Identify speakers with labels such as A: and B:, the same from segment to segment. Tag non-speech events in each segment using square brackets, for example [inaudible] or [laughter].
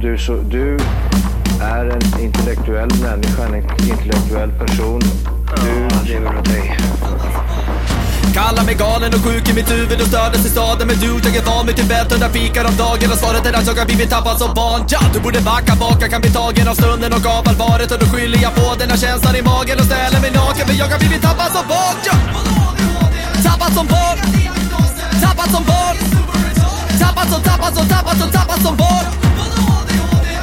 A: du, så, du är en intellektuell människa, en intellektuell person. Du lever av dig.
B: Kallar mig galen och sjuk i mitt huvud och stördes i staden Men du, jag är van vid Tibet och där fikar om dagen Och svaret är att jag har blivit tappad som barn ja, Du borde backa bak, jag kan bli tagen av stunden och av allvaret Och då skyller jag på den här känslan i magen och ställer mig naken För jag har blivit tappad som barn ja. Tappad som barn Tappad som barn Tappad som, tappad som, tappad som, tappad som barn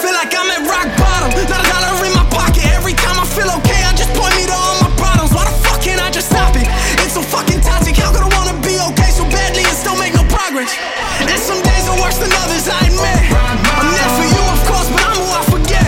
C: Feel like I'm at rock bottom. Not a dollar in my pocket. Every time I feel okay, I just point me to all my problems. Why the fuck can't I just stop it? It's so fucking toxic. How could I wanna be okay so badly and still make no progress? And some days are worse than others, I admit. I'm there for you, of course, but I'm who I forget.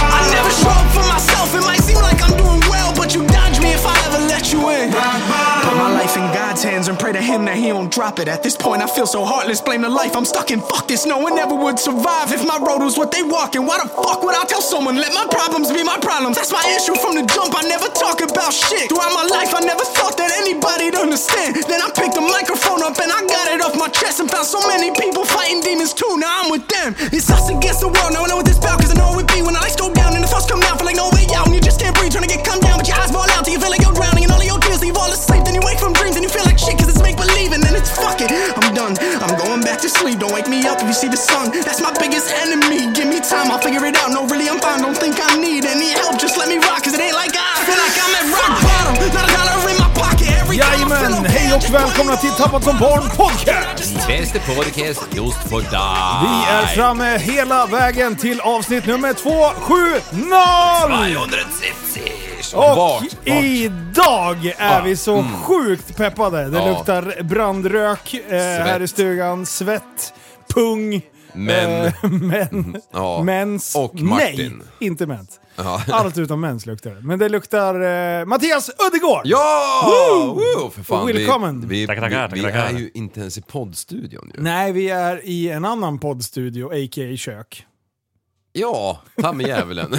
C: I never show up for myself. It might seem like I'm doing well, but you dodge me if I ever let you in. Put my life in God's hands and pray to Him that He don't drop it. At this point, I feel so heartless. Blame the life I'm stuck in. Fuck this. No one ever would survive if my road was what they walking. Why the fuck would I tell someone? Let my problems be my problems. That's my issue from the jump. I never talk about shit. Throughout my life, I never thought that anybody'd understand. Then I picked the microphone up and I got it off my chest and found so many people fighting demons too. Now I'm with them. It's us against the world. Now I know what this about, cause I know it be when I lights go down and the thoughts come down. Feel like no way out and you just can't breathe. Trying to get come down, but your eyes fall out till you feel like you're drowning and all of your tears leave all asleep. Then you wake from dreams and you feel like shit, cause it's make believe and then it's fuck it. I'm done. I'm going back to sleep. Don't wake me up if you see the sun. That's my biggest enemy. Give me time, I'll figure it out. No, really, I'm fine. Don't think I need any help. Just let me rock, cause it ain't like I feel like I'm at rock bottom. Not a dollar in my pocket. Every time I feel
D: Jajamän!
C: okay,
D: Hej
C: I just
D: och välkomna till Tappat som barn podcast!
B: Bästa podcast just för dig
D: Vi är framme hela vägen till avsnitt nummer 270!
B: 270!
D: Och idag är vi så
E: Mm.
D: sjukt peppade. Det
B: Ja.
D: luktar brandrök eh, här i stugan, svett, pung,
E: Men-
D: eh, [laughs] men
E: Mm. ja.
D: mens.
E: Och Martin.
D: Nej, inte mens.
E: [laughs]
D: [laughs] Allt utom mens luktar det. Men det luktar eh, Mattias Uddegård!
E: Ja!
D: Woo!
E: Woo! För fan,
D: Välkommen!
E: vi, vi,
F: Tackar, tackar,
E: vi, vi
F: tackar, tackar.
E: är ju inte ens i poddstudion ju.
D: Nej, vi är i en annan poddstudio, a.k.a. kök.
E: Ja, ta
D: [laughs]
E: med djävulen.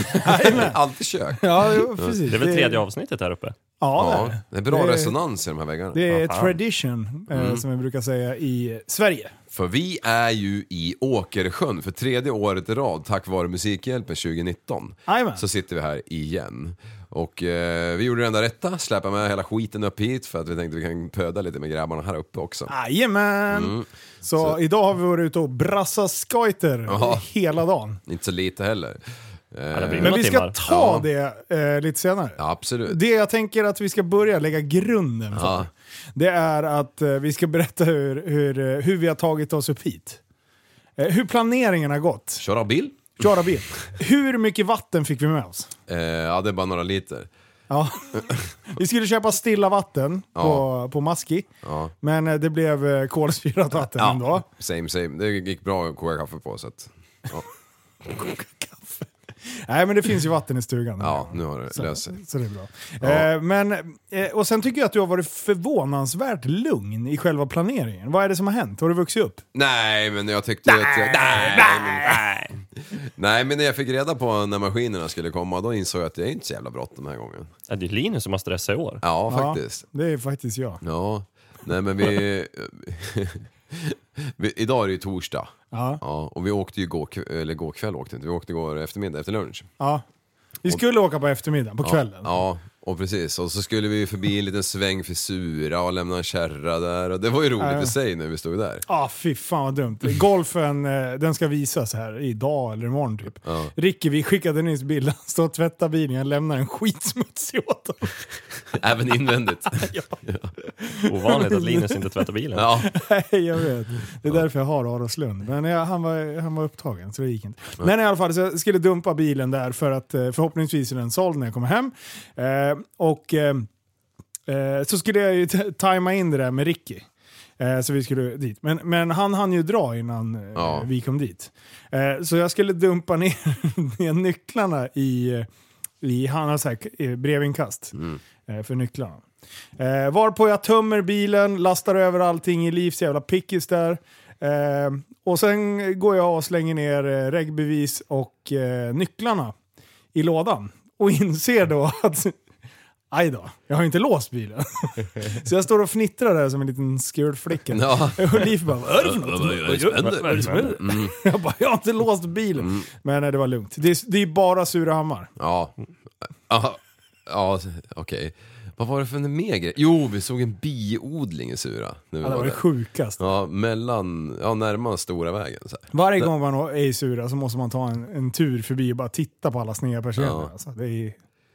E: Alltid kök.
D: Ja, jo, [laughs] precis.
F: Det är väl tredje avsnittet här
D: Eh.
F: uppe?
D: Ja, det är
E: Ja,
D: det.
E: det är bra
D: Det-
E: resonans i de här väggarna.
D: Det är
F: Vad fan.
D: tradition, eh, som vi brukar säga i Sverige.
E: För vi är ju i Åkersjön för tredje året i rad tack vare Musikhjälpen 2019.
D: Jajamän.
E: Så sitter vi här igen. Och eh, vi gjorde det enda rätta, släpade med hela skiten upp hit för att vi tänkte vi kan pöda lite med grabbarna här uppe också.
D: Jajamän! Så, idag har vi varit ute och brassat skojter
E: Jaha.
D: hela dagen.
E: Inte så lite heller.
F: det blir-
D: Men
F: Några
D: vi ska
F: timmar.
D: ta
E: Ja.
D: det eh, lite senare.
E: Ja, absolut.
D: Det jag tänker att vi ska börja lägga grunden för,
E: Ja.
D: det är att eh, vi ska berätta hur, hur, eh, hur vi har tagit oss upp hit. Eh, hur planeringen har gått.
E: Köra bil?
D: Köra bil. Hur mycket vatten fick vi med oss?
E: Eh, ja, det är bara några liter. [laughs]
D: Ja. Vi skulle köpa stilla vatten på, på Maski, men eh, det blev eh, kolsyrat vatten ändå.
E: Same same, det gick bra att koka kaffe på så att, ja,
D: Nej, men det finns ju vatten i stugan.
E: ja nu har det löst
D: Så,
E: sig.
D: så det är bra. Eh, men, eh, och sen tycker jag att du har varit förvånansvärt lugn i själva planeringen. Vad är det som har hänt? Har du vuxit upp?
E: Nej men jag tyckte att jag, nej, nej. nej men när jag fick reda på när maskinerna skulle komma då insåg jag att det är inte så jävla bråttom den här gången.
F: Ja, det är Linus som har stressat i år.
E: Ja faktiskt.
D: Ja, det är faktiskt jag.
E: Ja, nej men vi... [laughs] vi idag är det ju torsdag.
D: Ja.
E: Ja, och vi åkte ju igår, kv- eller igår kväll åkte vi inte, vi åkte igår eftermiddag efter lunch.
D: Ja. Vi skulle åka på eftermiddagen, på kvällen.
E: Ja, och precis. Och så skulle vi ju förbi en liten sväng för Sura och lämna en kärra där. Och det var ju roligt i sig när vi stod där.
D: Ah, fy fan vad dumt. Golfen, eh, den ska visas här idag eller imorgon typ. Ricky, vi skickade nyss bilden. Han står och tvättar bilen, jag lämnar en skitsmutsig åt honom.
E: Även invändigt.
D: [laughs]
F: Ovanligt att Linus inte tvättar bilen.
E: Ja.
D: Nej, jag vet. Det är därför jag har Aroslund. Men jag, han, var, han var upptagen så det gick inte. Men i alla fall, så jag skulle dumpa bilen där för att eh, förhoppningsvis är den såld när jag kommer hem. Eh, och eh, eh, så skulle jag ju t- tajma in det där med Ricky. Eh, Så vi skulle dit. Men, men han hann ju dra innan eh,
E: Ja.
D: [laughs] vi kom dit. Eh, Så jag skulle dumpa ner, ner nycklarna i, i han har så här, eh, brevinkast eh, för nycklarna. Eh, varpå jag tömmer bilen, lastar över allting i Livs jävla pickis där. Eh, och sen går jag och slänger ner eh, regbevis och eh, nycklarna i lådan. Och inser då [laughs] att Aj då, jag har ju inte låst bilen. [laughs] Så jag står och fnittrar där som en liten skurflicka.
E: Ja.
D: [laughs] Och Liv bara, vad är det för [laughs] något?
E: Jag är spänd.
F: liksom-
D: Jag bara, jag har inte låst bilen. Men nej, det var lugnt. Det är, det är bara Surahammar.
E: Ja. Ja, ja okej. Vad var det för en mer grej? Jo, vi såg en biodling i Sura. när vi
D: Ja, Det var det
E: där.
D: sjukaste.
E: Ja, mellan, ja närmast stora vägen så här.
D: Varje gång man är i Sura så måste man ta en, en tur förbi och bara titta på alla sneda personer.
E: Ja.
D: Alltså, det, är, det är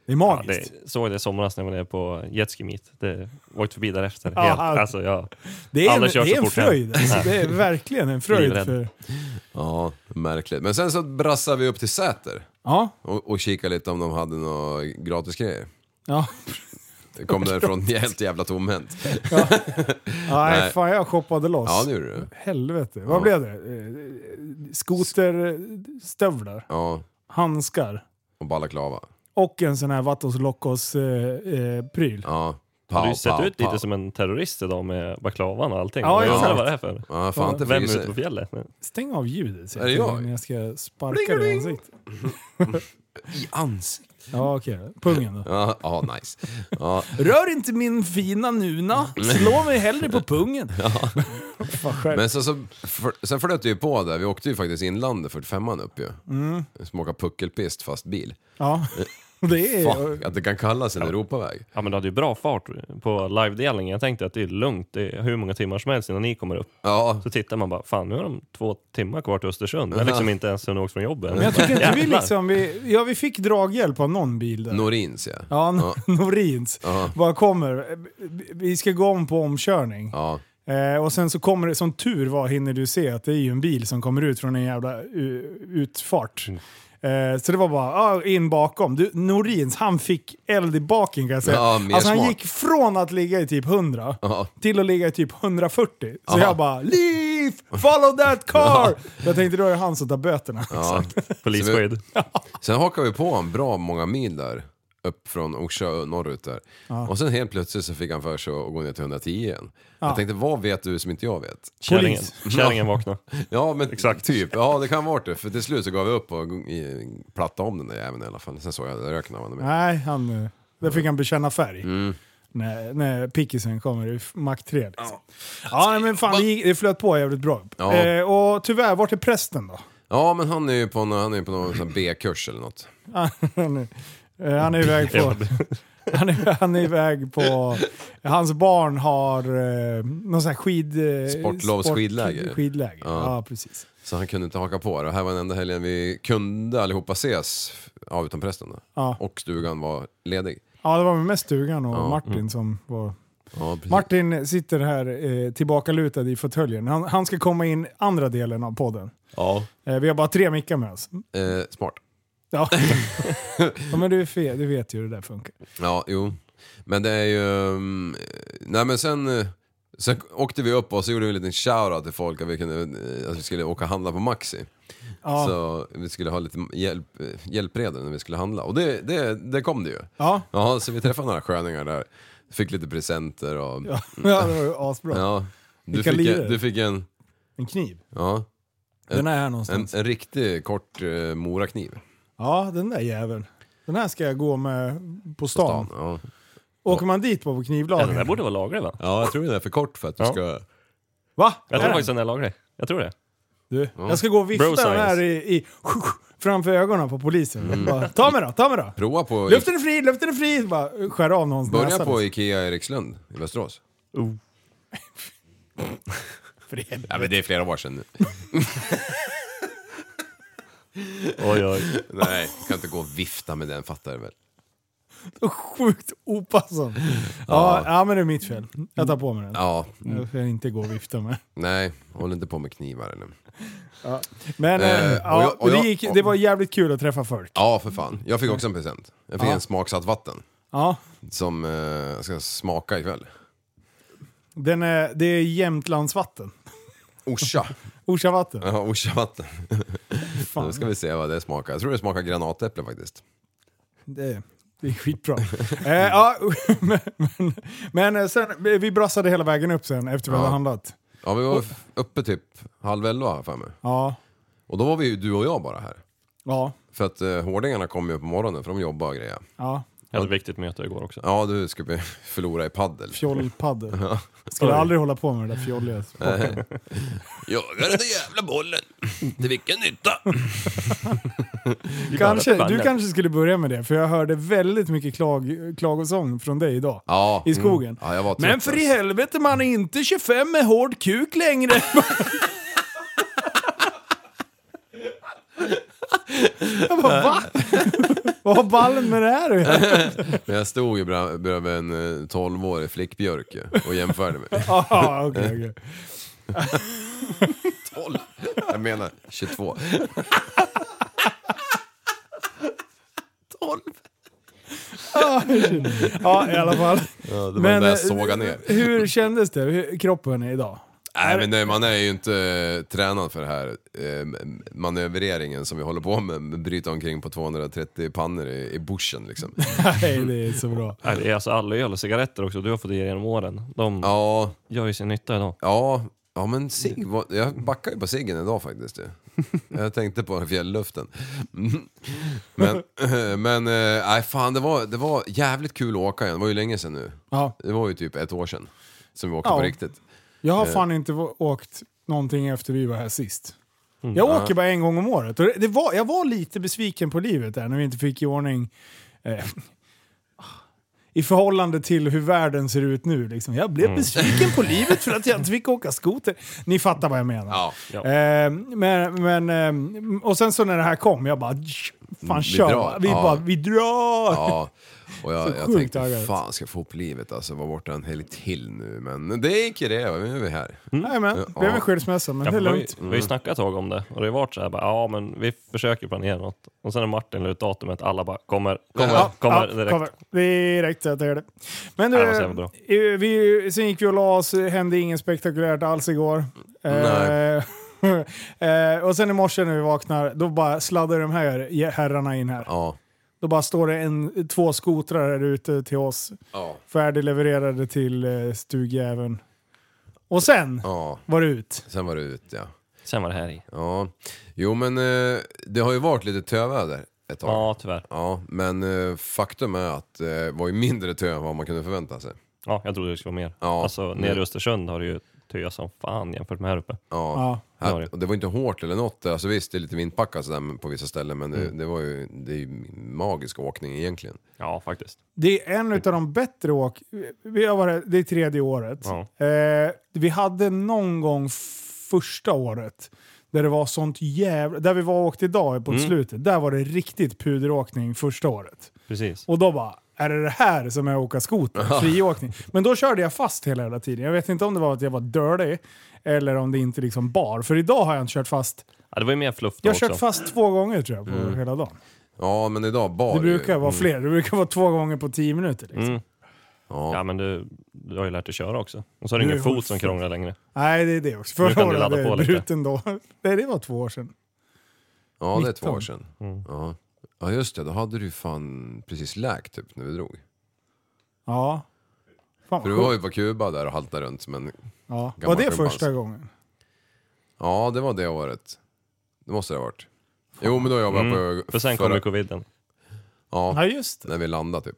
F: Ja,
D: magiskt. det,
F: det, såg det i somras när man är på jetski meet. Det åkte förbi därefter.
D: Ja,
F: Helt.
D: allt.
F: Alltså, ja.
D: är en,
F: Alla kör
D: det är
F: så
D: en
F: fort jag-
D: fröjd. Alltså, det är verkligen en fröjd.
F: Livrädd.
D: För,
E: Ja, märkligt. Men sen så brassade vi upp till Säter
D: ja,
E: och, och kikade lite om de hade några gratisgrejer.
D: ja.
E: Det kom därifrån helt jävla tomhänt.
D: Nej,
E: Nej.
D: fan jag shoppade loss.
E: Ja, det gjorde du.
D: Helvete. Vad blev det? Eh, Skoterstövlar,
E: Ja,
D: handskar
E: och balaklava.
D: och en sån här Vatos eh, Locos-pryl.
E: Ja. Pau,
F: Har du sett
E: pau,
F: ut
E: pau.
F: lite som en terrorist idag med baklavan och allting?
D: Ja,
F: Ja, jag
D: exakt.
F: undrar vad det är för.
E: Ja, fan inte
F: Vem är
E: fryser.
F: ute på fjället? Men-
D: Stäng av ljudet så
E: Är det jag?
D: när jag ska sparka dig i ansiktet.
E: I ansiktet.
D: Ja, okej. Pungen då.
E: Ja, ja, nice. Ja,
D: Rör inte min fina nuna. Slå mig hellre på pungen. Fan, själv.
E: Men sen, så, för, sen flöt det ju på där, vi åkte ju faktiskt inlandet 45an upp ju. Som åka puckelpist fast bil.
D: Ja. Det är...
E: Fan, att det kan kallas en Europaväg.
F: Ja, men du hade ju bra fart på live-delningen. Jag tänkte att det är lugnt. Det är hur många timmar som helst innan ni kommer upp.
E: Ja,
F: Så tittar man bara, fan nu har de två timmar kvar till Östersund. Jag har liksom inte ens hunnit åka från jobbet.
D: Men jag tycker inte vi
F: Jävlar.
D: liksom... Vi, ja, vi fick draghjälp av någon bil där.
E: Norins ja.
D: Ja, no Norins. Bara kommer. Vi ska gå om på omkörning.
E: ja.
D: Eh, och sen så kommer det, som tur var hinner du se att det är ju en bil som kommer ut från en jävla u- utfart.
E: Mm.
D: Eh, så det var bara ah, in bakom. Du, Norins, han fick eld i baken kan jag säga.
E: Ja, mer
D: alltså han
E: smak.
D: gick från att ligga i typ 100
E: Ja.
D: till att ligga i typ 140. Så
E: Aha.
D: jag bara Leaf! Follow that
E: [laughs]
D: car! Jag tänkte då är det han som tar böterna. [laughs]
E: ja.
F: Polisskydd.
E: Sen hakar vi på en bra många mil där. Upp från Orsa och norrut där. Och sen helt plötsligt så fick han för sig att gå ner till 110 igen. Jag tänkte, vad vet du som inte jag vet?
F: Kärringen.
D: Polis.
F: Kärringen vaknade.
E: Ja men
F: Exakt.
E: typ, ja det kan vara det. För till slut så gav vi upp och i, plattade om den där jäveln i alla fall. Sen såg jag röken av honom.
D: Nej, han, eh, där fick han bekänna färg. När, när pickisen kommer i f- Mac 3. Liksom. Ja, nej, men fan det, gick, det flöt på jävligt bra. upp.
E: Ja.
D: Eh, och tyvärr, vart är prästen då? [laughs]
E: Ja men han är ju på någon, han är ju på någon sån här B-kurs eller något.
D: Han är, eh, han är iväg på... [laughs] Han är, han är iväg på... Hans barn har eh, någon sån här skid... Eh,
E: Sportlovs skidläger.
D: skidläger. Ja. precis.
E: Så han kunde inte haka på det. Och här var den enda helgen vi kunde allihopa ses, ja, utom prästen då.
D: Ja.
E: Och stugan var ledig.
D: Ja, det var väl mest stugan och Martin som var...
E: Ja, precis.
D: Martin sitter här eh, tillbakalutad i fåtöljen. Han, han ska komma in andra delen av podden.
E: Ja.
D: Eh, vi har bara tre mickar med oss.
E: Eh, smart.
D: Ja. ja men du, är fe, du vet ju hur det där funkar.
E: Ja, jo. Men det är ju... mm, Nej men sen... eh, Sen åkte vi upp och så gjorde vi en liten shoutout till folk att vi, kunde, eh, att vi skulle åka och handla på Maxi.
D: Ja.
E: Så vi skulle ha lite hjälp, eh, hjälpredor när vi skulle handla. Och det, det, det kom det ju.
D: Ja,
E: Ja, så vi träffade några sköningar där. Fick lite presenter och... Ja.
D: ja det var ju asbra.
E: du,
D: Vilka
E: fick
D: lirare?
E: en, du fick en...
D: En kniv.
E: Ja,
D: Den är här
E: en,
D: någonstans.
E: en riktig kort eh, morakniv.
D: Ja, den där jäveln. Den här ska jag gå med på
E: Ja.
D: stan.
E: Ja.
D: Åker man dit på
F: Ja, den där
D: knivlagen?
F: borde vara laglig va?
E: ja, jag tror den är för kort för att du
F: Ja.
E: ska...
D: Va?
F: Jag
D: Är
F: tror
D: den?
F: faktiskt den är laglig. Jag tror det.
D: Du, jag ska gå och vifta
F: Bro
D: den här
F: science.
D: i, [laughs] i, framför ögonen på polisen. Bara, ta mig då, ta mig då.
E: Prova på...
D: Luften liksom. är fri, luften är fri! Bara eh, skär av någons
E: Börja
D: näsa.
E: på Ikea Erikslund i Västerås.
D: Oh.
E: [laughs]
D: liksom.
E: Ja, men det är flera år sedan nu.
F: Oj, oj.
E: Nej, kan inte gå och vifta med den, fattar du väl?
D: liksom. [laughs] Sjukt opassande. Ja. Ja, men det är mitt fel. Jag tar på mig den.
E: Ja,
D: Jag får inte gå och vifta med.
E: nej, håll inte på med knivar eller.
D: Men eh,
E: Eh, och
D: ja,
E: jag- och
D: det,
E: jag-
D: gick, det var jävligt kul att träffa folk.
E: Ja, för fan. Jag fick också en present. Jag fick
D: Ja.
E: en smaksatt vatten
D: Ja,
E: som eh, jag ska smaka ikväll.
D: den är, det är Jämtlandsvatten. [laughs]
E: Orsa.
D: Orsavatten.
E: Ja, Orsa vatten.
D: Fan.
E: Nu ska vi se vad det smakar. Jag tror det smakar granatäpple faktiskt.
D: det, det är skitbra. eh, ja, [laughs] men, men, men eh, sen, vi vi brassade hela vägen upp sen efter vi
E: Ja.
D: hade handlat.
E: Ja, vi var uppe typ halv elva har jag för mig.
D: Ja,
E: Och då var vi ju du och jag bara här.
D: ja,
E: För att eh, hårdingarna kom ju på morgonen för de jobbar och grejer.
D: ja.
F: Jag hade ett viktigt möte igår också.
E: Ja, du skulle bli- [laughs] förlora i paddel.
D: Fjollpaddel. Skulle aldrig hålla på med det där fjolliga. sporten.
E: Jagar den där jävla bollen. Till vilken nytta?
D: Kanske, du kanske skulle börja med det, för jag hörde väldigt mycket klag, klagosång från dig idag.
E: [laughs] Ja.
D: I skogen.
E: Mm. Ja, jag var trött,
D: Men för i
E: alltså.
D: helvete, man är inte 25 med hård kuk längre. [laughs] jag bara,
E: [laughs]
D: va? Vad har ballen med det här att göra? [laughs]
E: Men alltså. jag stod ju bra- bredvid en eh, 12-årig flickbjörk ju, och jämförde [laughs] mig.
D: Ah, okej,
E: [laughs]
D: okej.
E: 12? Jag menar 22. 12?
D: Ja, i alla fall.
E: Ja, det var den där jag
D: eh,
E: sågade ner.
D: Hur kändes det? Hur, kroppen är idag? [laughs]
E: Nej men det, man är ju inte eh, tränad för det här eh, manövreringen som vi håller på med, bryta omkring på 230 pannor i, i bushen liksom.
D: Nej, det är så bra.
F: Nej, det är alltså all öl och cigaretter också du har fått i dig genom åren. De
E: Ja,
F: gör ju sin nytta idag.
E: ja, ja men cigg, var- jag backar ju på ciggen idag faktiskt ju. Jag tänkte på fjällluften. [laughs] Mm. Men, [laughs] eh, men eh, nej fan det var, det var jävligt kul att åka igen, det var ju länge sedan nu.
D: Ja.
E: Det var ju typ ett år sedan som vi åkte
D: Ja.
E: på riktigt.
D: Jag
E: Eh.
D: har fan inte va- åkt någonting efter vi var här sist.
E: Mm.
D: Jag åker bara en gång om året. Och det- det var, jag var lite besviken på livet där när vi inte fick i ordning... Eh, I förhållande till hur världen ser ut nu. Liksom. Jag blev
E: Mm.
D: besviken
E: [laughs]
D: på livet för att jag inte fick åka skoter. Ni fattar vad jag menar.
E: Ja.
F: Ja.
D: Eh, men, men, ehm, och sen så när det här kom, jag bara... Fan
E: Mm, Vi
D: kör!
E: drar.
D: Vi
E: Ja.
D: bara, vi drar!
E: Ja, och jag, jag
D: sjukt
E: tänkte
D: taggad.
E: fan ska jag få upp livet alltså, vara borta en helg till nu. Men det gick ju det, nu är vi här.
D: Nej men, det blev en
E: Mm. Ja.
D: skilsmässa men
F: Ja,
D: det är
F: för vi, har ju-
D: lugnt.
F: vi har ju snackat ett tag om det och det har varit så här, bara, ja men vi försöker planera något. Och sen när Martin la ut datumet, alla bara kommer, kommer,
E: Ja,
F: kommer direkt.
D: kommer. Direkt att jag gör det. Men
F: Ja, det var så jävla bra.
D: du, eh, vi, sen gick vi och la oss, hände inget spektakulärt alls igår.
E: Nej.
D: Eh, [laughs] eh, och sen i morse när vi vaknar, då bara sladdar de här herrarna in här.
E: Ja.
D: Då bara står det en, två skotrar här ute till oss,
E: Ja.
D: färdiglevererade till eh, stugjäveln. Och sen
E: ja.
D: var det ut.
E: Sen var det ut ja.
F: Sen var det här i.
E: ja. Jo men eh, det har ju varit lite töväder ett tag. Ja.
F: Ja, tyvärr.
E: men eh, faktum är att eh, det var ju mindre tö än vad man kunde förvänta sig.
F: Ja, jag trodde det skulle vara mer.
E: Ja.
F: Alltså, nere i Östersund har det ju töat som fan jämfört med här uppe.
E: Ja.
D: Ja.
F: det var det.
E: Här, och det var inte hårt eller något, alltså visst det är lite vindpackat sådär på vissa ställen men det, det var ju, det är ju magisk åkning egentligen.
F: Ja, faktiskt.
D: Det är en av de bättre åk... Vi har varit, det är tredje året.
F: Ja.
D: Eh, vi hade någon gång första året där det var sånt jävla... Där vi var och åkte idag på
F: Mm.
D: slutet, där var det riktigt puderåkning första året.
F: Precis.
D: Och då bara, är det det här som är att åka skoter? Friåkning. Men då körde jag fast hela jävla tiden. Jag vet inte om det var att jag var dirty eller om det inte liksom bar. För idag har jag inte kört fast.
F: Ja, Mm. det var ju mer fluff då
D: Jag har
F: också.
D: kört fast två gånger tror jag på hela dagen.
E: Ja men idag bar
D: Det
E: ju.
D: brukar
F: Mm.
D: vara fler. Det brukar vara två gånger på tio minuter. Liksom.
F: Ja, men du, du har ju lärt dig köra också. Och så är det
D: Nu
F: ingen
D: är hon
F: fot som krånglar längre.
D: Nej, det är det också.
F: Nu
D: Förra
F: kan du
D: året
F: ladda
D: hade
F: på
D: jag
F: lite.
D: bruten då. [laughs] Nej, det var två år sedan.
E: Ja, det är
D: 19.
E: två år sedan. Ja. ja, just det. Då hade du ju fan precis läkt typ när vi drog.
D: Ja. Fan,
E: För du
D: vad
E: var
D: sjukt.
E: ju på Kuba där och haltade runt, men
D: ja. var
E: gammal
D: det
E: schimpans.
D: första gången?
E: ja, det var det året. Det måste det ha varit. Jo, men då jobbade jag på...
F: För sen
E: förra-
F: kom ju coviden.
E: Ja,
D: Ja, just det.
E: när vi landade typ.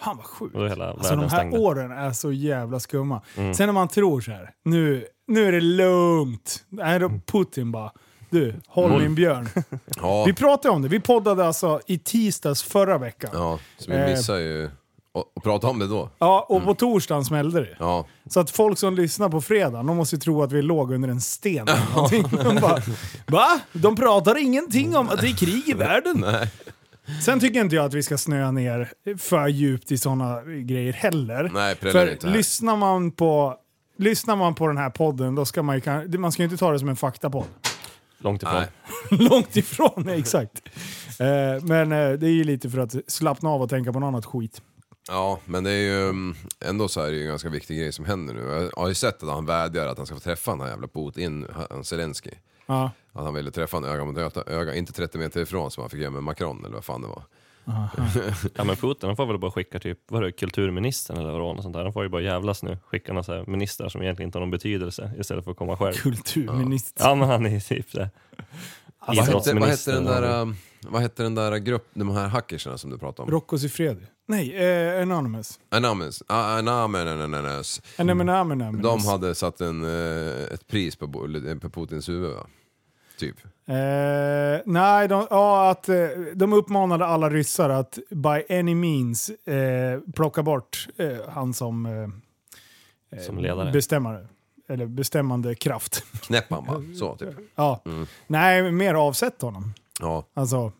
D: Fan vad sjukt.
F: Och då hela
D: Alltså de
F: världen
D: här
F: stängde. Mm.
D: åren är så jävla skumma. Sen när man tror så här, nu, nu är det lugnt. Nej, då Putin bara, du, håll min
F: [laughs]
D: björn.
E: Ja,
D: Vi pratade om det, vi poddade alltså i tisdags förra veckan. Ja,
E: ja så vi missade ju och, och prata om det då.
D: och på torsdagen smällde det.
E: Ja,
D: Så att folk som lyssnar på fredag, de måste ju tro att vi låg under en sten eller någonting. De bara, va? De pratar ingenting om att det är krig i världen. Sen tycker inte jag att vi ska snöa ner för djupt i sådana grejer heller.
E: Nej, prällar inte
D: för
E: här.
D: lyssnar man, på, lyssnar man på den här podden, då ska man ju kan- man ska ju inte ta det som en faktapodd. [laughs]
F: Långt ifrån.
E: nej.
D: Långt ifrån, exakt. Eh, men eh, det är ju lite för att slappna av och tänka på något annat skit.
E: Ja, men det är ju mm, ändå så här, det är ju en ganska viktig grej som händer nu. Jag har ju sett att han vädjar att han ska få träffa den här jävla Putin, han Zelenskyj.
D: Ja.
E: Att han ville träffa en öga mot öta- öga, inte 30 meter ifrån som han fick göra med Macron eller vad fan det var.
F: Ja, men Putin han får väl bara skicka typ, vad är det, kulturministern eller vad det var, något sånt där. Han får ju bara jävlas nu. Skicka några så här ministrar som egentligen inte har någon betydelse istället för att komma själv.
D: Kulturminister.
F: Ja men han är ju typ det.
E: Vad hette, vad hette den där, um, vad hette den där grupp, de här hackerserna som du pratade om?
D: Rocco Siffredi. Nej, eh, Anonymous.
E: Anonymous. Ah, Anonymous. Anonymous.
D: Anonymous. Anonymous.
E: De hade satt en, eh, ett pris på, bo- eh, på Putins huvud va? Typ.
D: Eh, nej, de, ja, att, eh, de uppmanade alla ryssar att by any means eh, plocka bort eh, han som, eh,
F: Som ledare.
D: bestämmare. Eller bestämmande kraft. [laughs]
E: Knäppan va? Så typ.
D: ja.
F: Mm.
D: Nej, mer avsätt honom.
E: Ja.
F: [laughs]
D: Alltså,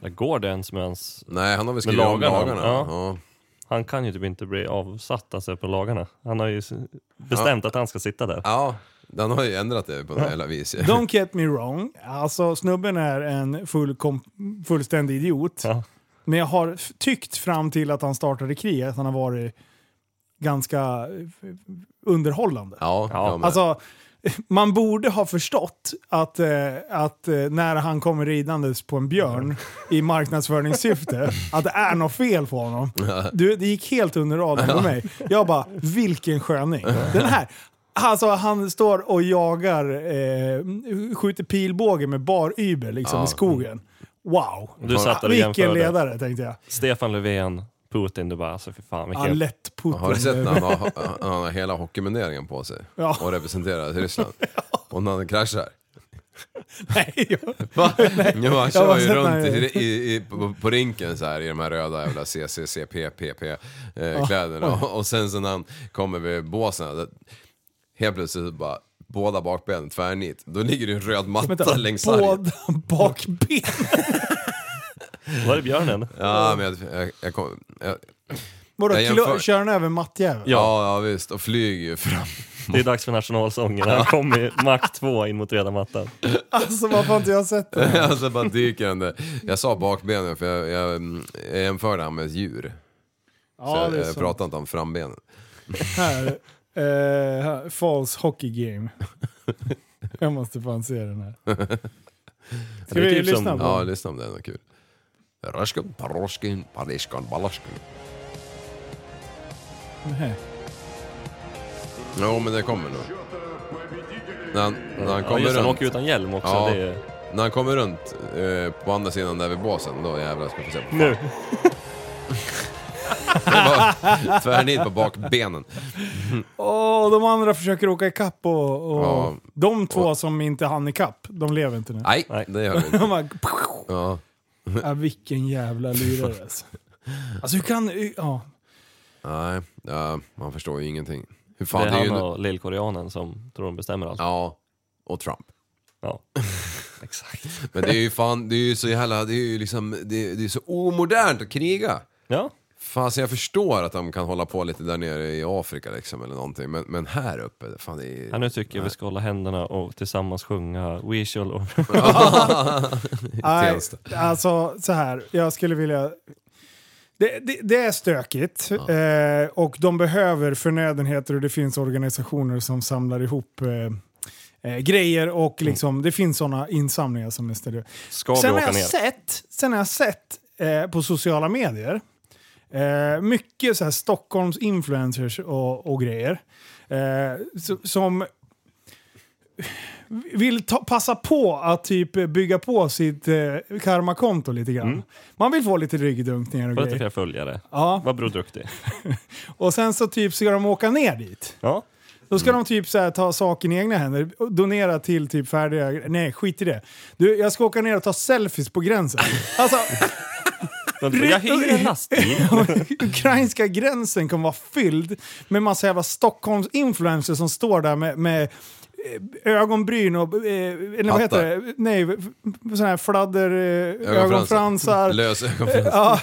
F: Där går det ens med hans...
E: Nej, han har väl skrivit om
F: lagarna,
E: lagarna.
F: ja.
E: Ja.
F: Han kan ju typ inte bli avsatt alltså, på lagarna. Han har ju s- bestämt att han ska sitta där.
E: ja. Han har ju ändrat det på något jävla vis.
D: don't get me wrong. Alltså, snubben är en full kom- fullständig idiot.
F: Ja.
D: Men jag har f- tyckt fram till att han startade kriget att han har varit ganska eh, f- underhållande.
E: Ja, ja. men-
D: Alltså, [laughs] man borde ha förstått att, eh, att eh, när han kommer ridandes på en björn i
F: [laughs]
D: marknadsföringssyfte, att det är något fel på honom. Du, det gick helt under radarn för mig. Jag bara, vilken sköning. Den här. Alltså han står och jagar, eh, skjuter pilbåge med bar ybel liksom, i skogen. Wow!
F: Du satt där och
D: Vilken
F: jämförde.
D: ledare tänkte jag.
F: Stefan Löfven, Putin, du bara alltså fy fan
D: Ja,
F: vilken...
D: lätt Putin.
E: Har
D: [laughs]
E: du sett när han har, han har hela hockeymunderingen på sig
D: Ja.
E: och
D: [laughs]
E: representerar Ryssland? Och när han kraschar?
D: Nej, jag-
F: [laughs]
E: Va? Ja, han
D: har
E: kör ju
D: sett när-
E: runt i, i, i, på, på rinken så här i de här röda jävla CCCPPP-kläderna. eh, och, och sen så när han kommer vid båsen, då- helt plötsligt bara båda bakbenen tvärnit. Då ligger det en röd matta
D: Vänta,
E: längs sargen.
D: båda bakben.
F: Var det björnen?
E: Ja, men jag, jag, jag, kom, jag,
D: Vadå,
E: Jag jämför-
D: klo- kör den över mattjäveln?
E: ja, ja, visst. Och flyger ju fram.
F: Det är dags för nationalsången. Han kommer i makt två in mot röda mattan.
D: Alltså varför har inte jag sett
E: [laughs]
D: det?
E: alltså bara dyker den där. Jag sa bakbenen för jag, jag, mm, jag jämförde han med ett djur.
D: Ja,
E: så eh,
D: det är
E: jag, jag
D: sant.
E: pratade inte om frambenen.
D: Här, eh, här, false hockey
E: [laughs]
D: game. Jag måste fan se den här. Ska
F: Det är
D: vi
F: typ som-
D: lyssna på
E: Ja,
D: den?
E: lyssna om det är något kul. Raskan, paroskin, pariskan, balaskan.
D: Nej.
E: Jo, men det kommer nog. När han, när han
F: Ja,
E: kommer
F: just, han
E: runt,
F: åker utan hjälm också.
E: Ja.
F: Det är...
E: när han kommer runt eh, på andra sidan där vid båsen, då jävlar ska vi få se.
F: Nu.
D: [laughs]
E: Bara Tvärnit på bakbenen.
D: Åh, de andra försöker åka ikapp och... och
E: Ja. Ah.
D: De två som inte hann ikapp, de lever inte nu.
E: Nej,
F: Nej.
E: det gör vi
D: De
E: inte.
D: bara, [laughs]
E: Ja.
D: ja, vilken jävla lirare
E: [laughs]
D: alltså. Alltså hur kan... Ja.
E: Nej, ja, man förstår ju ingenting. Hur
F: Det
E: fan, det
F: är
E: är
F: han
E: ju...
F: och lillkoreanen som tror de bestämmer allt.
E: Ja, och Trump.
F: Ja. Exakt.
E: Men det är ju fan, det är ju så jävla, det är ju liksom, det är, det är så omodernt att kriga.
F: Ja.
E: Fan, så jag förstår att de kan hålla på lite där nere i Afrika liksom eller någonting, men, men här uppe, fan det är...
F: Ja, nu tycker jag vi ska hålla händerna och tillsammans sjunga We shall... over-
D: Nej,
E: Tensta.
D: alltså så här, jag skulle vilja... Det, det, det är stökigt eh, och de behöver förnödenheter och det finns organisationer som samlar ihop eh, eh, grejer och liksom, det finns sådana insamlingar som är större.
F: [laughs] Ska vi
D: Sen har
F: åka
D: jag
F: ner?
D: sett, sen har jag sett eh, på sociala medier eh, mycket så här Stockholms influencers och, och grejer eh, so- som vill ta, passa på att typ bygga på sitt eh, karmakonto lite grann. Man vill få lite ryggdunkningar och
F: Mm. Får lite
D: grejer.
F: fler följare.
D: Ja,
F: Vad bra duktig.
D: och sen så typ ska de åka ner dit.
F: Ja.
D: Då
F: Mm.
D: ska de typ så här, ta saken i egna händer och donera till typ färdiga... Nej, skit i det. Du, jag ska åka ner och ta selfies på
F: [laughs]
D: gränsen. Alltså,
F: Men jag hyr en lastbil.
D: [laughs] ukrainska gränsen kommer vara fylld med massa jävla Stockholms influencers som står där med, med eh, ögonbryn och... eh, Eller vad heter
E: Hattar.
D: det? Nej, sådana här fladder... eh,
E: Ögonfransar.
D: Ögonfransar.
E: Lös ögonfrans.
D: Ja,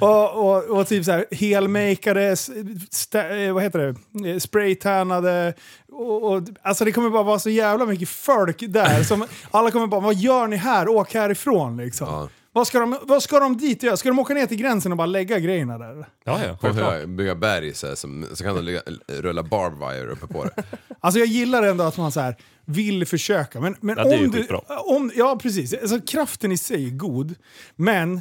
D: och, och, och typ så här helmakeade, s- stä- eh, vad heter det, Eh, spraytannade. Och, och, alltså det kommer bara vara så jävla mycket folk där. Som, alla kommer bara, vad gör ni här? Åk härifrån liksom.
E: Ja.
D: Vad, ska de, vad ska de dit och göra? Ska de åka ner till gränsen och bara lägga grejerna där?
F: Ja, ja.
E: På
F: självklart.
E: hög, bygga berg så, här, som, så kan de ligga, rulla barbed wire uppe på det.
D: Alltså jag gillar ändå att man så här vill försöka. Men, men
F: Ja, det är ju
D: om du...
F: skitbra.
D: Om, ja, precis. Alltså, kraften i sig är god, men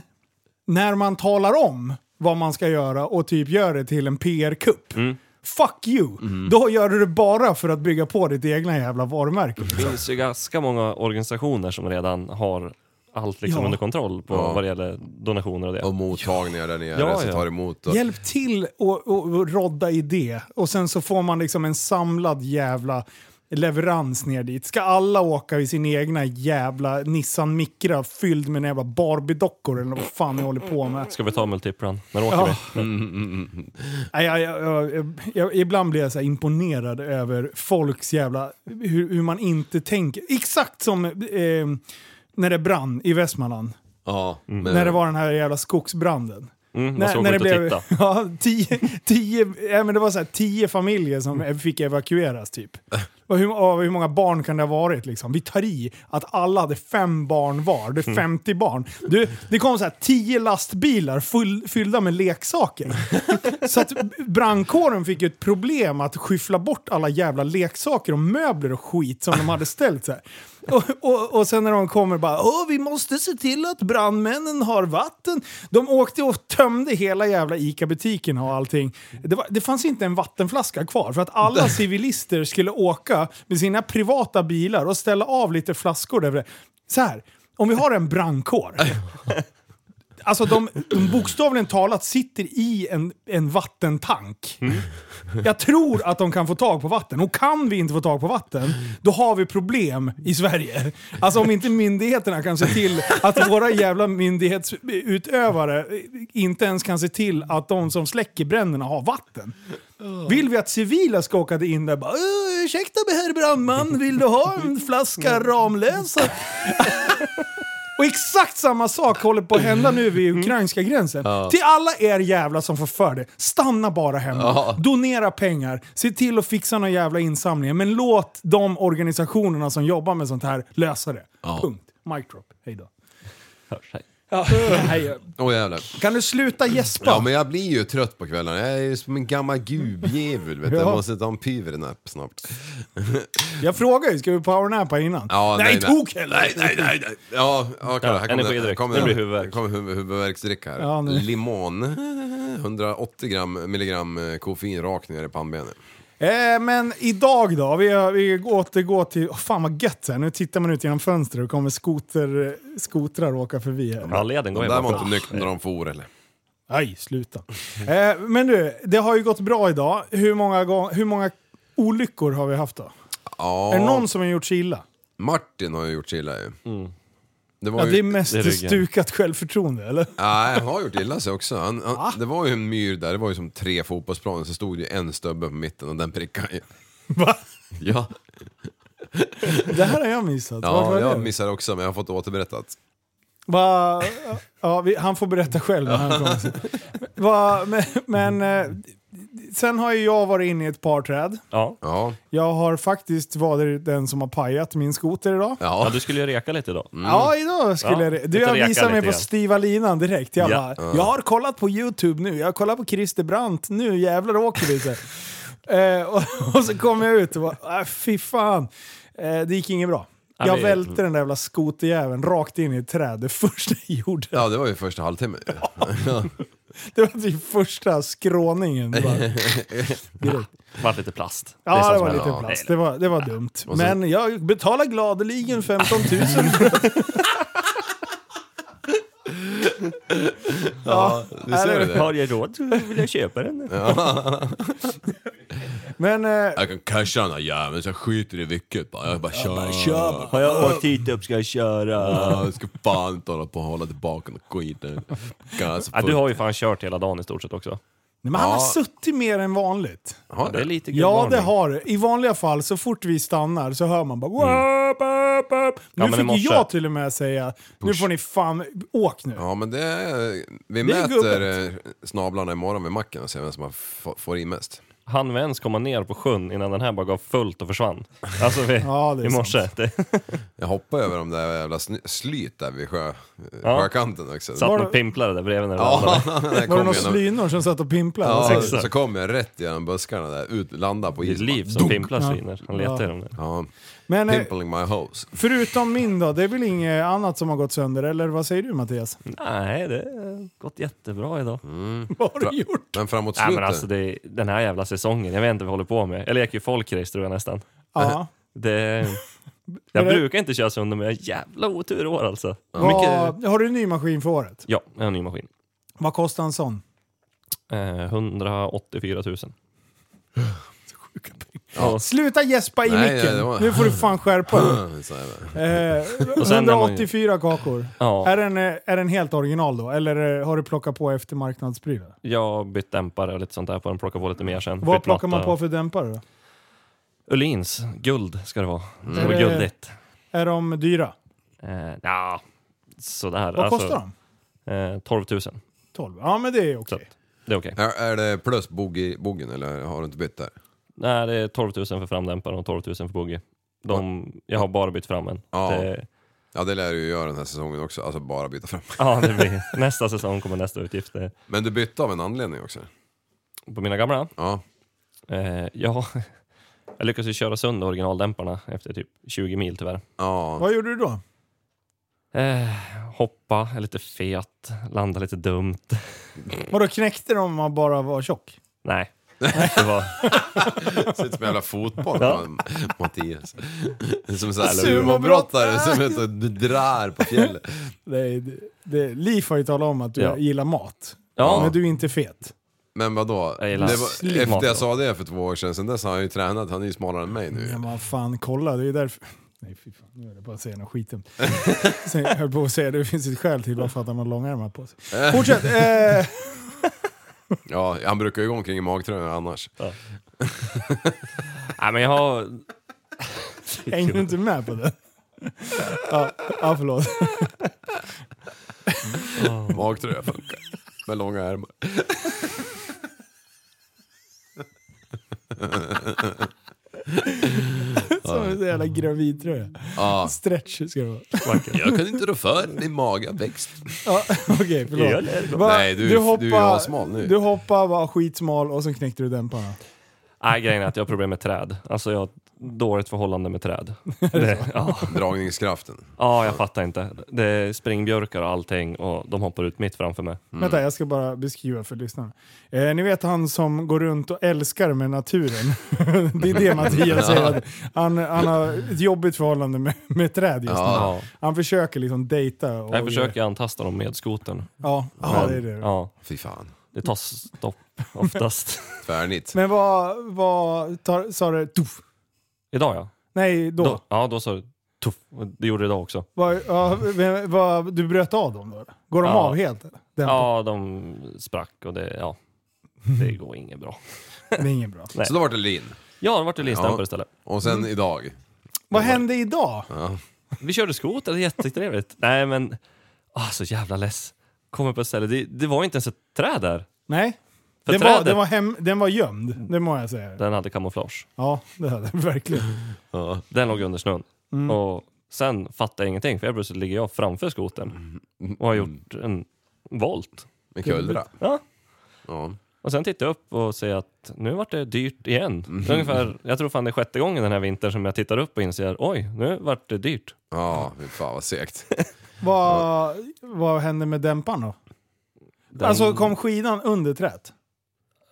D: när man talar om vad man ska göra och typ gör det till en PR-kupp.
F: Mm.
D: Fuck you! Då gör du det bara för att bygga på ditt egna jävla varumärke.
F: Det finns ju ganska många organisationer som redan har allt liksom
D: Ja.
F: under kontroll på
E: Ja.
F: vad det gäller donationer och det.
E: Och mottagningar där nere
F: Ja,
E: som
F: ja.
E: tar emot. Och,
D: Hjälp till och, och, och rodda i det. Och sen så får man liksom en samlad jävla leverans ner dit. Ska alla åka i sin egna jävla Nissan Micra fylld med jävla Barbie-dockor eller vad fan ni håller på med?
F: Ska vi ta multiplan? När åker
D: Ja.
F: vi?
D: Nej, Jag, jag, jag, jag, ibland blir jag så här imponerad över folks jävla... Hur, hur man inte tänker. Exakt som eh, när det brann i Västmanland.
E: ja, men,
D: När det var den här jävla skogsbranden.
F: Mm, man
D: När,
F: ska
D: när
F: åka
D: det
F: ut och
D: blev
F: titta.
D: [laughs] ja, tio, tio, ja, men det var så här, tio familjer som fick evakueras typ. Och hur, och hur många barn kan det ha varit? Liksom? Vi tar i att alla hade fem barn var. Det är 50 barn. Du, det kom så här, tio lastbilar full, fyllda med leksaker. Så att brandkåren fick ju ett problem att skyffla bort alla jävla leksaker och möbler och skit som de hade ställt så här. Och, och, och sen när de kommer bara Åh, vi måste se till att brandmännen har vatten. De åkte och tömde hela jävla ICA-butiken och allting. Det, var, det fanns inte en vattenflaska kvar för att alla civilister skulle åka med sina privata bilar och ställa av lite flaskor över det. Så här, om vi har en brandkår Alltså de, de bokstavligen talat sitter i en, en vattentank. Jag tror att de kan få tag på vatten. Och kan vi inte få tag på vatten, då har vi problem i Sverige. Alltså om inte myndigheterna kan se till att våra jävla myndighetsutövare inte ens kan se till att de som släcker bränderna har vatten. Vill vi att civila ska åka in där och bara "Åh, “Ursäkta mig herr brandman, vill du ha en flaska Ramlösa?” Och exakt samma sak håller på att hända nu vid ukrainska gränsen. Till alla er jävla som får för det, stanna bara hemma. Donera pengar, se till att fixa någon jävla insamling. Men låt de organisationerna som jobbar med sånt här lösa det. Punkt. Mic drop. Hej då.
F: Hörs, hej.
D: Ja, [laughs] hej.
E: Åh jävlar.
D: kan du sluta gäspa?
E: Ja men jag blir ju trött på kvällarna. Jag är ju som en gammal gubbjävel vet du. Jag
D: Ja.
E: måste ta en pyvernapp snart.
D: Jag frågar ju, ska vi powernappa innan?
E: Ja,
D: nej, tok heller!
E: nej, nej, nej, nej. Ja, ja, kolla, här kommer, här
F: energidryck.
E: kommer,
F: Det blir huvudvärk.
E: här kommer huvud, huvudvärksdryck här.
D: Ja, nu.
E: Limon. [laughs] 180 gram, milligram eh, koffein rakt ner i pannbenet.
D: Eh, men idag då, vi, vi återgår till... Oh, fan vad gött det är. Nu tittar man ut genom fönstret och kommer skoter, skotrar åka förbi här.
F: Ralleden går
E: De
F: ju
E: där var
F: bara bra.
E: inte nyktra när de for eller?
D: Nej, sluta. [laughs] Eh, men du, det har ju gått bra idag. Hur många, gång, hur många olyckor har vi haft då? Är det
E: Ja,
D: någon som har gjort sig illa?
E: Martin har ju gjort sig illa ju. Det var
D: Ja,
E: ju...
D: det är mest
F: det är ryggen.
D: stukat självförtroende, eller?
E: Nej, han har gjort illa sig också. Han, han, det var ju en myr där, det var ju som tre fotbollsplaner, så stod ju en stubbe på mitten och den prickade han ju.
D: [laughs] Va?
E: Ja,
D: Det här har jag missat. Vart
E: ja
D: var
E: jag
D: det?
E: missade också men jag har fått återberättat.
D: Va, ja, vi, han får berätta själv. när han kommer. Va, men, men eh, sen har ju jag varit inne i ett par träd.
F: Ja.
E: Ja,
D: Jag har faktiskt varit den som har pajat min skoter idag.
F: ja, Mm.
E: ja.
F: du skulle ju reka lite idag.
D: Ja, idag skulle
F: Ja,
D: jag det. Du,
F: lite
D: jag
F: reka
D: visade mig
F: lite
D: på
F: grann.
D: styva linan direkt. Jag,
F: Ja.
D: bara, jag har kollat på YouTube nu, jag har kollat på Christer Brandt, nu jävlar åker vi. Så.
F: [laughs]
D: här. eh, och, [laughs] och så kom jag ut och bara, äh, fy fan. Eh, det gick inget bra.
F: Ja,
D: Jag
F: men-
D: välte den där jävla skoterjäveln rakt in i ett träd det [laughs] första jag gjorde.
E: ja, det var ju första halvtimmen ju.
D: Det var typ första
F: [laughs]
D: skråningen. Bara, direkt.
F: Vart lite plast. är
D: Ja,
F: sånt
D: det
F: som
D: var
F: händer.
D: lite
F: Nej,
D: plast. Det var, det var dumt.
E: så-
D: Men jag betalar gladeligen 15 000
F: [laughs]
D: för att... [laughs] Ja,
E: [laughs] Du ser
D: det-
E: det?
F: nej. Har jag råd så vill jag köpa den.
D: Men eh,
E: Jag kan casha den här jäveln så jag skiter i vilket bara. Jag bara kör. Jag
F: Har jag åkt hit upp ska jag köra.
E: Jag ska fan inte hålla på och hålla tillbaka den skiten. Gas
F: Ja, du har ju fan kört hela dagen i stort sett också.
D: Nej, men han har
E: Ja.
D: suttit mer än vanligt.
E: Har
F: Det är
E: det?
F: lite
D: Ja, det
F: guldvarning.
D: har det. I vanliga fall, så fort vi stannar så hör man bara... "Wap, wap, wap." Nu
F: Mm. men i
D: fick ju
F: morse-
D: jag till och med säga, nu får ni fan... Åk nu.
E: Ja men det är, vi
D: Det är
E: mäter eh, snablarna imorgon vid macken och ser vem som har f- får i mest.
F: Han med ens komma ner på sjön innan den här bara gav fullt och försvann. Alltså vi,
D: Ja, det är
F: i morse. Det
E: Jag hoppar över de där jävla sny- slyt där vid sjö,
F: Ja.
E: sjökanten också.
F: satt och pimplade där bredvid när det
E: Ja, [laughs]
F: landade.
E: där
D: Var det
E: kom
D: några
E: jag genom-
D: slynor som satt och pimplade? Alltså,
E: Ja,
F: Exakt.
E: så kom jag rätt genom buskarna där, ut, landa på
F: [laughs] Det är ett
E: isen.
F: liv som pimplar sviner. Han letar ju om det.
E: Ja,
D: Men eh,
E: Pimpling my hose.
D: förutom min då, det är väl inget annat som har gått sönder? Eller vad säger du Mattias?
F: Mm. Nej, det har gått jättebra idag.
D: [laughs] Vad har du
F: Eh,
D: gjort?
E: Men framåt
F: Nej,
E: slutet.
F: men alltså det, den här jävla säsongen, jag vet inte vad jag håller på med. Jag leker ju folkrace tror jag nästan.
D: Ja.
F: [laughs] Det, jag
D: Men det-
F: brukar inte köra sönder men jag har jävla otur i år alltså. Mycket,
D: Vad, har du en ny maskin för året?
F: ja, jag har en ny maskin.
D: Vad kostar en sån?
F: Eh, 184 000.
D: Sluta gäspa i
E: Nej,
D: micken!
E: det var-
D: Nu får du fan skärpa
F: [laughs]
D: dig.
E: [clears throat] Så är det.
D: Eh,
F: Och sen när man-
D: 184 kakor. Är
F: Ja,
D: den, eh, är den helt original då? Eller eh, har du plockat på eftermarknadsprylar?
F: jag har bytt dämpare och lite sånt där på den, plockar på lite mer sen.
D: Vad
F: Bytt
D: plockar man
F: matta.
D: på för dämpare då?
F: Öhlins, guld ska det vara. Mm. Det
D: Är
F: var
D: det-
F: guldigt.
D: Är de dyra?
F: Eh, ja, sådär.
D: Vad kostar de?
F: de? Eh, 12 000.
D: 12? Ja men det är okej.
F: Så att, det är okej.
E: Är, är det plus boogie, boogen eller har du inte bytt där?
F: Nej, det är 12 000 för framdämparen och 12 000 för boogie. De, jag har bara bytt fram en.
E: Ja.
F: Det,
E: Ja det lär du ju göra den här säsongen också, alltså bara byta fram.
F: ja, det blir, [laughs] nästa säsong kommer nästa utgift. Det,
E: Men du bytte av en anledning också.
F: på mina gamla?
E: Ja,
F: Eh, ja, [laughs] jag lyckades ju köra sönder originaldämparna efter typ 20 mil tyvärr.
E: ja.
D: Vad gjorde du då?
F: Eh, hoppa, är lite fet, landa lite dumt.
D: Vadå knäckte de om man bara var tjock? [laughs]
F: Nej, det var...
E: Sitter som en jävla fotboll
F: Ja.
E: Mattias. Som en sån här
D: Ah.
E: sumobrottare som är ute och drar på fjället.
D: Det är, det, det, Liv har ju talat om att du
F: Ja.
D: gillar mat.
F: Ja.
D: Men du är inte fet.
E: Men vadå?
F: Jag
E: Det
F: gillar
E: var,
F: slimat
E: efter
F: då.
E: jag sa det för två år sedan, sen dess har han ju tränat, han är ju smalare än mig nu.
D: Ja, men vad fan, kolla, det är ju därför... [laughs] Nej, fy fan, nu är det bara att säga något skitdumt.
F: [laughs]
D: Sen Jag höll på att säga, det finns ett skäl till varför att han har långärmat på sig. Fortsätt! Eh,
F: [laughs]
E: Ja, han brukar ju gå omkring i magtröja annars.
F: Nej, men jag har...
D: hänger du inte med på det? Ja, ja förlåt.
E: Magtröja funkar. Med långa ärmar.
D: Som en sån jävla gravidtröja.
E: Ja.
D: Stretch ska det vara.
E: Jag kan inte rå för din magavväxt.
D: Ja, [laughs] Okej,
F: Jag
D: förlåt.
F: lär-
D: Va,
E: Nej, du- du är assmal nu.
D: Du hoppade, var skitsmal och sen knäckte du dämparna.
F: Nej, grejen är att jag har problem med träd. Alltså jag har ett dåligt förhållande
D: [laughs]
F: med träd. Det, ja.
E: Dragningskraften.
F: ja, jag fattar inte. Det är springbjörkar och allting och de hoppar ut mitt framför mig.
E: Mm.
D: Vänta, jag ska bara beskriva för lyssnarna. Eh, ni vet han som går runt och älskar med naturen. [laughs] det är det
E: [laughs]
D: Mattias säger. att Han, han har ett jobbigt förhållande med, med träd just nu.
F: Ja.
D: Han försöker liksom dejta. Och
F: Jag försöker antasta dem med skotern.
D: Ja, ja,
F: Men,
D: det är det.
F: Ja,
E: Fy fan.
F: det tar stopp
D: [laughs]
F: oftast.
E: Tvärnit.
D: Men vad, vad tar, sa det? Tuff.
F: idag ja.
D: Nej, då.
F: ja, då sa det tuff. Och Det gjorde det idag också.
D: Vad, ja, vem- vad, du bröt av dem då? Går de
F: Ja.
D: av helt? Den,
F: Ja, de sprack och det, ja. Det går inget bra.
D: Det är inget bra.
E: Så då vart det lin.
F: Ja, det vart det linstämpel
E: Ja.
F: istället.
E: Och sen
F: Mm.
E: idag.
D: Vad hände idag?
F: Vi körde skoter, det är jättetrevligt. Nej men, ah, så jävla less. Kommer på ett ställe, det, det var inte ens ett träd där.
D: Nej?
F: För
D: Den var,
F: trädet-
D: den, var hem, den var gömd, det må jag säga.
F: Den hade kamouflage.
D: Ja, det hade den [laughs] verkligen.
F: Den låg under snön. Och sen fattade jag ingenting för helt plötsligt ligger jag framför skotern och har gjort en volt.
E: Med kullra.
F: Ja.
E: Ja.
F: Och sen tittar jag upp och ser att nu vart det dyrt igen. Det är Ungefär, jag tror fan det är sjätte gången den här vintern som jag tittar upp och inser oj, nu vart det dyrt.
E: Ja, fy fan vad segt.
D: Vad, vad hände med dämparen då?
F: Den,
D: Alltså kom skidan under träet?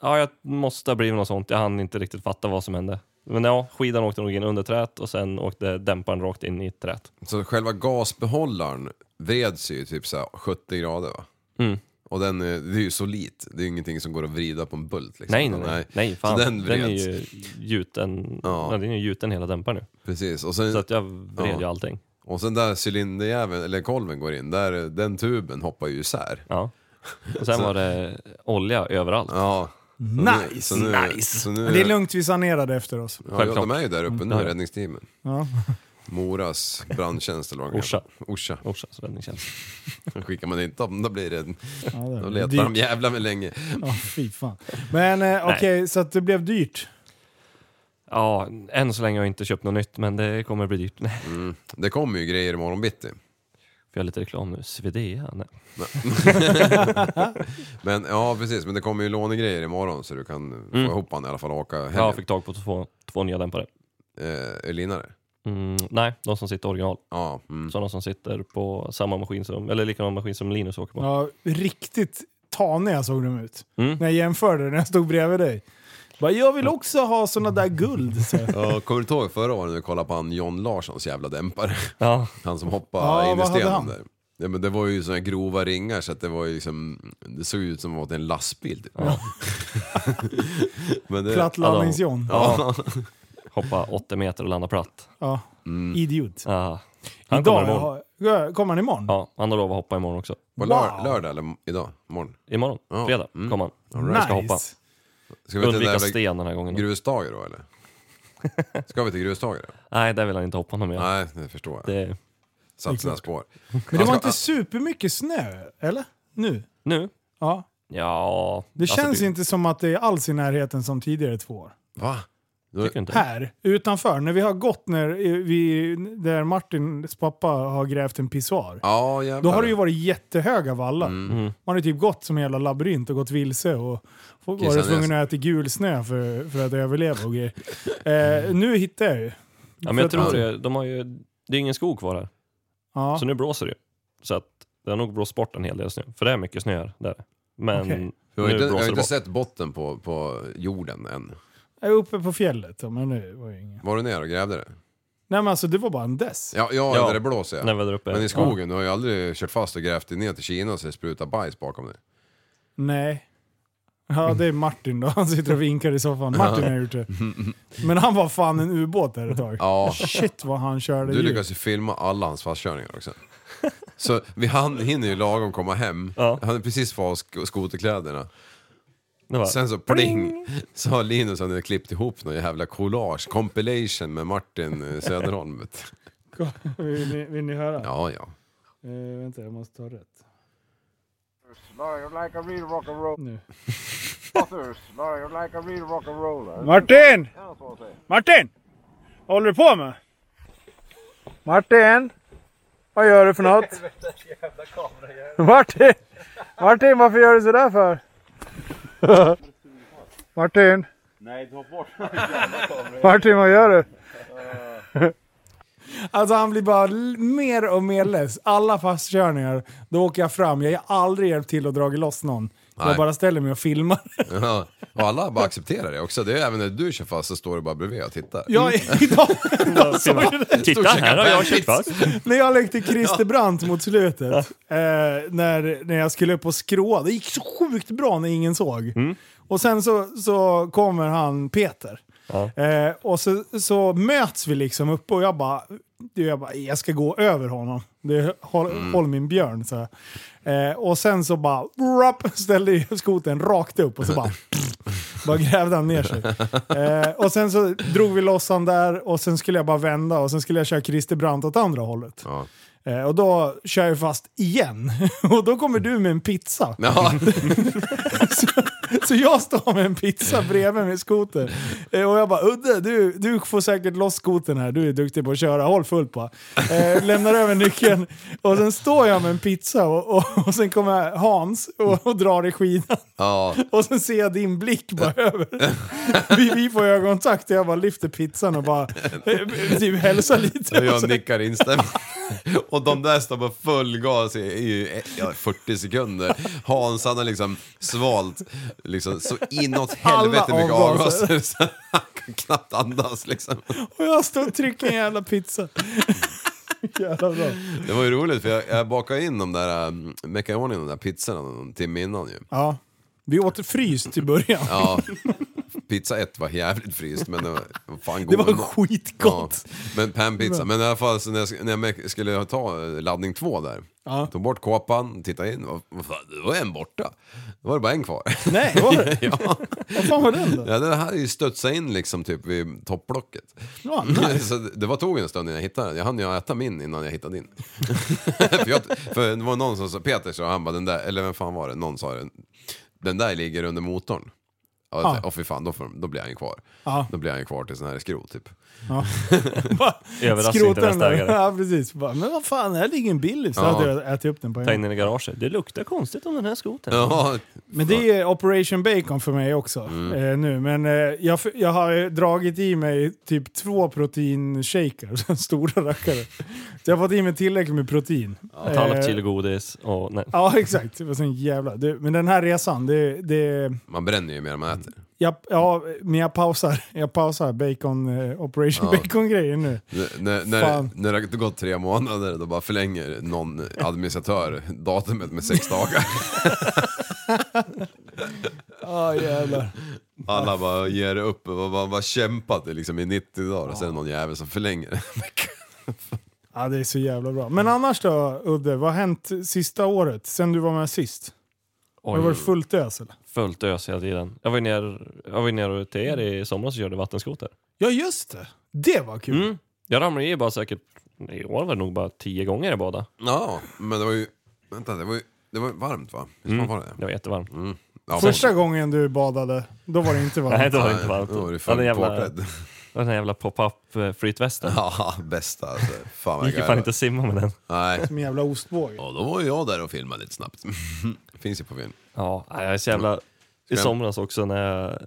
F: Ja, jag måste ha blivit något sånt. Jag hann inte riktigt fatta vad som hände. Men ja, skidan åkte nog in under träet och sen åkte dämparen rakt in i träet.
E: Så själva gasbehållaren vreds ju typ så här 70 grader va?
F: Mm.
E: Och den, eh, det är ju solid. Det är ju ingenting som går att vrida på en bult liksom.
F: Nej, nej, nej. nej fan.
E: Så
F: Den,
E: den vreds.
F: är ju gjuten,
E: Ja.
F: ja. den är ju gjuten hela dämparen nu.
E: Precis. Och
F: Så
E: sen,
F: att jag vred
E: Ja.
F: ju allting.
E: och sen där cylinderjäveln, eller kolven går in, där, eh, den tuben hoppar ju isär.
F: Ja. Och sen var det olja överallt.
E: Ja.
D: Nice,
E: så nu,
F: nice.
E: Så nu,
D: Men det är lugnt, vi sanerade efter oss.
E: ja, ja,
F: Självklart.
E: de är ju där uppe nu,
F: Ja, ja.
E: räddningsteamen.
D: Ja.
E: [laughs] Moras brandtjänst eller vad de
F: Orsa.
E: heter. Orsa. [laughs]
F: Orsas räddningstjänst.
E: skickar man inte om, då blir det...
D: Ja, det
E: Då
D: var
E: letar
D: dyrt.
E: de jävla med länge.
D: Ja, fy fan. Men eh, okej, så att det blev dyrt.
F: Ja, än så länge har jag inte köpt något nytt, men det kommer bli dyrt. Nej,
E: Det kommer ju grejer imorgon bitti.
F: för jag har lite reklam nu. Svedea? Nej.
E: Men ja, precis. Men det kommer ju lånegrejer imorgon så du
D: Mm.
E: kan få ihop han i alla fall och åka
F: Jag
E: helgen.
F: fick tag på två, två nya dämpare.
E: Eh, linare.
F: Mm, nej, de som sitter original.
E: Ja, mm.
F: Sådana som sitter på samma maskin som, eller likadan maskin som Linus åker på.
D: Ja, riktigt taniga såg de ut.
F: Mm.
D: När jag jämförde när jag stod bredvid dig. Bara, jag vill också ha såna där guld. Så. jag.
E: Ja, kommer du inte ihåg förra året när vi kollade på han John Larssons jävla dämpare?
F: Ja.
E: Han som hoppade
D: Ja,
E: in i
D: vad hade
E: stenen
D: han?
E: där. Ja, men det var ju såna här grova ringar så att det var ju liksom, det såg ut som att det var till en lastbil typ. [laughs] men det,
D: Plattlandnings-John.
F: Ja. Hoppa 80 meter och landa platt.
D: Ja. Idiot.
F: Mm. Ja. Han
D: Idag,
F: kommer imorgon.
D: har- kommer han imorgon?
F: Ja, han har lov att hoppa imorgon också.
E: på lör, lördag eller idag? Imorgon?
F: Imorgon,
E: Ja.
F: fredag,
E: Mm.
F: kommer han.
D: Nice.
F: Ska hoppa.
E: Ska vi till den
F: Undvika
E: där
F: sten den här gången.
E: Grusdager då
D: [laughs]
E: eller? Ska vi till Grusdager? då?
F: Nej, där vill han inte hoppa någon mer.
E: Nej, det förstår jag.
F: Det...
E: Satt sina spår.
D: Men det var inte supermycket snö, eller? Nu?
F: Nu?
D: Ja.
F: Ja... alltså,
D: Det känns inte som att det är alls i närheten som tidigare två år.
E: Va?
F: Tycker inte.
D: Här, utanför, när vi har gått när eh, vi, där Martins pappa har grävt en pissoar.
E: Ja, jävlar.
D: Då har det ju varit jättehöga vallar.
F: Mm.
D: Man har ju typ gått som en jävla labyrint och gått vilse och och
E: Kissa
D: varit tvungen
E: ner
D: att äta gul snö för, för att överleva och grejer. Eh, nu hittar jag ju.
F: Ja, men jag tror det. De har ju... Det är ingen skog kvar här,
D: Ja.
F: så nu blåser det ju. Så att det har nog blåst bort en hel del snö, för det är mycket snö här. Där. Men
D: Okej.
F: nu
E: Jag har inte, jag har
F: blåser det
E: inte
F: bort.
E: sett botten på, på jorden än.
D: Jag är uppe på fjället, ja, men nu var det inget.
E: Var du ner och grävde det?
D: Nej men alltså det var bara en dess.
E: Ja, ja,
F: Ja.
E: där det blåser ja.
F: När vi där uppe.
E: Men i skogen, du har ju aldrig kört fast och grävt dig ner till Kina så det sprutar bajs bakom dig.
D: Nej. Ja det är Martin då, han sitter och vinkar i soffan. Martin har gjort
E: [laughs]
D: det. Men han var fan en ubåt där ett tag.
E: Ja.
D: Shit vad han körde
E: Du
D: djupt.
E: lyckas ju filma alla hans fastkörningar också. Så vi hann, hinner ju lagom komma hem.
F: Ja.
E: Han är precis fått av sk- skoterkläderna.
F: Det var-
E: Sen så pling! Så har Linus han hade klippt ihop någon jävla collage, compilation med Martin eh, Söderholm. vet du.
D: Vill ni, vill ni höra?
E: Ja, ja.
D: Eh, vänta jag måste ta rätt.
A: Smile like a real rock and roll.
D: Nu.
A: Smile like a real rock and roller.
D: Martin! Martin! Vad håller du på med? Martin! Vad gör du för något? Martin! Martin, varför gör du sådär för? Martin! Nej, ta bort Martin, vad gör du? Alltså han blir bara l- mer och mer less. Alla fastkörningar, då åker jag fram. Jag har aldrig hjälpt till att dra loss någon.
E: Nej.
D: Jag bara ställer mig och filmar.
E: Ja, Och alla bara accepterar det också. Det är även när du kör fast så står du bara bredvid och tittar.
D: Jag, [laughs] idag,
F: Titta, här har jag kört fast.
D: när jag lekte Christer Brandt mot slutet, eh, när, när jag skulle upp och skråa, det gick så sjukt bra när ingen såg. Och sen så, så kommer han Peter. Eh, och så, så möts vi liksom uppe och jag bara, du, jag, bara jag ska gå över honom. Du, håll, håll min björn. Så. här. Eh, och sen så bara rap, ställde jag skoten rakt upp och så bara Bara grävde han ner sig. Eh, och sen så drog vi loss han där och sen skulle jag bara vända och sen skulle jag köra Christer Brandt åt andra hållet.
E: Ja.
D: Eh, och då kör jag fast igen. [laughs] och då kommer du med en pizza.
E: Ja,
D: [laughs] Så jag står med en pizza bredvid min skoter. Eh, och jag bara Udde, du, du får säkert loss skotern här. Du är duktig på att köra. Håll fullt på. Eh, lämnar över nyckeln. Och sen står jag med en pizza och, och, och sen kommer Hans och, och drar i skidan.
E: ja.
D: Och sen ser jag din blick bara [laughs] över. Vi, vi får ögonkontakt och jag bara lyfter pizzan och bara eh, typ hälsar lite.
E: [laughs] Och
D: Och
E: jag
D: sen-
E: nickar instämmande.
D: [laughs]
E: Och de där står på full gas i, i ja, 40 sekunder. Hans han har liksom svalt liksom, så inåt helvete
D: Alla
E: mycket
D: avgaser.
E: avgaser så han kan knappt andas liksom.
D: Och jag står och trycker en jävla pizza. [laughs] Jävla bra.
E: Det var ju roligt för jag, jag bakade in de där, um, meckade i ordning de där pizzorna någon timme innan ju.
D: Ja. Vi åt fryst till början.
E: Ja. Pizza 1 var jävligt fryst men det var vad fan
D: Det var
E: god.
D: skitgott.
E: Men panpizza. Men i alla fall så när jag, när jag mek- skulle ta eh, laddning två där.
D: Ja.
E: Tog bort kåpan, tittade in. Vad, vad fan, det var en borta. Då var det bara
D: [laughs]
E: en kvar.
D: Nej, vad var det?
E: ja.
D: Vad fan var den då?
E: ja, den hade ju studsat in liksom typ vid topplocket.
D: Ja, nice.
E: [laughs] Så det det var tog en stund innan jag hittade den. Jag hann ju äta min innan jag hittade din. [laughs] för, jag, för det var någon som sa, Peter sa, han bara den där, eller vem fan var det, någon sa det. Den där ligger under motorn. Ja,
D: Ja.
E: jag tänkte, Åh fy fan, då, får, då blir han ju kvar.
D: Ja.
E: Då blir han ju kvar till sån här skrot typ.
D: Bara
F: Överraskning
D: skrota
F: till
D: den
F: nästa
D: där.
F: ägare.
D: Ja, precis. Bara, men vad fan, här ligger en bil. Så
E: Ja.
D: hade jag ätit upp den på en
F: Ta
D: gång.
F: in den i garaget. Det luktar konstigt om den här skotern.
E: Ja,
D: Men det är Operation Bacon för mig också
E: Mm.
D: eh, nu. Men eh, jag, f- jag har eh, dragit i mig typ två proteinshaker, [laughs] stora rackare. Så jag har fått i mig tillräckligt med protein. Ja,
F: Ett halvt kilo godis och... Nej.
D: Eh. Ja, exakt. Det var sån jävla... Det, men den här resan, det... det
E: man bränner ju mer än man äter.
D: jag, ja, men jag pausar, jag pausar bacon, eh, Operation Bacon-grejen nu.
E: N- När, när,
D: Fan.
E: när det har gått tre månader då bara förlänger någon administratör datumet med sex
F: [laughs]
E: dagar.
D: Ja, jävlar.
E: Alla bara ger upp och bara, bara kämpat i liksom i 90 dagar och sen är det någon jävel som förlänger
F: [laughs]
E: det.
D: Ja, det är så jävla bra. Men annars då, Udde? Vad har hänt sista året, sen du var med sist? Har
F: Oj,
D: det varit fullt ös eller?
F: fullt ös hela tiden. Jag var ju ner, jag var ju ner till er i somras och körde vattenskoter.
D: Ja, just det. Det var kul.
F: Mm. Jag ramlade i bara säkert, i år var det nog bara tio gånger jag badade.
E: Ja, men det var ju, vänta, det var ju, det var ju varmt va? Visst fan var det?
F: Det var jättevarmt.
E: Mm. Ja,
D: Första
E: men-
D: gången du badade, då var det inte [laughs] varmt.
F: Nej, det var
E: Nej,
F: inte varmt.
E: Då var det
F: Ja, den
E: fullt
F: jävla,
E: påklädd.
F: den här jävla pop-up eh, flytvästen.
E: [laughs] Ja, bästa alltså. Fan
F: Det
E: vad
F: gick ju fan
E: jag
F: inte att simma med den.
E: Nej.
D: Som en jävla ostbåge.
E: Ja, då var ju jag där och filmade lite snabbt. [laughs] Finns ju på film.
F: Ja, nej, jag är så jävla... I somras också när jag, eh,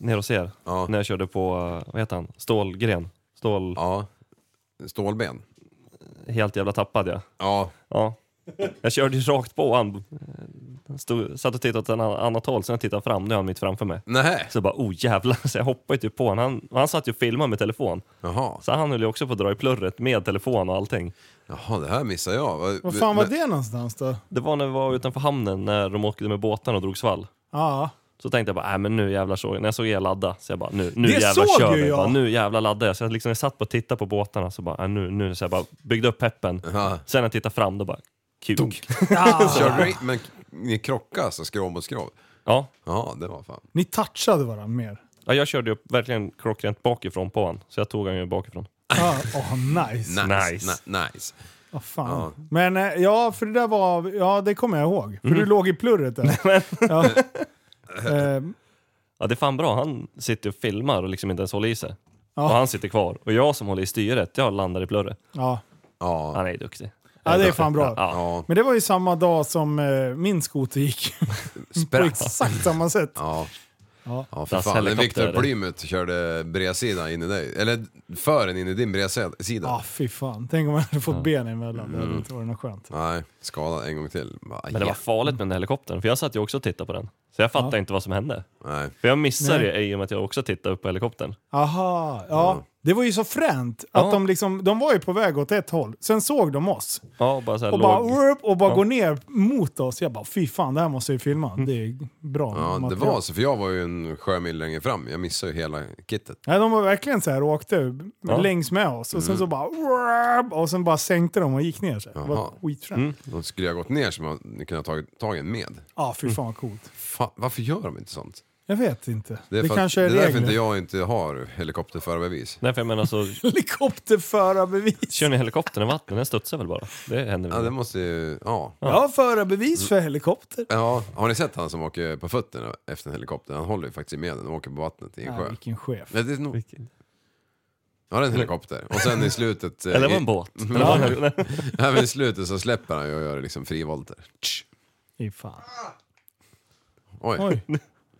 F: nere hos er,
E: Ja.
F: när jag körde på, eh, vad heter han, stålgren. Stål,
E: Ja. Stålben.
F: helt jävla tappad jag.
E: Ja,
F: Ja. Jag körde ju rakt på han. eh, Stod, satt och tittade åt ett annan- annat håll, sen jag tittade fram, nu är han mitt framför mig.
E: nej.
F: Så jag bara, oh jävlar, så jag hoppade ju typ på honom. Han, han satt ju och filmade med telefon.
E: Jaha.
F: Så han höll ju också på att dra i plurret med telefon och allting.
E: Jaha, det här missade jag.
D: Vad fan var det någonstans då?
F: Det var när vi var utanför hamnen när de åkte med båtarna och drog svall.
D: Ja.
F: Så tänkte jag bara, nej men nu jävlar såg jag, när jag såg er ladda, så jag bara, nu, nu
D: Det
F: jävlar
D: såg
F: kör
D: ju
F: vi.
D: jag.
F: Bara, nu jävlar laddar jag. Så jag liksom jag satt på och tittade på båtarna, så bara, nej, nu, nu, så jag bara byggde upp peppen.
E: Ja.
F: Sen när jag tittade fram, då bara, kuk.
D: Ah.
E: [laughs] Körde ni, men ni krockade alltså, skrov mot skrov?
F: Ja.
E: Ja, det var fan.
D: Ni touchade varandra mer.
F: ja, jag körde ju verkligen klockrent bakifrån på honom, så jag tog han ju bakifrån.
D: Ja, Åh, nice.
E: Nice.
F: Nice.
E: ni- nice.
D: Vad fan. Men eh, ja, för det där var... Ja, det kommer jag ihåg. För du låg i plurret där. ja. Eh,
F: Ja, det är fan bra, han sitter och filmar och liksom inte ens håller i sig.
D: Ja.
F: Och han sitter kvar. Och jag som håller i styret, jag landar i plurret.
D: ja.
E: Ja.
F: Han är ju duktig.
D: ja, det är fan bra.
F: Ja.
E: Ja.
D: Men det var ju samma dag som eh, min skoter gick. På exakt samma sätt.
E: Ja.
D: Ja.
E: Ja, för
F: Das
E: fan. När
F: helikopter.
E: Viktor Plymut körde bredsidan in i dig, eller fören in i din bredsida.
D: Ja, Ah, fy fan. Tänk om man hade fått ben emellan. Det hade inte varit något skönt.
E: Nej, skadad en gång till. Ah, Bara,
F: Men det var
E: ja.
F: farligt med den där helikoptern, för jag satt ju också och tittade på den. Så jag fattade inte vad som hände.
E: Nej.
F: För jag missade det i och med att jag också tittade upp på helikoptern.
D: Aha, ja. Det var ju så fränt. Att
F: Ja.
D: de, liksom, de var ju på väg åt ett håll, sen såg de oss.
F: Ja, bara så här
D: Och
F: låg.
D: bara, "Wurp", och bara
F: Ja.
D: går ner mot oss. Jag bara, fy fan, det här måste jag ju filma. Det är bra
E: Ja, det
D: material.
E: var så, för jag var ju en sjömil längre fram. Jag missade ju hela kittet.
D: Nej, de var verkligen så här och åkte
F: Ja.
D: längs med oss. Och sen så bara, "Wurp", och sen bara sänkte de och gick ner sig. Det var
E: Jaha.
D: skitfränt.
E: Då skulle jag gått ner så man kunde ha tagit tag i en med.
D: Ja, fy fan vad coolt.
E: Fan, varför gör de inte sånt?
D: Jag vet inte. Det,
E: för att-
D: kanske är
E: det är därför
D: regler.
E: inte jag inte har helikopterförarbevis.
F: Nej, för jag menar så
D: [laughs] Helikopterförarbevis.
F: kör ni helikoptern i vattnet, den studsar väl bara? Det händer
E: Ja,
F: väl?
E: det måste ju... Ja.
D: Jag har förarbevis för helikopter.
E: Ja, har ni sett han som åker på fötterna efter en helikopter? Han håller ju faktiskt i med den och åker på vattnet i en
D: Ja,
E: sjö.
D: vilken chef.
E: Ja, det är nog... Ja, det är en helikopter. Och sen i slutet... eh,
F: Eller var
E: i-
F: en båt?
E: [laughs] Ja, Även i slutet så släpper han ju och gör liksom frivolter. Tsch.
D: Fy fan.
E: Oj.
D: Oj,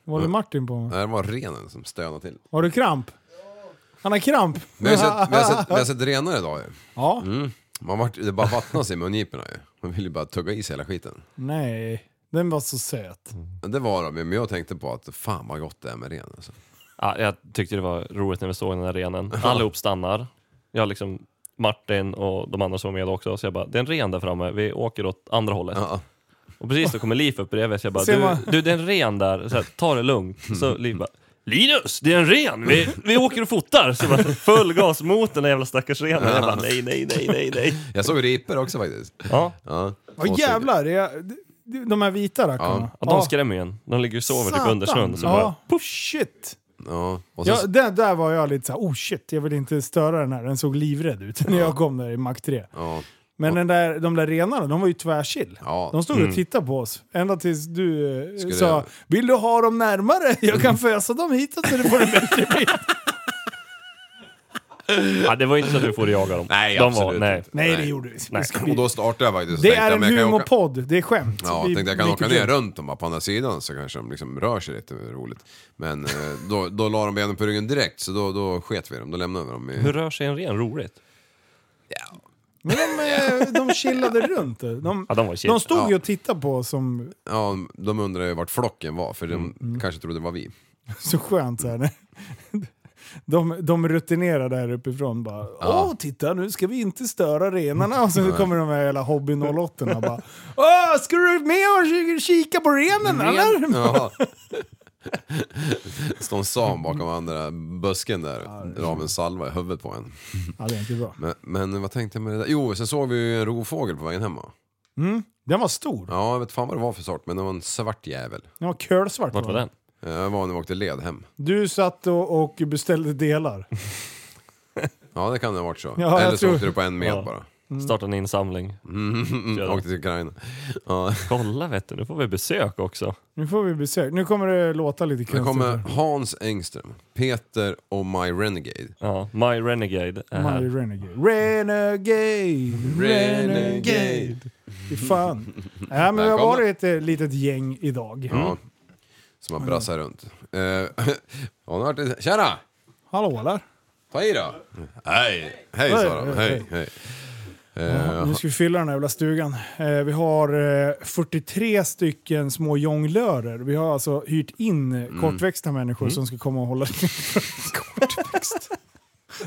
D: vad håller Martin på med?
E: Det här var renen som stönade till.
D: Har du kramp? Han har kramp?
E: Vi har ju sett, vi har sett, vi har sett renar idag ju.
D: Ja.
E: Man vart, det bara vattnas i mungiporna ju. Man vill ju bara tugga i sig hela skiten.
D: Nej, den var så söt.
E: Men Det var de ju, men jag tänkte på att fan vad gott det är med ren alltså.
F: Ja, jag tyckte det var roligt när vi såg den där renen. Allihop stannar. Jag liksom, Martin och de andra som var med också, så jag bara, det är en ren där framme, vi åker åt andra hållet.
E: Ja.
F: Och precis då kommer Liv upp bredvid, så jag bara,
D: Ser
F: du,
D: man-
F: du det är en ren där, så här, ta det lugnt.
E: Mm.
F: Så Liv bara, Linus, det är en ren! Vi, vi åker och fotar! Så jag bara, full gas mot den där jävla stackars renen. Jag bara, nej, nej, nej, nej, nej.
E: Jag såg ripor också faktiskt.
F: Ja,
E: Ja,
D: Vad
E: två stycken.
D: jävlar, det är, de- de här vita rackarna.
F: ja, de skrämmer ju en. De ligger och sover typ under snön. Så bara,
D: ja. Puff, shit!
E: Ja, och sen,
D: Ja, där, där var jag lite såhär, oh shit, jag vill inte störa den här. Den såg livrädd ut när jag kom där i Mac 3.
E: ja.
D: Men den där, de där renarna, de var ju tvärchill.
E: Ja. Mm.
D: De stod och tittade på oss. Ända tills du eh,
E: Skulle
D: sa
E: jag-
D: “Vill du ha dem närmare? [laughs] Jag kan fösa dem hitåt så du får en bättre
E: [laughs]
D: bild”.
F: Ja, det var inte så att du får jaga dem.
E: Nej,
F: de
E: absolut
F: var, nej.
E: inte.
D: Nej, det gjorde vi.
F: Nej.
E: Och då startade jag faktiskt. och
D: Det
E: tänkte,
D: är
E: ja,
D: en
E: men jag kan ju åka-
D: humorpodd, det är skämt.
E: Ja,
D: Vi-
E: tänkte jag kan
D: lite
E: åka
D: kul.
E: ner runt dem bara på andra sidan så kanske de liksom rör sig lite, det är roligt. Men eh, då, då la de benen på ryggen direkt så då, då sket vi dem, då lämnade vi dem.
F: Hur
E: I,
F: rör sig en ren? Roligt.
E: ja.
D: Men de, eh, de chillade runt. där. De,
F: Ja, de var chill.
D: de stod ju
E: Ja.
D: och tittade på oss som
E: ja, de undrade ju vart flocken var för
F: Mm.
E: de kanske trodde det var vi.
D: så skönt så här. när- [laughs] De, de rutinerade här uppifrån bara Åh titta nu ska vi inte störa renarna och så kommer de här jävla
E: [laughs]
D: hobby 08 och bara Åh ska du med och kika på renen eller?
E: [laughs] Ja. Står en sam bakom andra busken där, drar av en salva i huvudet på en.
D: Ja det är inte bra.
E: Men, men vad tänkte jag med det där? Jo, sen såg vi ju en rovfågel på vägen hemma.
D: Den var stor.
E: Ja, jag vet fan vad det var för sort, men det var en svart jävel.
D: Den var kölsvart.
F: Vart var den?
E: Eh, Det var när vi åkte led hem.
D: Du satt och, och beställde delar.
E: Ja, det kan det ha varit så.
D: Ja, jag
E: Eller så
D: tror-
E: åkte du på en med
F: Ja.
E: bara.
F: Startade en insamling.
E: Mm, åkte till Ukraina. Ja.
F: Kolla vet du, nu får vi besök också.
D: Nu får vi besök. Nu kommer det låta lite
E: Det
D: konstigt.
E: kommer
D: här.
E: Hans Engström, Peter och My Renegade.
F: Ja, My Renegade är
D: My
F: här.
D: Renegade. Renegade!
E: Renegade.
D: Fy
E: [laughs]
D: fan. Nej men vi har
E: Välkomna.
D: varit ett litet gäng idag.
E: Ja, som har brassat runt. Eh, [laughs] ja, nu vart det... Tjena!
D: Hallå där.
E: Ta i då! Hej! Hej sa de. Hej, hej. Eh,
D: Nu ska vi fylla den här jävla stugan. Eh, vi har eh, 43 stycken små jonglörer. Vi har alltså hyrt in
E: Mm.
D: kortväxta människor som ska komma och hålla
E: [laughs]
D: Kortväxt?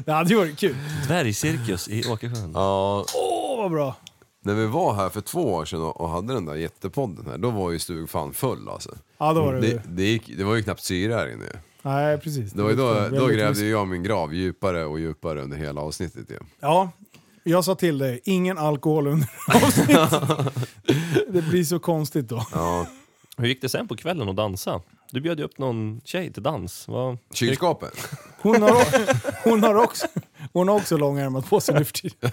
D: det hade ju varit kul.
F: [laughs] Dvärgcirkus i Åkersjön.
E: Ja,
D: Åh vad bra!
E: när vi var här för två år sedan och och hade den där jättepodden här, då var ju stug fan full alltså.
D: Ja då var det
E: Det, det, gick, det var ju knappt syre här inne.
D: Nej precis.
E: Det var ju då,
D: Väldigt
E: då
D: mysigt.
E: grävde ju jag min grav djupare och djupare under hela avsnittet ju.
D: Ja, jag sa till dig, ingen alkohol under avsnittet.
E: [laughs]
D: det blir så konstigt då.
F: Hur gick det sen på kvällen att dansa? Du bjöd ju upp någon tjej till dans. Vad...
E: Kylskåpet!
D: Hon har, hon har också, hon har också långärmat på sig nu för tiden.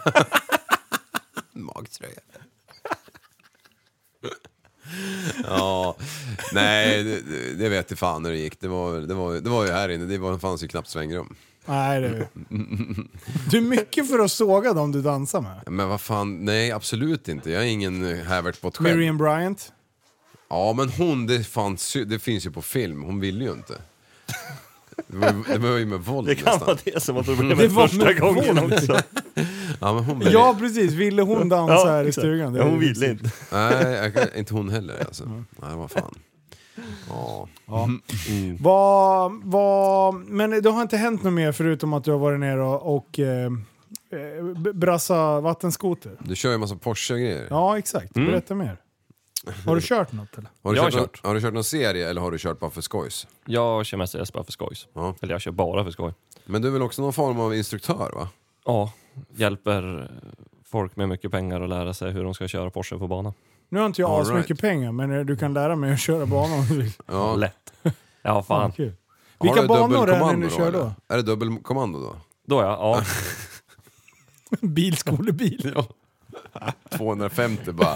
E: magtröja. [laughs] ja, nej det- det, det vet jag fan hur det gick. Det var, det var, det var ju här inne, det var, fanns ju knappt svängrum.
D: Nej, det
E: [laughs]
D: är Du är mycket för att såga dem du dansar med.
E: Men vad fan, nej absolut inte. Jag är ingen eh, Havert på ett själv.
D: Miriam Bryant.
E: Ja men hon, det, fanns, ju- det finns ju på film, hon ville ju inte. Det var, ju- det var ju med våld
F: Det kan vara
E: nästan.
F: det [laughs] som var problemet
D: Det var
F: första
D: med
F: gången
D: våld.
F: [laughs] också.
E: Ja, men hon ville,
D: Ja, precis. Ville
F: [laughs]
D: hon dansa här i
F: exakt.
D: stugan? Det
F: Ja,
D: är
F: hon
D: ju- liksom-
F: ville inte.
E: Nej, jag, kan- inte hon heller
D: Mm.
E: alltså. Nej, vad fan. Ja.
D: Vad, vad, men det har inte hänt något mer förutom att du har varit nere och, och eh, eh, b- brassa vattenskoter?
E: Du kör ju en massa Porsche-grejer.
D: Ja, exakt.
F: Mm.
D: Berätta mer. Har du kört något eller?
E: Har, du
F: Jag har
E: kört någon-
F: kört.
E: har du kört någon serie eller har du kört bara för skojs?
F: Jag kör mestadels bara för skojs.
E: Ja.
F: Eller jag kör bara för skoj.
E: Men du är väl också någon form av instruktör va?
F: Ja, hjälper eh, folk med mycket pengar att lära sig hur de ska köra Porsche på bana.
D: Nu har inte jag
E: All
D: asmycket mycket
E: right.
D: pengar, men eh, du kan lära mig att köra banan om du vill.
E: Ja.
F: Lätt. Ja, fan.
D: Kul.
E: Har
D: Vilka
E: du
D: banor är det
E: dubbelkommando
D: ni kör då?
E: eller? Är det dubbelkommando då?
F: Då ja,
D: [laughs]
F: [laughs]
D: Bilskolebil.
F: ja.
E: 250 bara,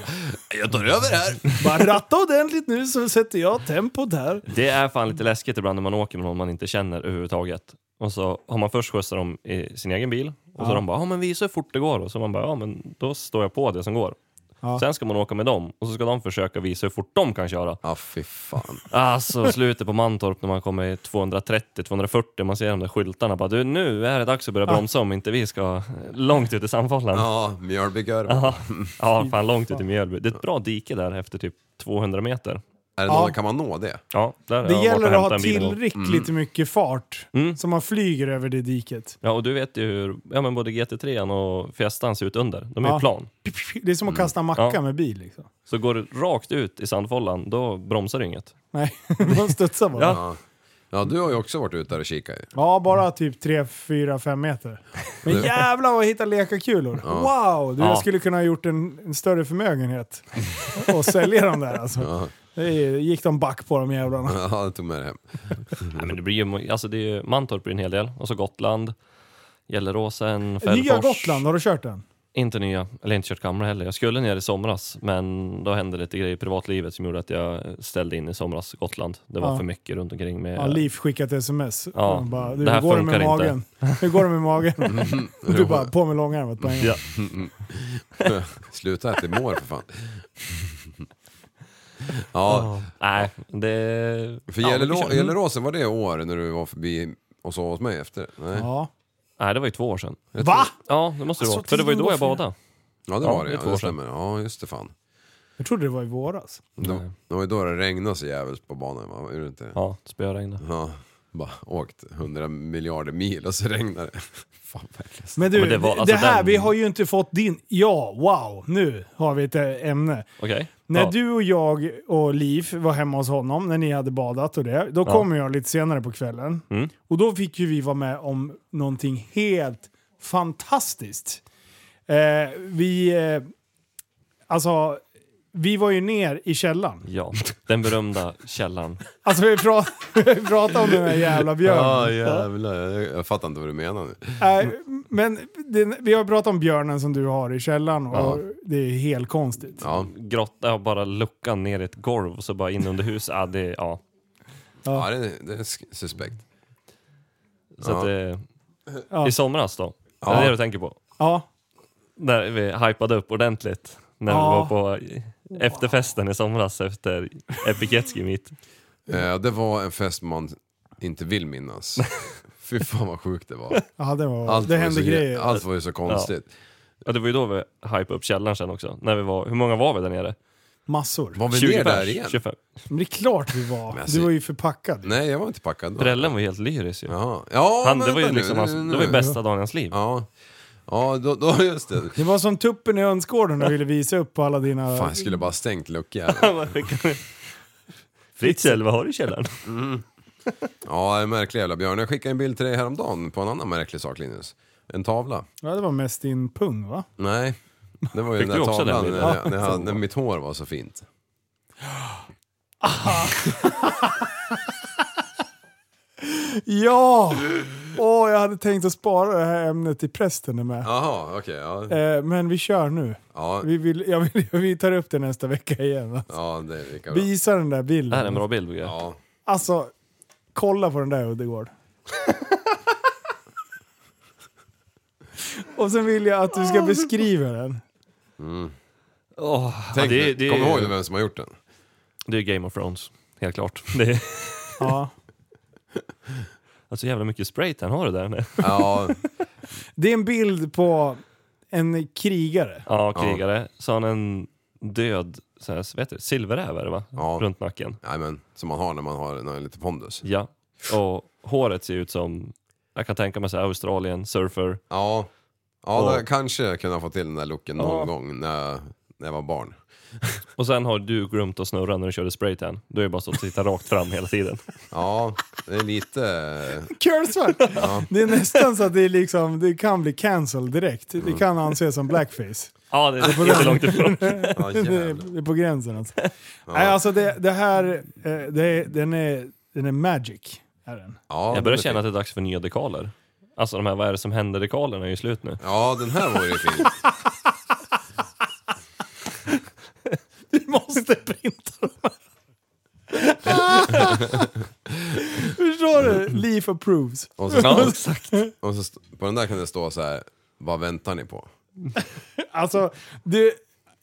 E: jag tar över här!
D: Bara ratta ordentligt nu så sätter jag tempot här.
F: Det är fan lite läskigt ibland när man åker med någon man inte känner överhuvudtaget. Och så har man först skjutsat dem i sin egen bil och så de bara ja men visa hur fort det går och så man bara ja men då står jag på det som går.
D: Ja.
F: Sen ska man åka med dem och så ska de försöka visa hur fort de kan köra.
E: Ja, fy fan.
F: Alltså slutet på Mantorp när man kommer i 230-240 man ser de där skyltarna bara du nu är det dags att börja bromsa om inte vi ska långt ut i Sandfallen.
E: Ja, Mjölbygörva.
F: Ja, ja, fan långt ut i Mjölby. Det är ett bra dike där efter typ 200 meter.
E: Är det
D: Ja.
E: någon, kan man nå det?
F: Ja, där har
D: Det
F: jag varit
D: gäller
F: och
D: att
F: hämtat
D: ha
F: en bil en gång.
D: tillräckligt mycket fart
F: Mm.
D: så man flyger över det diket.
F: Ja, och du vet ju hur ja, men både GT3 och Fiestan ser ut under. De är ju
D: Ja.
F: plan.
D: Det är som att kasta macka
F: Mm. Ja.
D: med bil. Liksom.
F: Så går du rakt ut i sandfållan, då bromsar du inget.
D: Nej, [laughs] man studsar bara. Ja.
F: Ja.
E: Ja, du har ju också varit ute där och kikat
D: [laughs]
E: ju.
D: bara typ 3, 4, 5 meter. Men jävlar vad jag hittar lekakulor. Wow! Du,
F: Ja.
D: Jag skulle kunna ha gjort en, en större förmögenhet och sälja dem där alltså. Det gick de back på de jävlarna.
E: Ja, jag tog med det hem.
F: Nej, men det blir ju, alltså det är ju Mantorp blir en hel del, och så Gotland, Gelleråsen, Fällfors.
D: Nya Gotland, har du kört den?
F: Inte nya, eller inte kört kamera heller. Jag skulle ner i somras, men då hände lite grejer i privatlivet som gjorde att jag ställde in i somras Gotland. Det var
D: Ja.
F: för mycket runt omkring med...
D: Ja, Liv skickat sms.
F: Ja,
D: Han bara, du,
F: det här
D: hur går det med
F: funkar inte.
D: magen? Hur går det med magen?
F: [laughs]
D: du bara, på med långärmat på en gång.
F: Ja.
E: [laughs] Sluta äta mår
D: [laughs]
E: för fan. Ja,
F: Nej, det...
E: för
F: ja, Mm.
E: Gällelå-
F: vi kör.
E: Gälleråsen, var det år när du var förbi och sov hos mig efter? Nej.
D: Ja.
F: Nej, det var ju två år sedan.
D: Va?
F: Ja, det måste det
D: Alltså,
F: vara. För det var ju då jag
D: tiden går
F: badade.
E: Ja, det
F: Ja,
E: var det.
F: det är
E: Ja,
F: två år
E: det
F: sedan.
E: stämmer. Ja, just det fan.
D: Jag trodde det var i våras.
E: Det det var ju då det regnade så jävligt på banan, va? Gjorde det inte det?
F: Ja, det spöregnade.
E: Ja, bara åkt 100 miljarder mil och så regnade det. [laughs] Fan, verkligen.
D: Men du,
F: men
D: det,
F: det var- alltså
D: här,
F: den-
D: vi har ju inte fått din... Ja, wow! Nu har vi ett eh, ämne.
F: Okej.
D: När
F: ja.
D: du och jag och Liv var hemma hos honom, när ni hade badat och det, då kom jag lite senare på kvällen.
F: Mm.
D: Och då fick ju vi vara med om någonting helt fantastiskt. Eh, vi... Eh, alltså, vi var ju ner i källaren.
F: Ja, den berömda källaren.
D: Alltså vi pra- [laughs] vi pratade om den här jävla björnen.
E: Ja, jävlar. Jag, jag fattar inte vad du menar nu.
D: Nej, men det, vi har pratat om björnen som du har i källaren och det är helt konstigt.
E: Ja,
F: Grotta, ja, bara luckan ner i ett golv och så bara in under hus. Ja, det... Ja.
E: ja det, det är sk- suspekt.
F: Så
E: Ja.
F: att det...
D: Ja.
F: I somras då.
E: Ja.
F: Det är det du tänker på.
D: Ja,
F: När vi hypade upp ordentligt. När
D: Ja.
F: vi var på efterfesten i somras efter Epic Jet Ski Meet.
E: Eh, det var en fest man inte vill minnas. Fy fan vad sjukt det var.
D: ja det, var,
E: Allt
D: det
E: var ju
D: hände
E: så,
D: grejer.
E: Allt var ju så konstigt.
F: Ja, det var ju då vi hypade upp källaren sen också. När vi var, hur många var vi där nere?
D: Massor.
E: Var vi ner där igen?
F: 25.
D: Men det är klart vi var.
E: alltså-
D: Du var ju förpackad.
E: Nej, jag var inte packad då.
F: Prellen var helt lyrisk ju.
E: Jaha. Ja,
F: Han, det
E: men
F: var ju
E: vänta
F: liksom
E: nu,
F: hans,
E: nu,
F: det var ju
E: nu.
F: bästa dagen i hans [laughs] liv.
E: Ja, ja då, då, just det.
D: Det var som tuppen i hönsgården och ville visa upp på alla dina...
E: Fan, jag skulle bara stängt luckan.
F: [laughs] Fritzl, vad har du i källaren?
E: Ja, en märklig jävla björn. Jag skickade en bild till dig häromdagen på en annan märklig sak Linus. En tavla.
D: Ja, det var mest din pung va?
E: Nej, det var ju
F: Fick
E: den där
F: du också den
E: tavlan
F: bilden?
E: när, jag, när, jag, när mitt hår var så fint.
D: Ja! Åh, jag hade tänkt att spara det här ämnet till prästen är med.
E: Jaha, okej. ja.
D: Eh, men vi kör nu.
E: ja.
D: Vi, vill, jag vill, [laughs] vi tar upp det nästa vecka igen. va?
E: Ja, det är lika bra.
D: Visa den där
F: Det här är
D: bilden.
F: en bra bild. tycker jag.
E: Ja.
D: Alltså, kolla på den där
E: [laughs]
D: Uddegård. Och sen vill jag att du ska beskriva den.
F: Åh, ja,
E: Tänk,
F: det, det,
E: kom ihåg
F: det.
E: vem som har gjort den.
F: Det är Game of Thrones, helt klart. [laughs] Det är,
D: Ja.
F: alltså jävla mycket sprayt han har det där inne.
E: Ja,
D: Det är en bild på en krigare.
F: Ja, krigare. Så har han en död, så här, vad heter det, silverräv är det va?
E: Ja.
F: Runt nacken.
E: nej men som man har när man har, när man har lite pondus.
F: Ja. Och håret ser ut som, jag kan tänka mig så här, Australien, surfer.
E: Ja, ja
F: Och-
E: där, kanske jag kunde ha fått till den där looken någon
F: Ja.
E: gång när, när jag var barn.
F: Och sen har du glömt att snurra när du körde spraytan. Du är det bara så att titta rakt fram hela tiden.
E: Ja, det är lite... eh,
D: Curlsvart! Det är nästan så att det, är liksom, det kan bli cancel direkt. Det kan anses som blackface.
F: [laughs] Ja, det är inte långt ifrån.
E: Ja,
D: [laughs] Det är,
E: jävlar.
D: det är på gränsen alltså. Nej, alltså det, det här, eh, det, den, är, den är magic. Är den.
E: Ja,
F: Jag börjar
E: den är
F: känna att
E: fin.
F: det är dags för nya dekaler. Alltså de här vad är det som händer dekalerna är ju slut nu.
E: Ja, den här var ju fin.
D: Du måste printa den här. [laughs] Förstår du? Leaf approves.
E: Och så,
F: [laughs] Ja, exakt.
E: och så, st- på den där kan det stå så här, vad väntar ni på?
D: Alltså, det,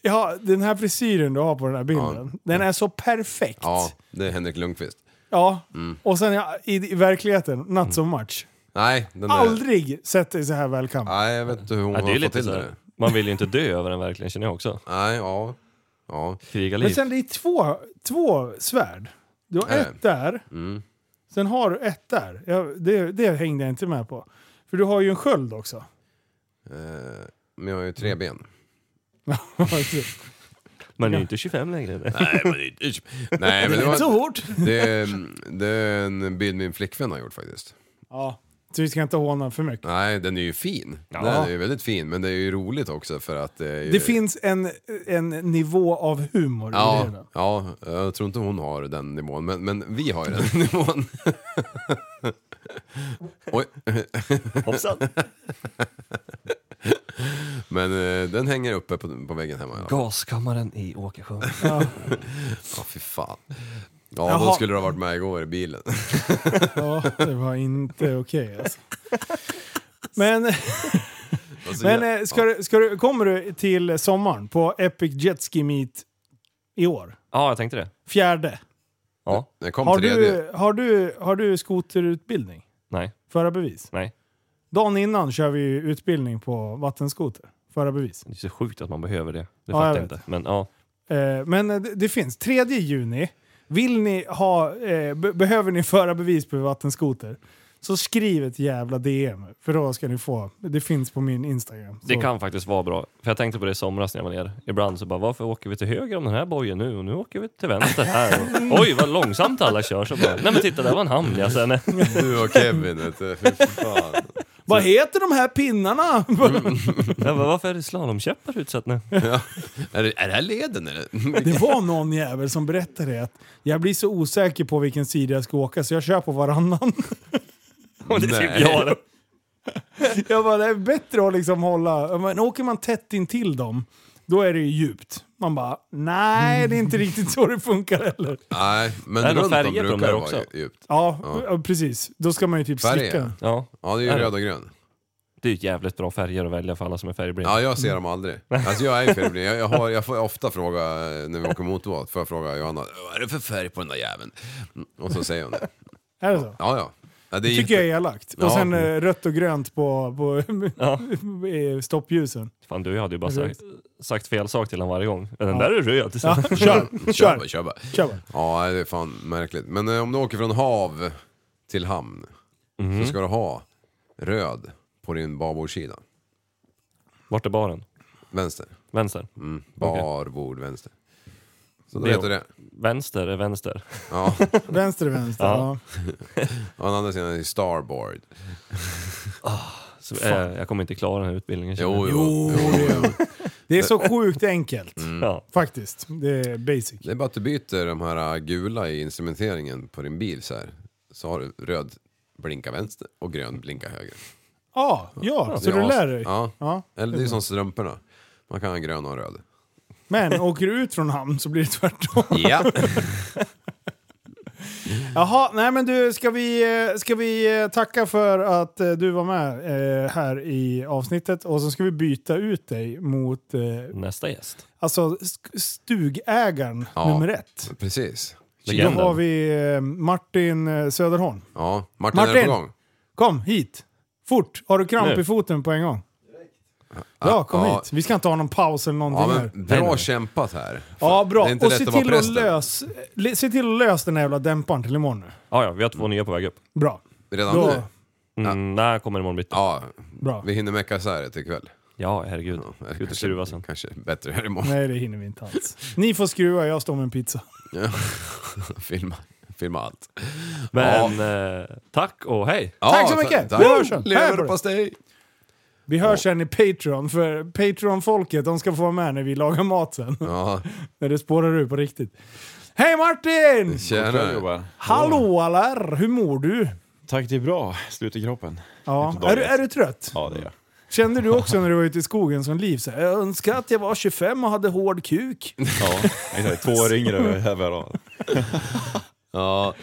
D: ja, den här frisyren du har på den här bilden, den är så perfekt.
E: Ja, det är Henrik Lundqvist.
D: Ja.
E: Mm.
D: Och sen ja, i, i verkligheten, not so much.
E: Nej, den där...
D: Aldrig sett dig så här välkommen.
E: Nej, jag vet inte hur hon
F: Ja, det
E: har
F: är
E: fått
F: lite
E: till
F: så
E: det.
F: här,
E: där.
F: man vill ju inte dö över den verkligen känner jag också.
E: Nej, ja. Ja,
F: Krigarliv.
D: Men sen det är två, två svärd. Du har
E: Är det?
D: ett där,
E: Mm.
D: sen har du ett där. Jag, det, det hängde jag inte med på. För du har ju en sköld också.
E: eh, men jag har ju tre ben.
F: Man är ju inte 25 längre.
E: Nej, men det är Nej, [laughs] men det
D: Inte så
E: var...
D: hårt.
E: Det är, det är en bild min flickvän har gjort faktiskt.
D: Ja. Så vi ska inte håna för mycket.
E: Nej, den är ju fin.
F: Ja.
E: Den är ju väldigt fin, men det är ju roligt också för att det är ju...
D: Det finns en, en nivå av humor i det.
E: Ja,
D: redan.
E: ja, jag tror inte hon har den nivån, men, men vi har ju den [laughs] nivån. Oj.
F: Hoppsan.
E: Men eh, den hänger uppe på, på väggen hemma. Ja,
F: Gaskammaren i Åkersjön.
E: [laughs] ja fy fan. Ja, då
D: Jaha.
E: skulle du ha varit med igår i bilen.
D: Ja, det var inte okej alltså. Men,
E: Alltså,
D: men
E: jag-
D: eh, ska du, ska du, kommer du till sommaren på Epic Jet Ski Meet i år?
F: Ja, jag tänkte det.
D: Fjärde.
F: Ja.
E: När jag kom
D: Har
E: tredje.
D: du, har du, har du skoterutbildning?
F: Nej.
D: Förarbevis?
F: Nej.
D: Dagen innan kör vi ju utbildning på vattenskoter. Förarbevis.
F: Det är så sjukt att man behöver det. Det
D: Ja,
F: fattar
D: jag
F: jag
D: vet.
F: inte. Men ja.
D: Eh, men eh, det, det finns. 3 juni. Vill ni ha, eh, be, behöver ni förarbevis på vattenskoter? Så skriv ett jävla DM. För då ska ni få. Det finns på min Instagram.
F: Det
D: Så-
F: kan faktiskt vara bra. För jag tänkte på det i somras när jag var nere. Ibland så bara, varför åker vi till höger om den här bojen nu? Och nu åker vi till vänster här. [laughs] Och, Oj, vad långsamt alla kör. Så bara, nej men titta, där var en hamn jag sen.
E: Du och Kevin, vet du. Fy fan.
D: Vad heter de här pinnarna? [laughs]
F: Jag bara, varför är det slalomkäppar utsatt nu?
E: Är det, är det här leden
F: [laughs]
E: eller?
D: Det var någon jävel som berättade att jag blir så osäker på vilken sida jag ska åka så jag kör på varannan. [laughs]
F: Och det är
E: Nej.
F: typ jag.
D: Jag bara, det är bättre att liksom hålla... Men åker man tätt in till dem, då är det ju djupt. Man bara, nej det är
F: [laughs]
D: inte riktigt så det funkar heller.
E: Nej, men
F: Är det
E: runt
F: några
E: dem
F: färger
E: brukar
F: på dem
E: det
F: där
E: vara
F: också?
E: djupt.
D: Ja, ja, precis. Då ska man ju typ
E: Färger.
D: slicka.
F: Ja,
E: Ja, det är
F: Är
E: ju
F: det?
E: röd och grön.
F: det är ju jävligt bra färger att välja för alla som är färgblinda.
E: Ja, jag ser dem aldrig. Alltså jag är ju färgblind. Jag, jag, har, jag får ofta fråga, eh, när vi åker motorbåt, får jag fråga Johanna, vad är det för färg på den där jäveln? Mm, Och så säger hon det.
D: Är det så?
E: Ja, ja. ja det är
D: Tycker jag
E: jätte-
D: är elakt.
E: Ja.
D: Och sen eh, rött och grönt på, på [laughs] eh, stoppljusen.
F: Fan du, jag hade ju bara sagt, sagt fel sak till honom varje gång. Den där är röd.
D: Ja, kör,
E: [laughs] Kör bara,
D: kör,
E: kör bara.
D: kör. bara.
E: Ja, nej, det är fan märkligt. Men eh, om du åker från hav till hamn så ska du ha röd på din barbordsida.
F: Vart är baren?
E: Vänster.
F: Vänster?
E: Mm. Barbord vänster. Så då
F: Det-
E: vet du det.
F: Vänster är vänster.
E: Ja,
D: Vänster, vänster. Ja.
F: Ja.
E: och den andra sidan är starboard.
F: Så, eh, jag kommer inte klara den här utbildningen. känner
E: Jo,
F: jag.
E: jo, jo, jo.
D: Oh, Det är
E: [laughs]
D: så sjukt enkelt.
E: Mm.
F: Ja.
D: Faktiskt. Det är basic.
E: Det är bara att du byter de här äh, gula i instrumenteringen på din bil så här. Så har du röd blinka vänster och grön blinka höger.
D: Ja, ja.
E: Det
D: Så
E: är
D: Alltså, du
E: as-
D: lär dig.
E: Ja.
D: Ja.
E: Eller det är som strumporna. Man kan ha grön och röd.
D: Men åker du ut från hamn så blir det
E: [laughs]
D: tvärtom.
E: Ja!
D: Jaha, nej men du, ska vi, eh, ska vi eh, tacka för att eh, du var med eh, här i avsnittet och så ska vi byta ut dig mot eh,
F: Nästa gäst.
D: alltså sk- stugägaren
E: Ja.
D: nummer ett.
E: Precis.
D: Då
F: Legenden.
D: har vi eh, Martin eh, Söderholm.
E: Ja, Martin, är du
D: Martin!
E: på gång?
D: Kom hit! Fort! Har du kramp
F: Nu.
D: i foten på en gång? Ja, kom
E: Ah, Ja.
D: hit. Vi ska inte ha någon paus eller
E: Ja,
D: någonting här.
E: men bra
F: Nej, nej.
E: kämpat här.
D: Ja, bra.
E: Det är inte
D: Och
E: lätt
D: se
E: att vara
D: till, att
E: prästen.
D: lös, le- se till att lösa den här jävla dämparen till imorgon nu.
F: Ah, Ja, ja, vi har
G: Mm.
F: två nya på väg upp.
D: Bra.
E: Redan
D: Då,
E: nu?
F: Mm, Nej, kommer imorgon bitti.
E: Ja,
D: bra.
E: vi hinner mecka isär det till ikväll.
F: Ja, herregud.
E: Ja,
F: Ut och skruva sen.
E: Kanske bättre här imorgon.
D: Nej, det hinner vi inte alls. Ni får skruva, jag står med en pizza.
E: Ja. [laughs] filma, filma allt.
F: Men eh, tack och hej!
E: Ja,
D: Tack så mycket!
E: ta-
D: Vi hörs sen. Hej på dig.
E: Leverpastej!
D: Vi hörs sen i Patreon, för Patreon-folket de ska få vara med när vi lagar mat sen. [laughs]
E: Ja,
D: När det spårar ur på riktigt. Hej Martin!
G: Kväll,
E: tjena.
G: jobbar.
D: Hallå allar! Hur mår du?
G: Tack, det är bra. Slut i kroppen.
D: Ja.
G: Efter
D: Är, du-
G: dagen.
D: är du trött?
G: Ja, det är jag.
D: Kände du också när du var ute i skogen som liv så här, jag önskar att jag var 25 och hade hård kuk?
G: Ja, [laughs] exakt. Två år yngre över varje dag.
E: Ja.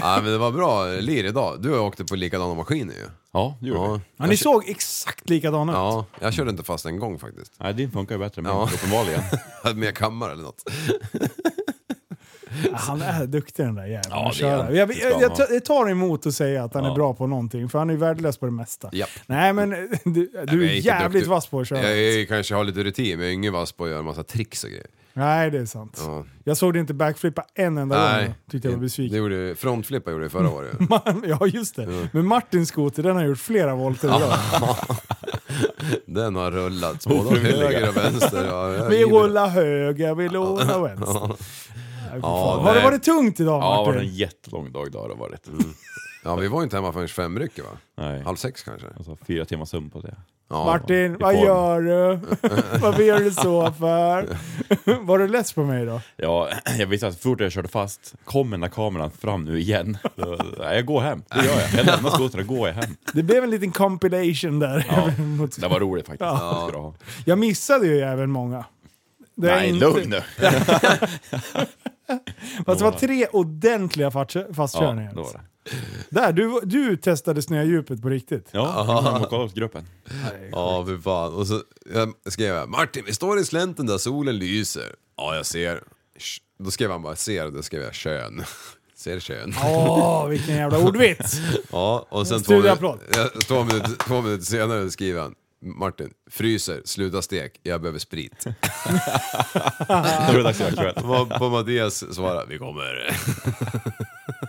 E: ja, men det var bra lir idag. Du och jag åkte på likadana maskiner ju.
G: Ja, det gjorde
E: Ja,
G: vi.
D: Ja, ni såg exakt likadana ut.
E: ja jag körde inte fast en gång faktiskt.
G: Nej, din funkar ju bättre, men
E: Ja.
G: uppenbarligen.
E: [laughs] Jag hade mer kammare eller något.
D: Han är duktig den där jäveln.
G: det är
D: att köra.
G: han.
D: jag,
G: Det ska
D: jag, jag,
G: han
D: ta- jag tar emot att säga att han är bra på någonting, för han är ju värdelös på det mesta.
E: Japp.
D: Nej men eh, du, du
E: men jag
D: är
E: är inte
D: jävligt
E: duktig.
D: vass på att köra.
E: Jag är, kanske har lite rutin, men jag är ingen vass på att göra massa tricks och grejer.
D: Nej det är sant.
E: Ja.
D: Jag såg det inte backflippa en enda gång. Tyckte jag var
E: Det
D: besviken.
E: gjorde, frontflippa gjorde jag förra året.
D: [laughs] ja just det.
G: Mm.
D: Men Martins skoter den har gjort flera volter idag.
E: Den har rullats både åt höger och vänster. Ja, jag
D: [laughs] Vi
E: gillar det.
D: rullar höger,
G: [laughs]
D: vi rullar vänster. Nej, fy fan. har
E: nej.
D: det varit tungt idag
G: Ja, det var en
D: Martin?
G: jättelång dag idag har det varit.
F: Mm.
E: Ja, vi var ju inte hemma förrän femrycket va?
G: Nej.
E: Halv sex kanske?
G: Alltså, fyra timmar sömn på det.
E: Ja,
D: Martin,
E: i
D: vad
E: form.
D: gör du?
G: [laughs]
D: Varför gör du så för? Var du less på mig då?
G: Ja, [clears throat] jag visste att så fort jag körde fast, kommer den där kameran fram nu igen? Då, [laughs] nej, jag går hem. Det gör jag. Jag lämnar skotern och går jag hem.
D: Det blev en liten compilation där.
G: Ja,
D: [laughs] Mot-
G: det var roligt faktiskt.
D: Ja.
G: Det ska du ha.
D: Jag missade ju även många. Det är
G: Nej,
D: inte-
G: lugn nu.
D: Fast det var tre ordentliga fast-
G: Ja,
D: fastkörningar.
G: det var det.
D: Där, du, du testade snödjupet på riktigt.
G: Ja, jag kommer hem och kolla hos [laughs] gruppen.
E: Ja, fy fan. Och så jag skrev jag Martin, vi står i slänten där solen lyser. Ja, jag ser. Sh- Då skrev han bara ser och då skrev jag kön. [laughs] Ser kön.
D: [laughs] Åh, vilken jävla ordvits!
E: [laughs] Ja, och sen två
D: Studieapplåd.
E: minuter, ja, två, minuter, två minuter senare skriver han Martin, fryser, sluta stek, jag behöver sprit. [laughs]
G: Då är det dags att göra kväll.
E: På Mattias svarar, vi kommer. [laughs]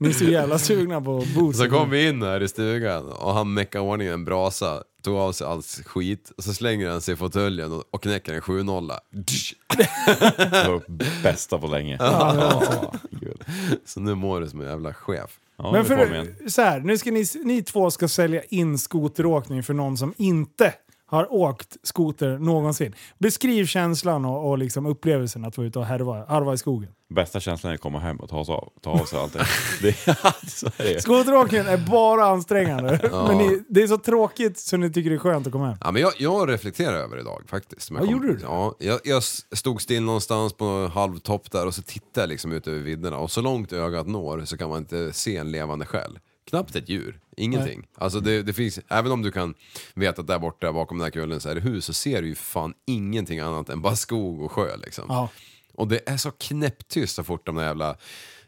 D: Ni är så jävla sugna på boots.
E: Så kom vi in här i stugan och han meckade i ordning en brasa, tog av sig allt skit och så slänger han sig i fåtöljen och, och knäcker en [laughs] 7-0. Dsch!
G: Det var det bästa på länge. Ja, gud.
E: Så nu mår du som en jävla chef.
G: Ja,
D: Men
G: vi kom
D: för,
G: igen.
D: så här, nu ska ni, ni två ska sälja in skoteråkning för någon som inte har åkt skoter någonsin. Beskriv känslan och, och liksom upplevelsen att vara ute och härva, harva i skogen.
G: Bästa känslan är att komma hem och ta, oss av, ta av sig allt [laughs] det. det ja, så är det.
D: Skoteråkningen är bara
E: [laughs]
D: ansträngande. Men ni, det är så tråkigt så ni tycker det är skönt att komma hem.
E: Ja, men jag, jag reflekterar över det idag faktiskt. Vad
D: gjorde du?
E: Ja, jag, jag s- stod still någonstans på halvtopp där och så tittade jag liksom ut över vidderna och så långt ögat når så kan man inte se en levande själ. Knappt ett djur, ingenting. Alltså det, det finns, även om du kan veta att där borta bakom den här kullen så är det hus så ser du ju fan ingenting annat än bara skog och sjö liksom.
D: Ja.
E: Och det är så knäpptyst så fort de där jävla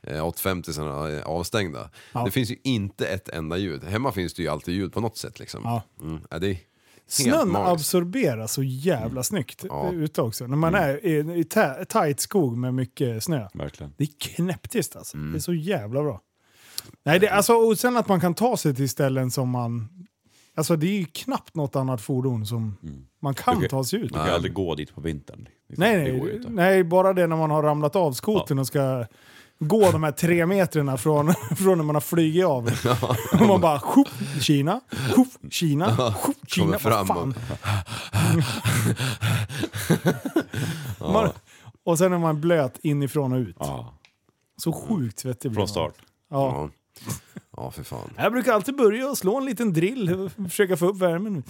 E: eh, 850 är avstängda. Det finns ju inte ett enda ljud. Hemma finns det ju alltid ljud på något sätt liksom.
D: Ja.
E: Mm. Ja, det är helt
D: Snön
E: magiskt. Mm.
D: absorberas så jävla snyggt
E: Ja. Mm.
D: ute också. När man är i, i ta- tajt skog med mycket snö.
G: Verkligen.
D: Det är knäpptyst alltså.
G: Mm.
D: Det är så jävla bra. Nej, det, alltså, och sen att man kan ta sig till ställen som man... Alltså det är ju knappt något annat fordon som man kan
G: Du kan-
D: ta sig ut.
G: Du kan ju aldrig gå dit på vintern. Liksom.
D: Nej,
G: Mm. Det går ju
D: nej,
G: inte.
D: nej, bara det när man har ramlat av skotern och ska gå de här tre metrarna från, [laughs] från när man har
G: [laughs]
D: flugit av. Och man bara tjoff, Kina, tjoff, Kina, tjoff, Kina,
E: Kommer
D: vad
E: fram
D: fan.
G: [laughs]
D: man, och sen är man blöt inifrån och ut.
G: Ja,
D: Så sjukt svettig blir
G: från
D: man.
G: start.
D: Ja.
E: Ja. ja, för fan.
D: Jag brukar alltid börja och slå en liten drill och försöka få upp värmen.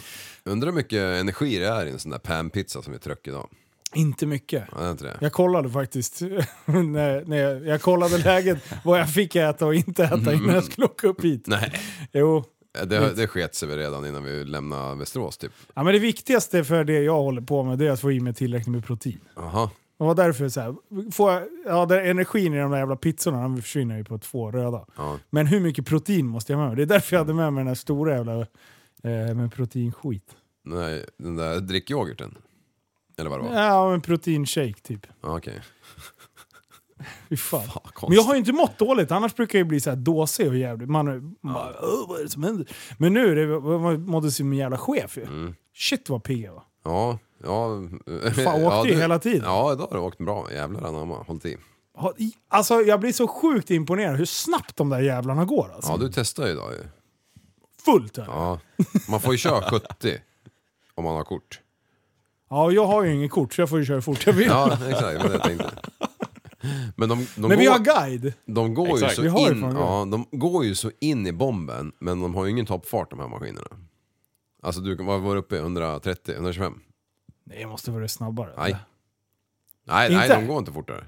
E: Undrar hur mycket energi det är i en sån där panpizza som vi tröck idag.
D: Inte mycket.
E: Ja, det är inte det?
D: Jag kollade faktiskt, [laughs] när, när jag, jag kollade läget, vad jag fick äta och inte äta innan jag skulle åka upp hit.
E: Nej,
D: Jo, Mm.
E: det, det sket sig väl redan innan vi lämnade Västerås typ.
D: ja, men det viktigaste för det jag håller på med det är att få i mig tillräckligt med protein.
E: Aha.
D: Det var därför så här, får jag, ja, den energin i de där jävla pizzorna den försvinner ju på två röda.
E: Ja.
D: Men hur mycket protein måste jag ha med mig? Det är därför jag hade med mig den här stora jävla eh, med proteinskit.
E: Nej, den där drickyoghurten. Eller vad det var?
D: Ja, men proteinshake typ.
E: Ja. Okej.
D: Fy fan.
E: konstigt.
D: men jag har ju inte mått dåligt, annars brukar jag ju bli så här dåsig och jävlig. Man, är- man bara, "Åh, vad är det som händer? Men nu är det, man mådde som en jävla chef ju. Shit vad pigg jag var.
E: Ja. Ja. [laughs]
D: Fan, åkte ju
E: du-
D: hela tiden.
E: Ja, idag har du åkt bra. Jävlar anamma, hållit i.
D: Ha- i- Alltså jag blir så sjukt imponerad hur snabbt de där jävlarna går alltså.
E: Ja, du testar ju idag ju.
D: Fullt här. Ja.
E: Ja. Man får ju
D: [laughs]
E: köra 70 om man har kort.
D: och jag har ju inget kort så jag får ju köra hur fort jag vill.
E: Ja, exakt. Det var det jag tänkte. Men de, de
D: Men vi
E: går-
D: har guide.
E: De går, ju
G: Exakt.
E: så
D: Vi har ju
E: in,
D: fan det.
E: ja, de går ju så in i bomben, men de har ju ingen toppfart de här maskinerna. Alltså du kan vara var uppe i 130, 125?
D: Nej, jag måste vara snabbare.
E: Nej. Nej,
D: Inte?
E: nej, de går inte fortare.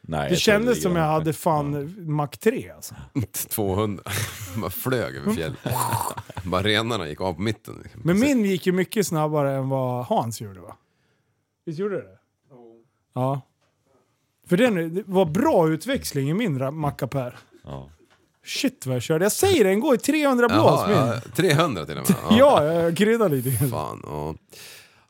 G: Nej,
D: Det
G: jag tror
D: kändes
G: ligger
D: som
G: där
D: jag
G: uppe.
D: hade fan Mac 3 alltså.
E: 200. [laughs] Bara flög över
D: [laughs]
E: fjället. Bara renarna gick av på mitten. liksom.
D: Men
E: Så-
D: min gick ju mycket snabbare än vad Hans gjorde va? Visst gjorde det? Ja. För den det var bra utväxling i min ra- mackapär.
G: Ja.
D: Shit vad jag körde. Jag säger det, den går i 300 blås
E: Jaha,
D: min.
E: ja, 300 till och med.
D: [laughs] Ja, jag kryddar lite.
E: Fan, ja.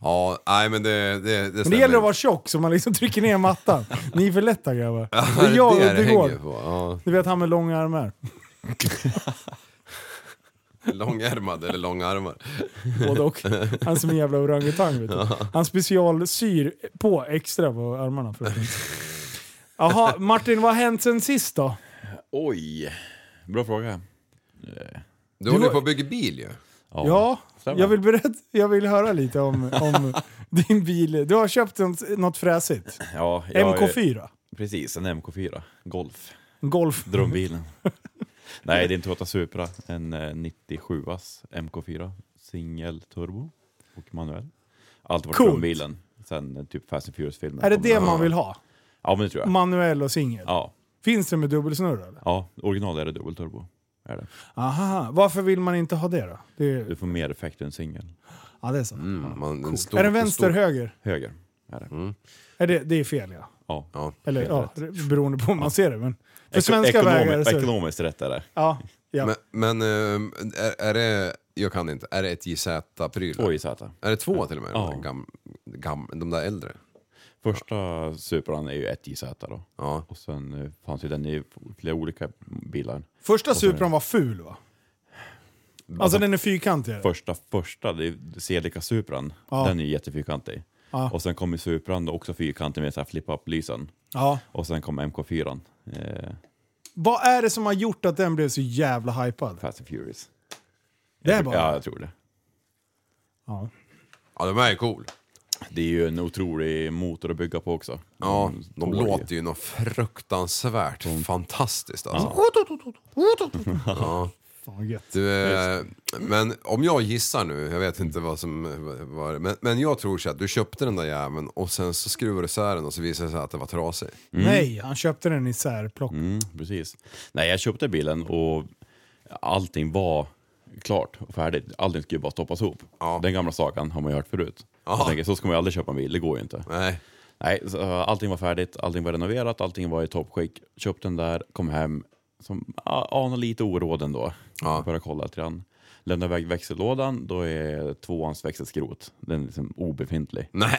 E: Ja, nej men det, det, det
D: Men det gäller att
E: [laughs]
D: vara tjock så man liksom trycker ner mattan. Ni är för lätta grabbar.
E: det är
D: jag och
E: det det
D: Uddegård.
E: hänger på. Ja,
D: Du vet han med långa armar.
E: långärmad eller långarmar.
D: Både och. Han som en jävla orangutang vet du. Han specialsyr på extra på armarna. För att Jaha, Martin vad har hänt sen sist då?
G: Oj, bra fråga.
E: Du håller ju på att bygga bil ju.
D: Ja,
F: stämmer.
D: jag vill, berätta, jag vill höra lite om, om din bil. Du har köpt en, något fräsigt.
F: Ja, jag är-
D: MK4.
F: Precis, en MK4. Golf.
D: En Golf.
F: Drömbilen. [laughs] Nej, det är en Toyota Supra. En eh, 97as MK4. Singel turbo och manuell. Alltid varit
D: Coolt.
F: drömbilen. Sen eh, typ Fast and Furious-filmen.
D: Är det
F: kom.
D: det man vill ha?
F: Ja, men det tror jag.
D: Manuell och singel?
F: Ja,
D: Finns det med dubbelsnurr eller?
F: ja original är det dubbelturbo. Är det.
D: Aha, varför vill man inte ha det då? Det är,
F: Du får mer effekt än singel.
D: ja, det är sant.
E: Mm, man, en stor,
D: Är den
E: en
D: vänster
E: stor-
D: höger?
F: Höger är det.
D: Är det, det är fel ja.
F: Ja.
E: Mm. Ja.
D: Eller
F: Helt
D: ja, beroende på hur man ser det. Men för
F: Eko-
D: svenska
F: ekonomi-
D: vägar så...
F: Ekonomiskt rätt är det.
D: Ja, ja.
E: Men, men eh, är, är det, jag kan inte, är det ett JZ-pryl?
F: Två Z.
E: Är det två till och med?
F: Ja.
E: De, gam, gam, de där äldre?
F: Första Supran är ju ett JZ då.
E: Ja.
F: Och sen eh, fanns ju den i flera olika bilar.
D: Första Supran var ful va? Alltså den är fyrkantig. eller?
F: Första, första, det är Celica Supran.
D: Ja.
F: Den är ju jättefyrkantig.
D: Ja.
F: Och sen kom ju Supran då också fyrkantig med så här flip-up-lysen.
D: Ja.
F: Och sen kom MK4, eh,
D: Vad är det som har gjort att den blev så jävla hypad?
F: Fast and Furious.
D: Det är
F: Jag tror- Ja,
D: bara...
F: jag tror det.
D: Ja.
E: ja, de är ju cool.
F: Det är ju en otrolig motor att bygga på också.
E: Ja,
F: Mm,
E: de
F: tål
E: låter ju något fruktansvärt fantastiskt alltså.
D: Fan vad gött.
E: Du, eh, men om jag gissar nu, jag vet inte vad som var men, men jag tror så att du köpte den där jäveln och sen så skruvade du isär den och så visade det sig att det var trasig.
D: Nej, han köpte den i särplock.
F: Mm, precis. Nej, jag köpte bilen och allting var klart och färdigt. Allting skulle bara stoppas ihop.
E: Ja.
F: Den gamla sagan har man ju hört förut.
E: Ja.
F: Jag tänker, så ska man ju aldrig köpa en bil, det går ju inte.
E: Nej.
F: Nej, så, eh, allting var färdigt, allting var renoverat, allting var i toppskick. Köpte den där, kom hem, som ah, anar lite oråd ändå.
E: Ja.
F: Började kolla lite grann. Lämnar iväg växellådan, då är tvåans växelskrot. Den är liksom obefintlig.
E: Nej.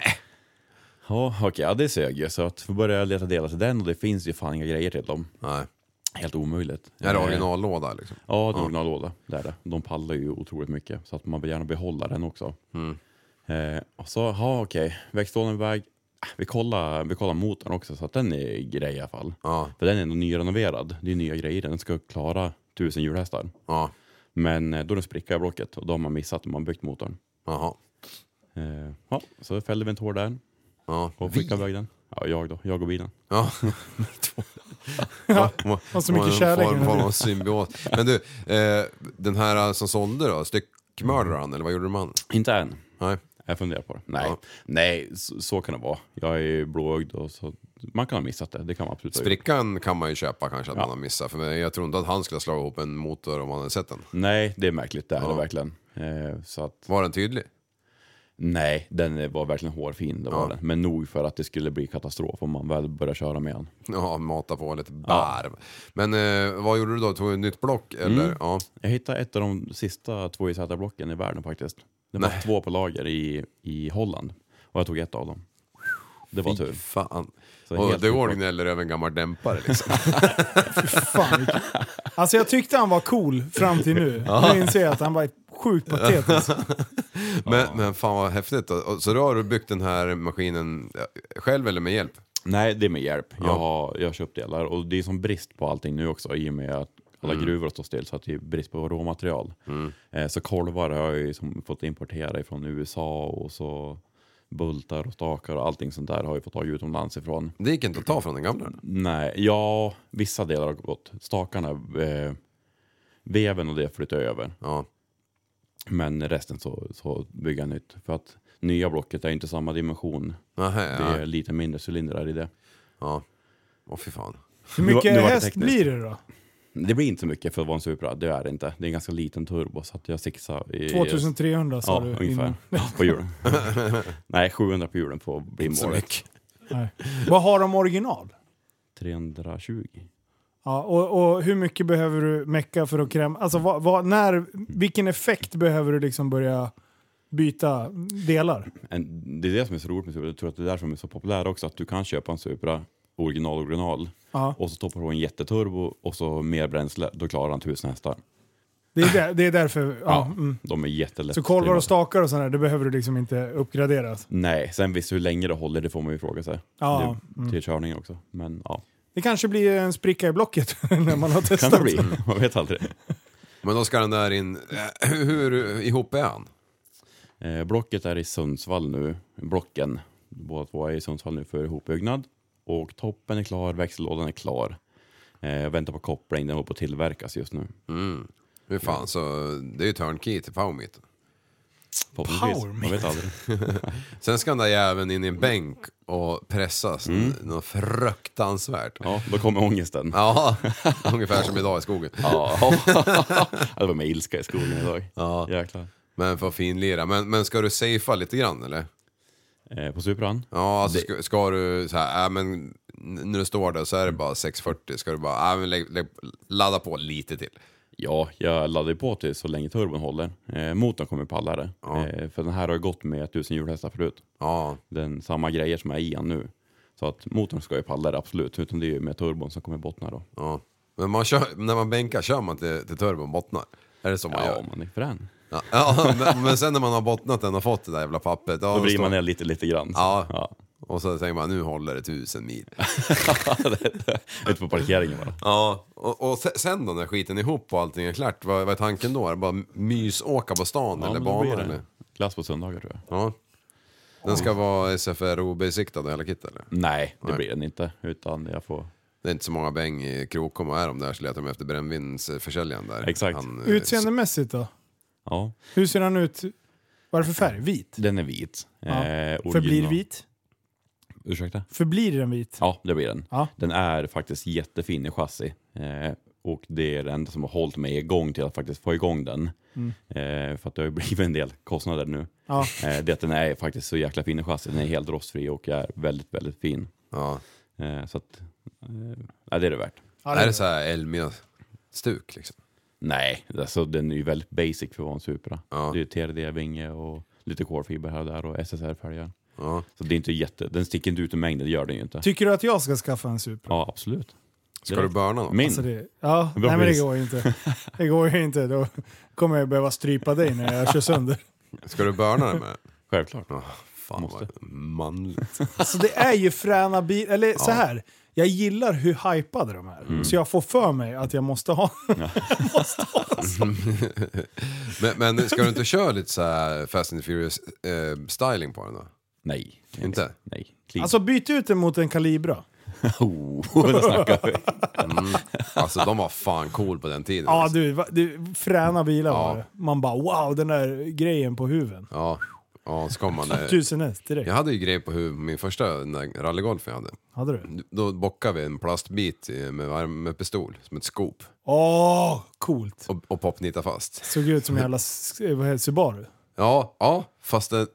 F: Ja, okej, ja, det sög ju. Så att vi började leta delar till den och det finns ju fan inga grejer till dem.
E: Nej.
F: Helt omöjligt.
E: Är det
F: Eh,
E: originallåda liksom?
F: Ja, det är originallåda. Det är det. De pallar ju otroligt mycket, så att man vill gärna behålla den också.
E: Mm.
F: Eh, och så, ja okej, växtlådan är iväg. Ah, Vi kollar, vi kollar motorn också, så att den är grej i alla fall.
E: Ja.
F: För den är ändå nyrenoverad. Det är nya grejer i den. Den ska klara tusen hjulhästar.
E: Ja.
F: Men eh, då är det en spricka i blocket och då har man missat när man byggt motorn.
E: Jaha.
F: Eh, ja, så fällde vi en tår där
E: Ja.
F: och skickade iväg den. Ja, jag då. Jag och bilen.
D: [laughs]
E: Ja.
D: Och så mycket kärlek i den
E: Form
D: här
E: av
D: bilen.
E: symbios. Men du, eh, den här som sålde då, styckmördade han eller vad gjorde man?
F: Inte än.
E: Nej.
F: Jag funderar på det. Nej,
E: Ja.
F: Nej så, så kan det vara. Jag är ju blåögd och så... Man kan ha missat det. Det kan man absolut ha gjort.
E: Sprickan kan man ju köpa kanske att man har missat. För mig, jag tror inte att han skulle ha slagit ihop en motor om han hade sett den.
F: Nej, det är märkligt. Det är det verkligen. Eh, så att,
E: Var den tydlig?
F: nej, den var verkligen hårfin. Det var
E: Ja.
F: den. Men nog för att det skulle bli katastrof om man väl börjar köra med den.
E: Ja, mata på lite barv. Men eh, vad gjorde du då? Tog du ett nytt block eller?
D: Mm.
E: Ja.
F: Jag hittade ett av de sista två IZ-blocken i världen faktiskt. Det var två på lager i, i Holland och jag tog ett av dem. Det var
E: Fy
F: tur.
E: fan.
F: Så
E: Och
F: helt
E: det går
F: uppenbart.
E: gnäller över en gammal dämpare liksom.
D: Fan.
F: [laughs]
D: vilken- Alltså jag tyckte han var cool fram till nu. Nu inser jag att han var sjukt
F: [laughs]
D: patetisk.
E: men, men fan vad häftigt. då. Och Så då har du byggt den här maskinen eh, själv eller med hjälp?
F: Nej, det är med hjälp.
E: Ja.
F: Jag har, jag har köpt delar och det är som brist på allting nu också i och med att alla gruvor står still så att det är brist på råmaterial. Eh, så kolvar har jag ju som fått importera ifrån USA och så bultar och stakar och allting sånt där har jag fått ta utomlands ifrån.
E: Det gick inte att ta från den gamla?
F: Nej, ja, vissa delar har gått. Stakarna, eh, veven och det flyttar jag över.
E: Ja.
F: Men resten så, så bygger jag nytt. För att nya blocket är inte samma dimension.
E: Nähä,
F: Det
E: ja.
F: är lite mindre cylindrar i det.
E: ja. Åh fy fan.
D: Hur
F: Nu var-
D: mycket
F: nu var det
D: häst
F: tekniskt.
D: blir det då?
F: Det blir inte så mycket för att vara en Supra, det är det inte. Det är en ganska liten turbo så att jag sixar i...
D: 2300 sa
F: Ja,
D: du
F: ungefär.
D: innan.
F: På
D: [laughs]
F: hjulen. Nej, 700 på hjulen får bli
E: Inte så
F: målet.
E: mycket.
D: Nej. Vad har de original?
F: 320.
D: Ja, och, och hur mycket behöver du mecka för att kräma? Alltså vad, vad, när, vilken effekt behöver du liksom börja byta delar?
F: En, det är det som är så roligt med Supra, jag tror att det är därför de är så populära också, att du kan köpa en Supra original original
D: Ja,
F: och så toppar du på en jätteturbo och så mer bränsle, då klarar han 1000 hästar.
D: det, är där, det är
F: [laughs]
D: därför. Ja, mm.
F: De är jättelätt.
D: Så kolvar och
F: trimmade.
D: stakar och sådär, det behöver du liksom inte uppgraderas.
F: Nej, sen visst hur länge det håller, det får man ju fråga sig.
D: Ja, mm.
F: det, Till körningen också. Men ja,
D: Det kanske blir en spricka i blocket [laughs] när man har
F: kan
D: testat.
F: det bli. Man vet aldrig.
E: Men då ska den där in... Eh, Hur ihop är han?
F: Eh, blocket är i Sundsvall nu, blocken. Båda två är i Sundsvall nu för ihopbyggnad. Och toppen är klar, växellådan är klar. Eh, jag väntar på koppling, den håller på att tillverkas just nu.
E: Hur fan, så det är ju turnkey till Powermeet.
F: Förhoppningsvis.
D: Power
F: Man vet aldrig.
E: Sen ska den där jäveln in i en bänk och pressas något fruktansvärt.
F: Mm. Ja, då kommer ångesten. Ja. [laughs]
E: Ja, ungefär som idag i skogen.
F: det var med ilska i skogen idag.
E: Ja.
F: Jäklar.
E: Men för finlira. Men, men ska du safea lite grann eller?
F: Eh, på Supran?
E: Ja, alltså ska, ska du så här, äh, men n- när du står där så är det bara 6.40, ska du bara, äh, men lägg, lägg, ladda på lite till.
F: Ja, jag laddar ju på till så länge turbon håller. Eh, motorn kommer palla det. Eh, för den här har gått med 1000 hjulhästar förut.
E: Ja,
F: Den, samma grejer som är i han nu. Så att motorn ska ju palla det absolut, utan det är ju med turbon som kommer bottna då.
E: ja. Men man kör, när man bänkar kör man till, till turbon bottnar. Är det så man
F: Ja,
E: gör?
F: om man är frän.
E: Ja, ja, [laughs] men- men sen när man har bottnat den och fått det där jävla pappret. Ja,
F: Då vrider
E: står-
F: man ner lite, lite grann. så-
E: Ja. Och så tänker man, nu håller det tusen mil.
F: [laughs] Ute på parkeringen bara.
E: Ja, och, och se- sen då när skiten är ihop och allting är klart, vad, vad är tanken då? Är det bara mysåka på stan
F: Ja,
E: eller
F: men då blir
E: banan
F: det
E: eller?
F: Glass på söndagar tror jag.
E: Ja. Den ska vara SFRO-besiktad och hela kittet eller?
F: Nej, det
E: Nej.
F: blir den inte. Utan jag får...
E: Det är inte så många bäng i Krokom och är de där så letar de efter brännvinsförsäljaren där.
F: Exakt.
E: eh,
D: Utseendemässigt då?
F: Ja,
D: Hur ser han ut? Vad är det för färg? Vit?
F: den är vit.
D: Ja.
F: Eh,
D: Förblir
F: original-
D: vit?
F: Ursäkta?
D: Förblir den vit?
F: Ja, det blir den.
D: Ja.
F: Den är faktiskt jättefin i chassi. Eh, och det är det enda som har hållit mig igång till att faktiskt få igång den. Eh, för att det har ju [laughs] blivit en del kostnader nu.
D: Mm. Ja.
F: Eh, det att den är faktiskt så jäkla fin i chassi. Den är helt rostfri och är väldigt, väldigt fin.
E: Ja.
F: Eh, så att, eh, ja, det är det värt.
D: Ja,
E: Är det så här Elmia-stuk liksom?
F: Nej, alltså den är ju väldigt basic för att vara en Supra.
E: Ja.
F: Det är ju TRD-vinge och lite kolfiber här och där och SSR-fälgar.
E: Ja.
F: Så det är inte jätte, den sticker inte ut i mängden, det gör den ju inte.
D: Tycker du att jag ska skaffa en Supra?
F: Ja, absolut.
E: Ska
F: Direkt.
E: du burna något?
F: Min?
D: Alltså det, ja, nej
F: Bra
D: men det
F: pris.
D: går ju inte. Det går ju inte. Då kommer jag behöva strypa dig när jag kör sönder.
E: Ska du burna den med?
F: Självklart.
E: Oh, [laughs] fan
F: Måste.
E: vad manligt.
D: Alltså det är ju fräna bilar, eller så här. Jag gillar hur hypade de är.
E: Mm.
D: Så jag får för mig att jag måste ha.
E: [laughs] Men, men ska du inte köra lite så här Fast and Furious eh, styling på den då?
F: Nej. Nej,
E: Inte?
F: Nej.
G: [laughs]
F: Clean.
D: Alltså byt ut den mot en Calibra. [laughs]
F: oh, det snackar vi.
E: Alltså de var fan cool på den tiden.
D: Ja
E: alltså.
D: du, va- du fräna bilar
E: Ja.
D: var det. Man bara wow, den där grejen på huven.
E: ja. ja, så kom man. eh,
D: Tusen häst direkt.
E: Jag hade ju grejer på huvudet på min första den där rallygolf jag hade.
D: Hade du?
E: Då bockade vi en plastbit eh, med, varm- med pistol, som ett skop,
D: Åh, coolt.
E: och, och popnita fast.
D: Såg ut som en jävla s- eh, vad heter, Subaru.
E: Ja, ja, fast det,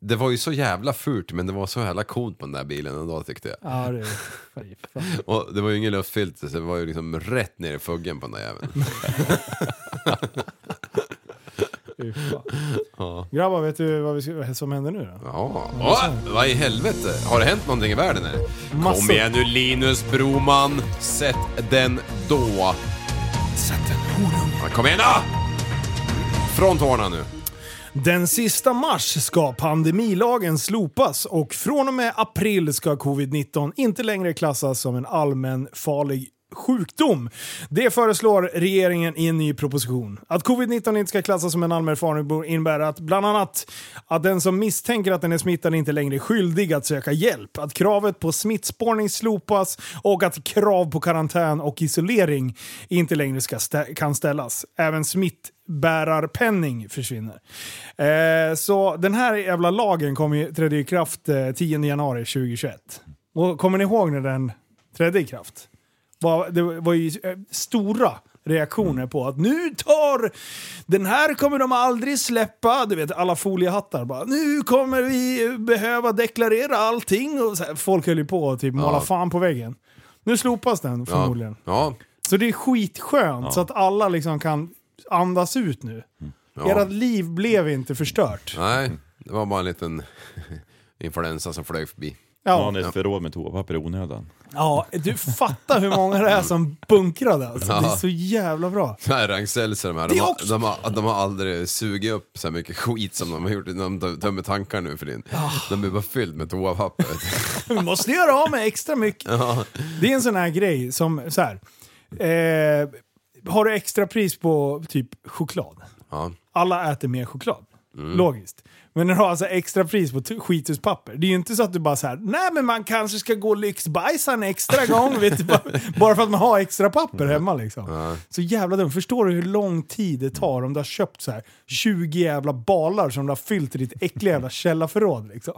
E: det var ju så jävla fult men det var så jävla coolt på den där bilen ändå tyckte jag.
D: Ja, det
E: [laughs]
D: fy fan.
E: Och det var ju ingen luftfilter så det var ju liksom rätt ner i fuggen på den där jäveln.
D: Fy fan. Grabbar, vet du vad, vi, ska- vad som händer nu då?
E: Ja, Åh, vad i helvete? Har det hänt någonting i världen eller? Kom igen nu Linus Broman, sätt den då. Sätt den horunge. Kom igen då! Från tårna nu.
D: Den sista mars ska pandemilagen slopas och från och med april ska covid-19 inte längre klassas som en allmän farlig sjukdom. Det föreslår regeringen i en ny proposition. Att covid-19 inte ska klassas som en allmän farlig sjukdom innebär att bland annat att den som misstänker att den är smittad inte längre är skyldig att söka hjälp, att kravet på smittspårning slopas och att krav på karantän och isolering inte längre ska stä- kan ställas. Även smitt bärarpenning försvinner. Eh, så den här jävla lagen kom ju, trädde i kraft eh, 10 januari 2021. Och kommer ni ihåg när den trädde i kraft? Var, det var ju eh, stora reaktioner på att nu tar den här kommer de aldrig släppa. Du vet alla foliehattar bara nu kommer vi behöva deklarera allting. Och så här, folk höll ju på och typ måla fan på väggen. Nu slopas den förmodligen.
E: Ja,
D: Så det är skitskönt så att alla liksom kan andas ut nu. Ert liv blev inte förstört.
E: nej, det var bara en liten [laughs] influensa som flög förbi. [laughs]
F: Ja,
D: Ja,
F: det är ett förråd med toapapper i onödan.
D: ja, du fattar hur många det är som bunkrade alltså. Det är så jävla bra.
E: Nej, Ragn-Seltzer, de här,
D: Det
E: de har,
D: också.
E: de, har, de har aldrig sugit upp så här mycket skit som de har gjort. De tö- tömmer tankar nu för din. De är bara fylld med toapapper. [laughs]
D: Vi måste göra av med extra mycket. Det är en sån här grej som så här. Eh, har du extra pris på typ choklad.
E: Ja.
D: Alla äter mer choklad.
E: Mm.
D: Logiskt. Men när du har alltså extra pris på t- skithuspapper, det är ju inte så att du bara så här, nej men man kanske ska gå lyxbajsa en
E: [laughs]
D: extra gång, vet du, bara, bara för att man har extra papper hemma liksom. Så jävla dumt. Förstår du hur lång tid det tar om du har köpt så här 20 jävla balar som du har fyllt i ditt äckliga jävla källarförråd liksom.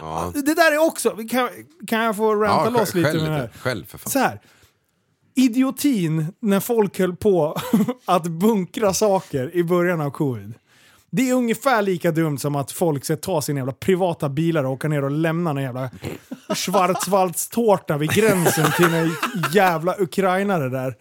E: Ja.
D: Det där är också, kan, kan jag få ranta
E: Ja,
D: loss
E: skäll,
D: lite
E: skäll
D: med det
E: lite.
D: här?
E: Skäll för fan.
D: så här. Idiotin när folk höll på [laughs] att bunkra saker i början av covid. Det är ungefär lika dumt som att folk ska ta sina jävla privata bilar och åka ner och lämna någon
E: [laughs]
D: jävla schwarzwaldstårta vid gränsen till en jävla ukrainare där.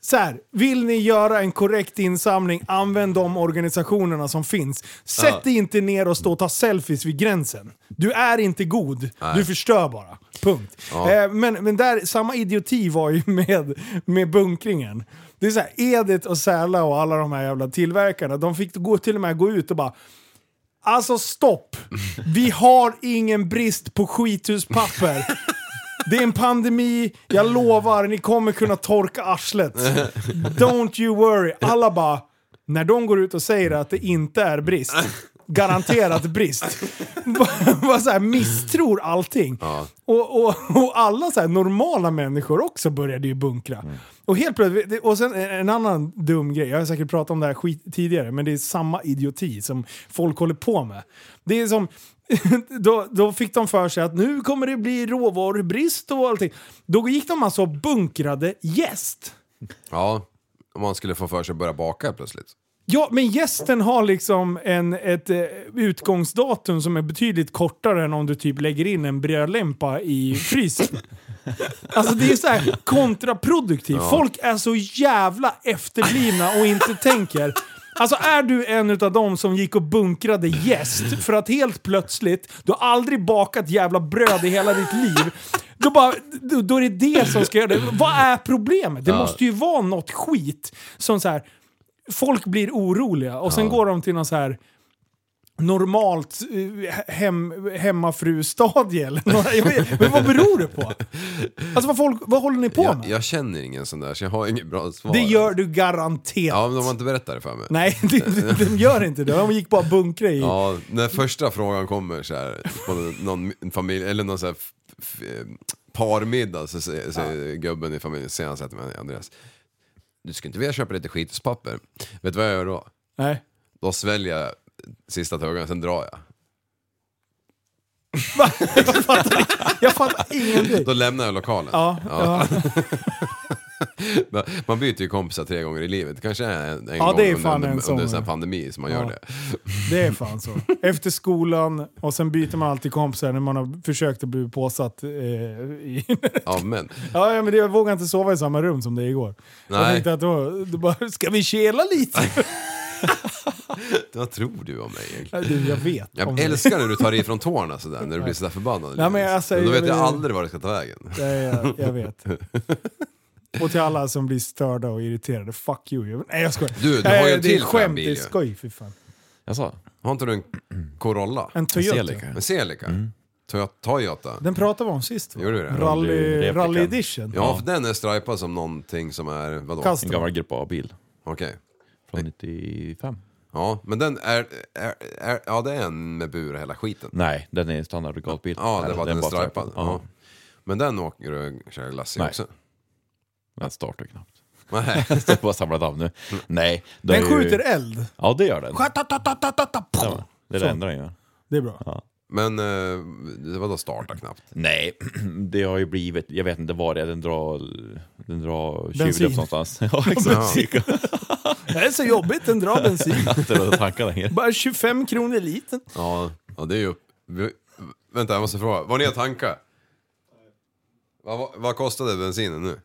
D: Så här, vill ni göra en korrekt insamling, använd de organisationerna som finns. Sätt dig inte ner och stå och ta selfies vid gränsen. Du är inte god, du förstör bara. Punkt. Eh, men men där, samma idioti var ju med, med bunkringen. Det är så här, Edith och Säla och alla de här jävla tillverkarna, de fick gå, till och med gå ut och bara Alltså stopp! Vi har ingen brist på skithuspapper. Det är en pandemi, jag lovar, ni kommer kunna torka arslet. Don't you worry. Alla bara, när de går ut och säger att det inte är brist, garanterat brist, [laughs] bara- bara så här misstror allting. Och, och, och alla så här normala människor också började ju bunkra. Och helt plötsligt, det- och sen en annan dum grej, jag har säkert pratat om det här skit tidigare, men det är samma idioti som folk håller på med. Det är som, [laughs] då, då fick de för sig att nu kommer det bli råvarubrist och allting. Då gick de alltså och bunkrade jäst.
E: Ja, om man skulle få för sig att börja baka plötsligt.
D: Ja, men gästen har liksom en, ett eh, utgångsdatum som är betydligt kortare än om du typ lägger in en brödlämpa i frysen. alltså det är så här kontraproduktivt. Folk är så jävla efterblivna och inte tänker. Alltså är du en utav dem som gick och bunkrade gäst för att helt plötsligt, du har aldrig bakat jävla bröd i hela ditt liv. Då, bara, då, då är det det som ska göra det. Vad är problemet? Det måste ju vara något skit som så här folk blir oroliga och sen går de till någon så här normalt eh, hem, hemmafrustadie eller något. Jag vet- Men vad beror det på? Alltså vad, folk, vad håller ni på
E: Jag,
D: med?
E: jag känner ingen sån där så jag har inget bra svar.
D: det gör du garanterat.
E: Ja, men de har inte berättat det för mig.
D: Nej, [laughs] de, de, de gör inte det. De gick bara bunkra i.
E: Ja, när första frågan kommer så här, på någon familj, eller någon så här f- f- eh, parmiddag så säger, säger gubben i familjen, säger han så här till mig, Andreas, du skulle inte vilja köpa lite skitspapper? Vet du vad jag gör då?
D: Nej. [laughs]
E: Då sväljer jag sista tuggan, sen drar jag.
D: Jag fattar, jag fattar ingenting.
E: Då lämnar jag lokalen.
D: Ja, ja.
E: Man- Man byter ju kompisar tre gånger i livet, kanske en, en
D: Ja,
E: gång
D: det är
E: under,
D: fan
E: under,
D: en
E: under,
D: sån.
E: en sån här pandemi som man
D: Ja.
E: gör det.
D: det är fan så. Efter skolan och sen byter man alltid kompisar när man har försökt att bli påsatt eh, i
E: Ja, men.
D: Ja, ja, men det, jag vågade inte sova i samma rum som dig igår. Jag
E: Nej.
D: tänkte att då, då bara, [laughs] ska vi kela lite?
E: Vad tror du om mig egentligen?
D: Nej, du, jag vet. om
E: Jag
D: det.
E: älskar när du tar i från tårna sådär, när du blir sådär förbannad.
D: Nej, men alltså, jag säger-
E: Då vet jag
D: men-
E: aldrig var det ska ta vägen.
D: Nej, jag, jag
E: [laughs]
D: vet. Och till alla som blir störda och irriterade, fuck you. Jag, nej, jag skojar.
E: Du, du har ju
D: Nej,
E: en
D: det är
E: till
D: skämt,
E: skärmbil
D: det är
E: ju.
D: skoj för fan.
G: Jag sa,
E: Har inte du en Corolla?
D: En Toyota.
G: Celica.
E: En Celica? Toyo- Toyota?
D: Den pratade vi om sist. va?
E: Gjorde vi det?
G: Rally-
D: Rally,
G: replikan.
D: rally edition.
E: Ja, för den är stripad som någonting som är, vadå?
D: Custom.
G: en gammal Grupp A-bil
E: Okej.
G: från 95.
E: Ja, men den är, är, är, ja det är en med bur och hela skiten.
G: Nej, den är standard gatbil.
E: Ja, det var den är
G: bara
E: stripad. Ja.
G: Ja.
E: Men den åker du och kör glass i
G: Nej.
E: [laughs] också?
G: Den startar knappt. [laughs]
E: Nej.
G: Så bara samlar damm nu. Nej.
D: Den
G: är
D: skjuter
G: ju...
D: eld.
G: Ja, det gör den.
D: Ta-ta-ta-ta-ta-ta.
G: Ja, det är det enda den gör.
D: Det är bra.
E: Men eh, det var då starta knappt?
G: Nej, [clears throat] det har ju blivit, jag vet inte vad det är, den drar, den drar
D: Bensin.
G: tjuvdäpp någonstans. [laughs] Ja, exakt.
D: Det är så jobbigt, den drar bensin.
E: [laughs]
G: Inte [laughs] att tanka längre.
D: Bara 25 kronor liten.
E: Ja, ja det är ju... upp- vi- Vänta, jag måste fråga. Var ni och tanka? Vad, vad, vad kostade bensinen nu?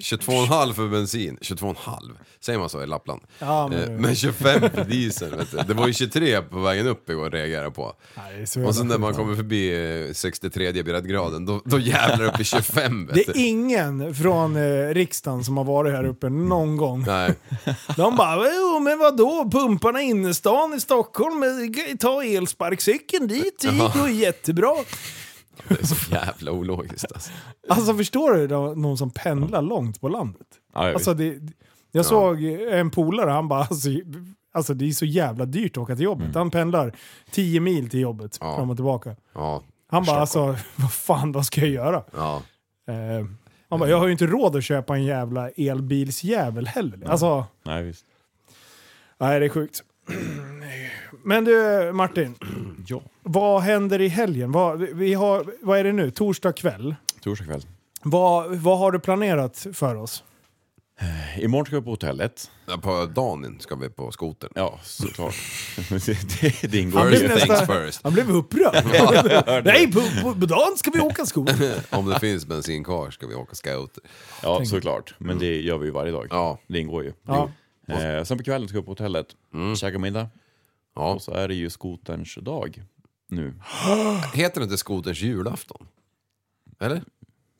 E: 22,5 för bensin, 22,5 säger man så i Lappland. Eh,
D: Ja, men-
E: men... men 25 för diesel vet du. Det var ju 23 på vägen upp igår reagerade jag på.
D: Nej, det är så jävla
E: Och sen när man kommer förbi eh, 63 breddgraden, då, då jävlar upp i 25 vet
D: Det
E: du.
D: är ingen från eh, riksdagen som har varit här uppe någon gång.
E: Nej,
D: De bara "Jo, men vadå, pumparna i innerstan i Stockholm, eh, ta elsparkcykeln dit, det gick ju jättebra.
E: Det är så jävla ologiskt alltså.
D: Alltså förstår du de- någon som pendlar långt på landet?
G: Ja,
D: Alltså, det, jag såg en polare, han bara alltså, alltså det är så jävla dyrt att åka till jobbet. Han pendlar 10 mil till jobbet
E: Ja.
D: fram och tillbaka.
E: Ja,
D: Han bara
E: Stockholm.
D: alltså, [laughs] vad fan vad ska jag göra?
E: ja.
D: Eh, han bara, jag har ju inte råd att köpa en jävla elbilsjävel heller. Alltså,
G: Nej, visst.
D: nej det är sjukt. Men du Martin,
G: [clears throat] Ja.
D: vad händer i helgen? Vad, vi har, vad är det nu? Torsdag kväll.
G: Torsdag kväll.
D: Vad, vad har du planerat för oss?
G: Imorgon ska vi på hotellet.
E: Ja, På dagen ska vi på skotern.
G: Ja,
D: [laughs]
G: såklart. [laughs] det, det ingår
E: First
G: ju.
D: blir
E: things
D: nästa-
E: first. [laughs]
D: Han
G: [laughs]
D: blev upprörd. Nej, på, på, på dagen ska vi åka skoter.
E: Om det finns bensin kvar ska vi åka scouter.
G: Ja, såklart. Men det gör vi ju varje dag.
E: Ja.
G: Det ingår ju.
D: Mm. Ja. Mm.
G: Eh, sen på kvällen ska vi upp på hotellet, käka middag.
E: Ja.
G: Och så är det ju skoterns dag nu.
E: Heter det inte skoterns julafton? Eller?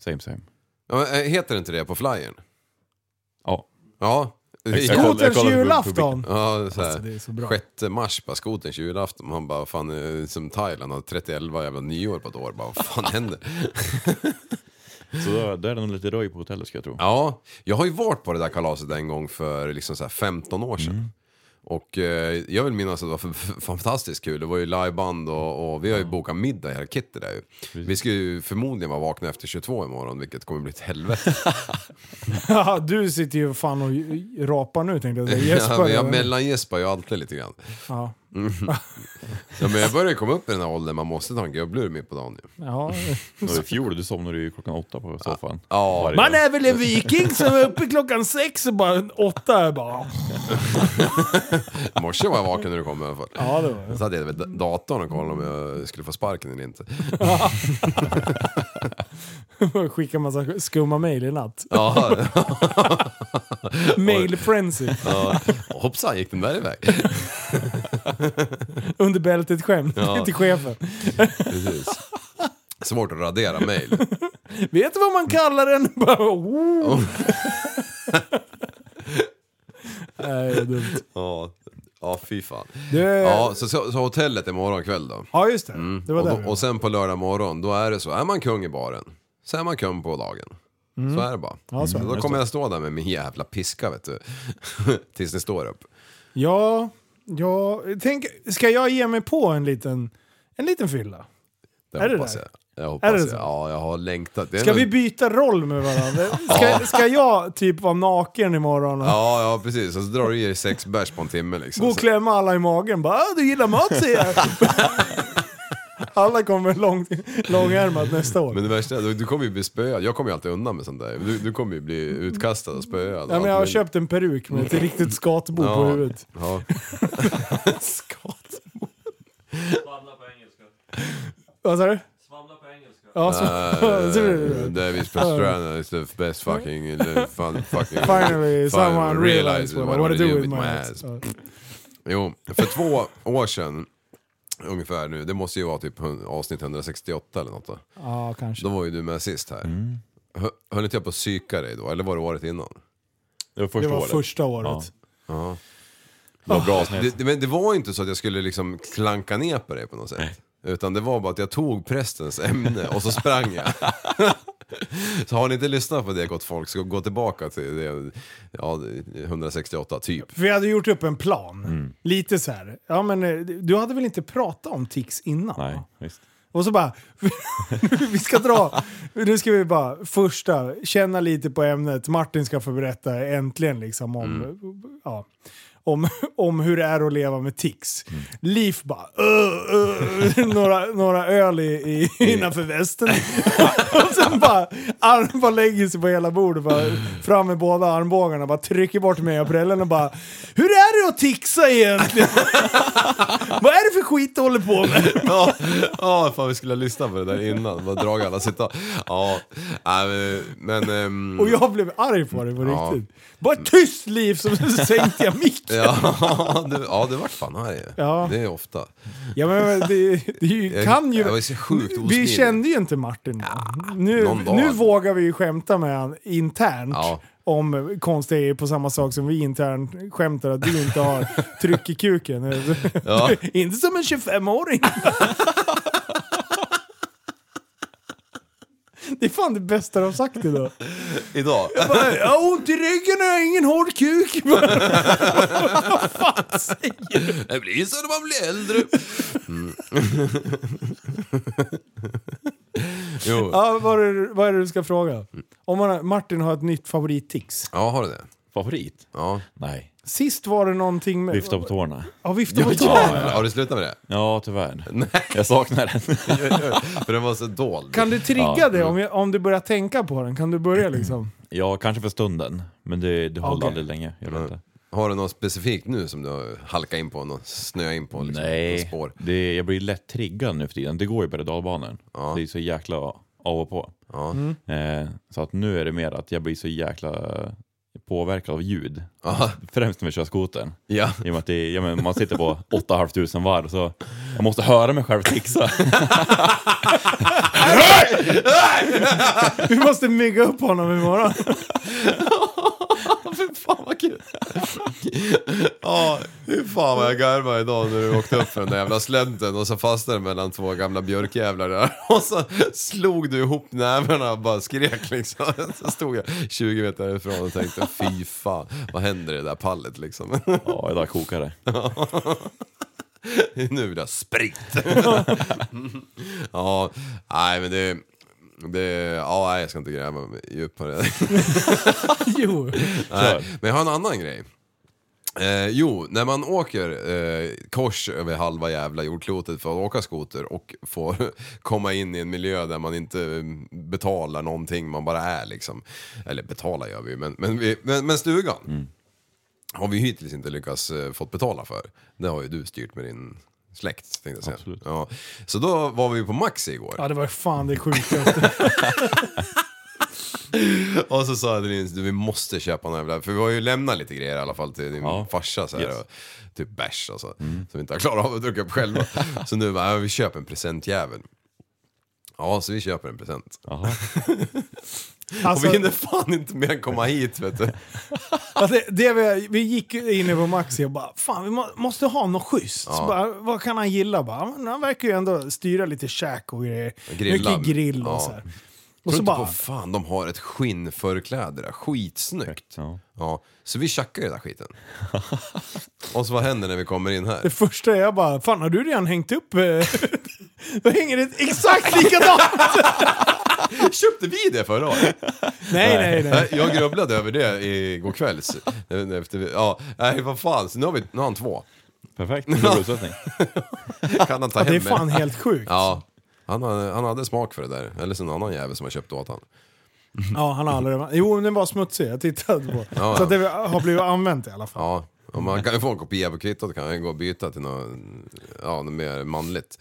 G: Same same.
E: Ja, men, eh, Heter det inte det på flyern?
G: Ja.
E: Ja.
G: Exakt. Jag kollade- jag
D: Skoterns
G: kollade på-
D: julafton.
E: Ja, det är så här.
D: Alltså, det är så bra.
E: 6 mars, bara skoterns julafton. Man bara, fan, eh, som Thailand har 31 jävla nyår på ett år. Bara, vad fan händer?
G: Så då, då är det nog lite röj på hotellet ska jag tro.
E: Ja, jag har ju varit på det där kalaset en gång för liksom så här 15 år sedan. Och eh, jag vill minnas att det var f- f- fantastiskt kul. Det var ju liveband och, och vi har ju bokat middag i hela kittet där ju. Vi ska ju förmodligen vara vakna efter 22 imorgon, vilket kommer bli ett helvete.
D: [laughs] Ja, du sitter ju fan och j- rapar nu
G: [laughs]
D: tänkte jag säga.
E: [laughs] Ja,
D: Jesper.
E: men jag mellangespar ju alltid lite grann.
D: ja.
E: Ja, men jag börjar ju komma upp i den här åldern, man måste ta en gubblur mitt på dagen ju.
D: Ja.
G: Det var I fjol du somnade ju klockan åtta på soffan.
E: Ja.
G: Varje
D: Man
G: dag.
D: är väl en viking som är uppe klockan sex och bara åtta är bara...
E: I morse var jag vaken när du kom i alla fall.
D: Ja, det var det.
E: Så hade jag väl d- datorn och kollade om jag skulle få sparken eller inte.
D: [laughs] Skicka massa skumma mejl i
E: [laughs]
D: natt.
E: Ja,
D: Mail
E: [laughs]
D: frenzy.
E: ja. Hoppsan, gick den där iväg?
D: Under bältet skämt [laughs]
E: Ja.
D: till chefen.
E: Precis. Svårt att radera mejl.
D: Vet du vad man kallar den? [laughs] Bara, oh. [laughs] Nej, det är dumt.
E: Ja, ja fy fan.
D: Du,
E: Ja, så, så, så hotellet imorgon kväll då.
D: ja, just det. Eh. Det var
E: Och,
D: där.
E: då, och sen på lördag morgon, då är det så. Är man kung i baren, så är man kung på dagen. Så är det bara.
D: Mm. Ja, så är det.
E: då kommer jag stå där med min jävla piska vet du. [laughs] Tills ni står upp.
D: Ja, ja, tänk, ska jag ge mig på en liten, en liten fylla?
E: Det
D: Är det
E: hoppas
D: där?
E: jag. Jag hoppas
D: Är det
E: jag.
D: så?
E: Ja, jag har längtat. Det är
D: Ska
E: nog-
D: vi byta roll med varandra?
E: [laughs]
D: Ska, ska jag typ vara naken imorgon? Och
E: Ja, ja precis. Och så drar du i dig sex bärs på en timme liksom.
D: Gå och klämma alla i magen bara "Ah, “du gillar mat” säger [laughs] jag. Alla kommer lång, långärmat nästa år.
E: Men det värsta är, du, du kommer ju bli spöad. Jag kommer ju alltid undan med sånt där. Du, du kommer ju bli utkastad och spöad. och
D: Ja, men jag har
E: allt möjligt.
D: köpt en peruk med ett riktigt skatbo på
E: Ja.
D: huvudet. [laughs]
E: Ja.
F: Svamla på engelska.
D: Vad sa du?
F: Svamla på engelska.
D: Ja, så, [laughs] så blir det.
E: Det är Elvis Pastrana is the best fucking...
D: [laughs]
E: the Fun, fucking
D: Finally someone realized
E: realizes
D: what I wanna do with my ass.
E: Jo, för två år sedan, ungefär nu, det måste ju vara typ hun- avsnitt 168 eller något då.
D: Ja, kanske.
E: Då var ju du med sist här.
D: Mm.
E: Hö- Höll inte jag på att psyka dig då, eller var det året innan?
G: Det var första
D: Det var
G: året.
D: första året.
G: Det var bra
D: Ah.
E: Det,
G: avsnitt.
E: det, men det var inte så att jag skulle liksom klanka ner på dig på något sätt. Utan det var bara att jag tog prästens ämne och så sprang jag. [laughs] så har ni inte lyssnat på det gott folk, så gå tillbaka till det, ja, 168 typ.
D: För vi hade gjort upp en plan. Lite så här. Ja, men eh, du hade väl inte pratat om tics innan?
G: Nej,
D: va?
G: visst.
D: Och så bara, [laughs] vi ska dra, nu ska vi bara första, känna lite på ämnet. Martin ska få berätta äntligen liksom om, ja, om, om hur det är att leva med tics. Liv bara, "Ugh, ugh", [laughs] några, några öl i, i, innanför västen. [laughs] och sen bara, arm bara lägger sig på hela bordet, bara, fram med båda armbågarna, bara trycker bort mig i prällen och bara, hur är det att ticsa egentligen? [laughs] Vad är det för skit du håller på med?
E: Ja, [laughs] ja, fan vi skulle ha lyssnat på det där innan. Bara dragit alla sitta. Ja, nej, men... men ehm,
D: Och jag blev arg på det på
E: Ja.
D: riktigt. Bara tyst liv så [laughs] sänkte jag micken.
E: Ja, [laughs] du, ja, du vart fan arg.
D: Ja.
E: Det är ofta.
D: Ja men det, det är ju-
E: Jag-
D: kan ju...
E: jag var så sjukt
D: vi
E: osmidig.
D: kände ju inte Martin. nu,
E: någon dag.
D: nu vågar vi ju skämta med han internt.
E: Ja.
D: Om konstiga grejer på samma sak som vi internt skämtar att du inte har tryck i
E: [laughs]
D: kuken. [laughs] inte som en 25-åring. Det är fan det bästa de har sagt idag.
E: Idag.
D: Bara, Jag har ont i ryggen och jag har ingen hård kuk. [laughs] Vad fan säger du?
E: Det blir så när man blir äldre. Mm. [laughs] jo.
D: Ja, vad, är, det- vad är det du ska fråga? Om man, har- Martin har ett nytt favorittics.
E: Ja, har du det?
G: Favorit?
E: Ja.
G: Nej.
D: Sist var det någonting med...
G: Vifta på tårna.
D: Ja, vifta på tårna.
E: Ja, har du slutat med det?
G: Ja, tyvärr.
D: [laughs]
G: Jag saknar den.
E: [laughs] För den var så dold.
D: Kan du trigga det om, jag, om du börjar tänka på den? Kan du börja liksom?
G: Ja, kanske för stunden. Men det, det håller
D: Okej. Mm.
G: aldrig länge. Jag vet inte.
E: Har du något specifikt nu som du har halkat in på? Något snö in på? Liksom, något
G: Nej,
E: Spår?
G: det, jag blir lätt triggad nu för tiden. Det går ju berg och dalbanor. Det är så jäkla av och på.
E: Ja.
G: Eh, så att nu är det mer att jag blir så jäkla påverkad av ljud.
E: Ja.
G: Främst när vi kör skotern.
E: Ja.
G: I och med att det, är- ja, men man sitter på [laughs] 8 500 varv så jag måste höra mig själv tixa.
D: Vi måste mygga upp honom imorgon.
E: Fan vad kul! [laughs] ja, hur fan vad jag garvade idag när du åkte upp för den där jävla slänten och så fastnade den mellan två gamla björkjävlar där. [laughs] Och så slog du ihop nävarna och bara skrek liksom. [laughs] Så stod jag 20 meter därifrån och tänkte fy fan, vad händer i det där pallet liksom? [laughs]
G: Ja, idag kokar det.
E: nu vill jag sprit! [laughs] ja, nej men det... Det, ja, nej, jag ska inte gräva mig djupt på det.
D: Jo.
E: Nej, men jag har en annan grej. Eh, jo, när man åker eh, kors över halva jävla jordklotet för att åka skoter och får [laughs] komma in i en miljö där man inte eh, betalar någonting, man bara är liksom. Eller betalar gör vi ju, men, men, vi- men, men stugan har vi hittills inte lyckats eh, fått betala för. Det har ju du styrt med din släkt, tänkte jag säga. Ja. Så då var vi på Maxi igår.
D: Ja, det var fan det sjukaste.
E: Och så sa jag till Linus, du vi måste köpa några jävla, för vi har ju lämnat lite grejer i alla fall till din
G: Ja.
E: farsa så här,
G: Yes.
E: och, typ bärs och så, som vi inte har klarat av att dricka upp själva. så nu bara, ja, vi köper en presentjävel. Ja, så vi köper en present.
G: Jaha.
D: Alltså,
E: och vi hinner fan inte mer än komma hit vet du.
D: alltså, det, det vi, vi gick inne på Maxi och bara fan vi må, måste ha något schysst. Så bara, vad kan han gilla? Bara, "Ja, men han verkar ju ändå styra lite käk och grejer.
E: Grilla.
D: Mycket grill och
E: Ja.
D: så här. Och
E: Och
D: så
E: så
D: bara,
E: på, fan de har ett skinnförkläde där, skitsnyggt.
G: Ja.
E: Ja, så vi tjackar ju den där skiten. och så vad händer när vi kommer in här?
D: det första jag bara, fan har du redan hängt upp? eh?" [laughs] Då hänger det exakt
E: [laughs]
D: likadant!
E: Köpte vi det förra året?
D: nej, nej, nej.
E: Nej, jag grubblade över det igår kvälls. Efter, ja, nej vad fan, så nu har, vi, nu har han två.
G: Perfekt,
E: [laughs]
G: bra utsättning.
E: Kan han ta
D: Ja,
E: hem
D: det är
E: det?
D: fan helt sjukt.
E: Ja, han, har- han hade smak för det där. Eller så en annan jävel som har köpt åt han.
D: Ja, han har aldrig... Jo, men den var smutsig. Jag tittade på
E: ja.
D: Så att det har blivit använt i alla fall.
E: Ja, om man kan ju få en kopia på kvittot kan han ju gå och byta till något, ja, något mer manligt.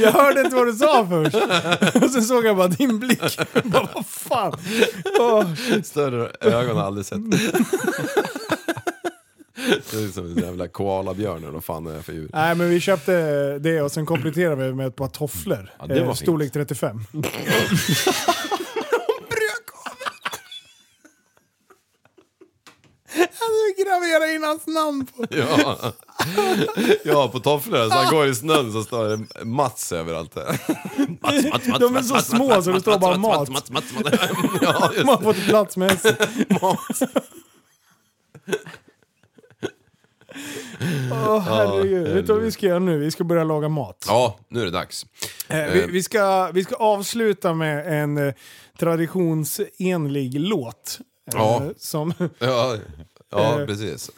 D: Jag hörde inte vad du sa
E: [laughs]
D: först. Och sen såg jag bara din blick. [laughs] Jag Bara, vad fan? Åh,
E: Större ögon har jag
D: [laughs]
E: aldrig sett. Det är som en jävla koalabjörn eller vad fan det är för djur.
D: Nej, men vi köpte det och sen kompletterade vi med ett par tofflor.
G: Ja, det var
D: Eh,
G: [laughs]
D: Storlek 35. Du Alltså, graverade in hans namn på.
E: Ja. ja, på tofflor så han går i snön så står det Mats överallt där. Mats, Mats, Mats,
D: De är så små så det står bara mat.
E: Mats, Mats, Mats, Mats. Ja, just
D: Man har fått plats med sig.
G: [laughs]
E: mat.
D: Åh herregud. Vet du vad vi ska göra nu? Vi ska börja laga mat.
E: Ja, nu är det dags.
D: Eh, vi, vi, ska, vi ska avsluta med en eh, traditionsenlig låt. Eh,
E: Ja.
D: Som,
E: Ja, ja
D: Eh,
E: precis.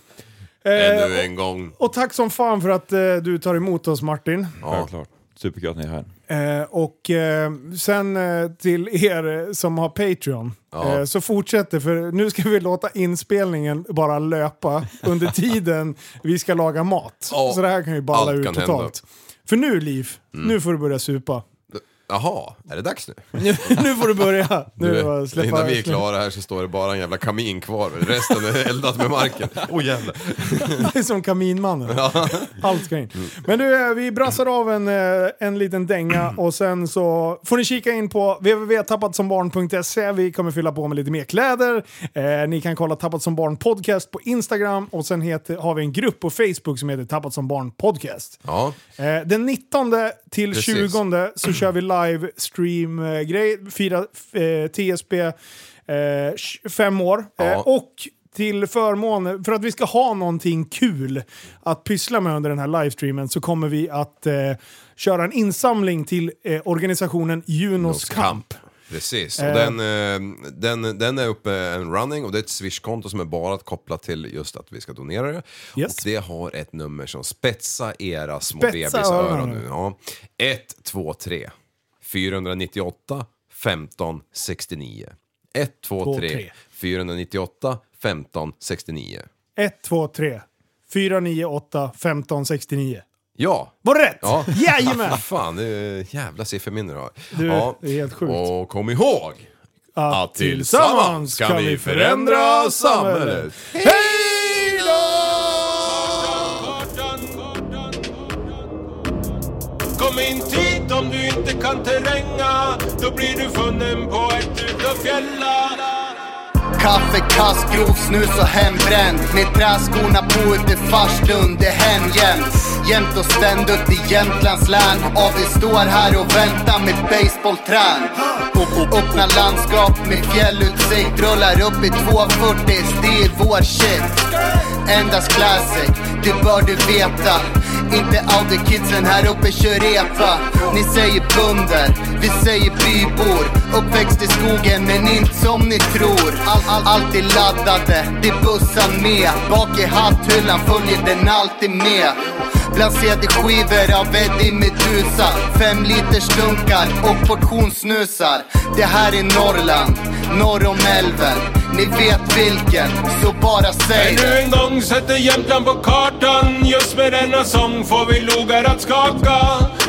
E: Ännu
D: eh,
E: en gång.
D: och tack som fan för att eh, du tar emot oss Martin.
E: Ja.
G: Självklart. Superkul att ni är här.
D: Eh, och eh, sen eh, till er eh, som har Patreon.
E: Ja.
D: Eh, så fortsätter för nu ska vi låta inspelningen bara löpa
E: [laughs]
D: under tiden vi ska laga mat.
E: Ja.
D: Så det här kan ju balla
E: Allt
D: ut
E: kan Mm.
D: totalt.
E: hända.
D: För nu Liv, nu får du börja supa. [laughs]
E: Jaha, är det dags nu?
D: Nu, nu får du börja. Nu är det bara att släppa-
E: innan vi är klara här så står det bara en jävla kamin kvar. Resten är [laughs] eldat med marken. Åh oh, jävlar.
D: Det är [laughs] som Kaminmannen. Allt ska in. Men du, eh, vi brassar av en, eh, en liten dänga och sen så får ni kika in på www.tappatsombarn.se. Vi kommer fylla på med lite mer kläder. Eh, ni kan kolla Tappat som barn podcast på Instagram och sen heter, har vi en grupp på Facebook som heter Tappat som barn podcast.
E: Ja,
D: Eh, den 19 till
E: Precis.
D: 20 så kör vi live stream eh, grej, fira eh, TSB eh, sh- fem år. Eh,
E: Ja.
D: och till förmån, för att vi ska ha någonting kul att pyssla med under den här livestreamen så kommer vi att eh, köra en insamling till eh, organisationen Junos Kamp.
E: Precis, och den, eh, den, den är uppe en running och det är ett swishkonto som är bara att koppla till just att vi ska donera det.
D: Yes.
E: Och det har ett nummer som spetsa era små
D: Spetsa
E: bebisöron
D: öronen.
E: nu. Ja. 1, 2, 3, 498, 15, 69. 1, 2, 3,
D: tre.
E: 498, 15, 69.
D: 1, 2, 3, 498 15 69.
E: Ja!
D: Var det rätt?
E: Ja.
D: Jajamän!
E: [laughs] Fy Fan, det är jävla sifferminne du har.
D: Du, det är helt sjukt.
E: Och kom ihåg att tillsammans kan vi förändra samhället. Hej då!
H: Kom inte hit om du inte kan terränga Då blir du funnen på ett utav fjällar
I: Kaffekass, grovsnus och hembränd Med träskorna på ut i farstun, det är hemjämt Jämt och ständigt i Jämtlands län Och vi står här och väntar med basebollträn Öppna landskap med fjällutsikt Rullar upp i 240, det är vår shit Endast classic, det bör du veta Inte Audi kidsen här uppe kör repa Ni säger bönder, vi säger bybor Uppväxt i skogen men inte som ni tror all, all, Alltid laddade, det är bussan med Bak i hatthyllan följer den alltid med Bland CD-skivor av Eddie Meduza Fem liters dunkar och portionssnusar Det här är Norrland, norr om älven Ni vet vilken, så bara säg det
H: Ännu en gång sätter Jämtland på kartan Just med denna sång får vi logar att skaka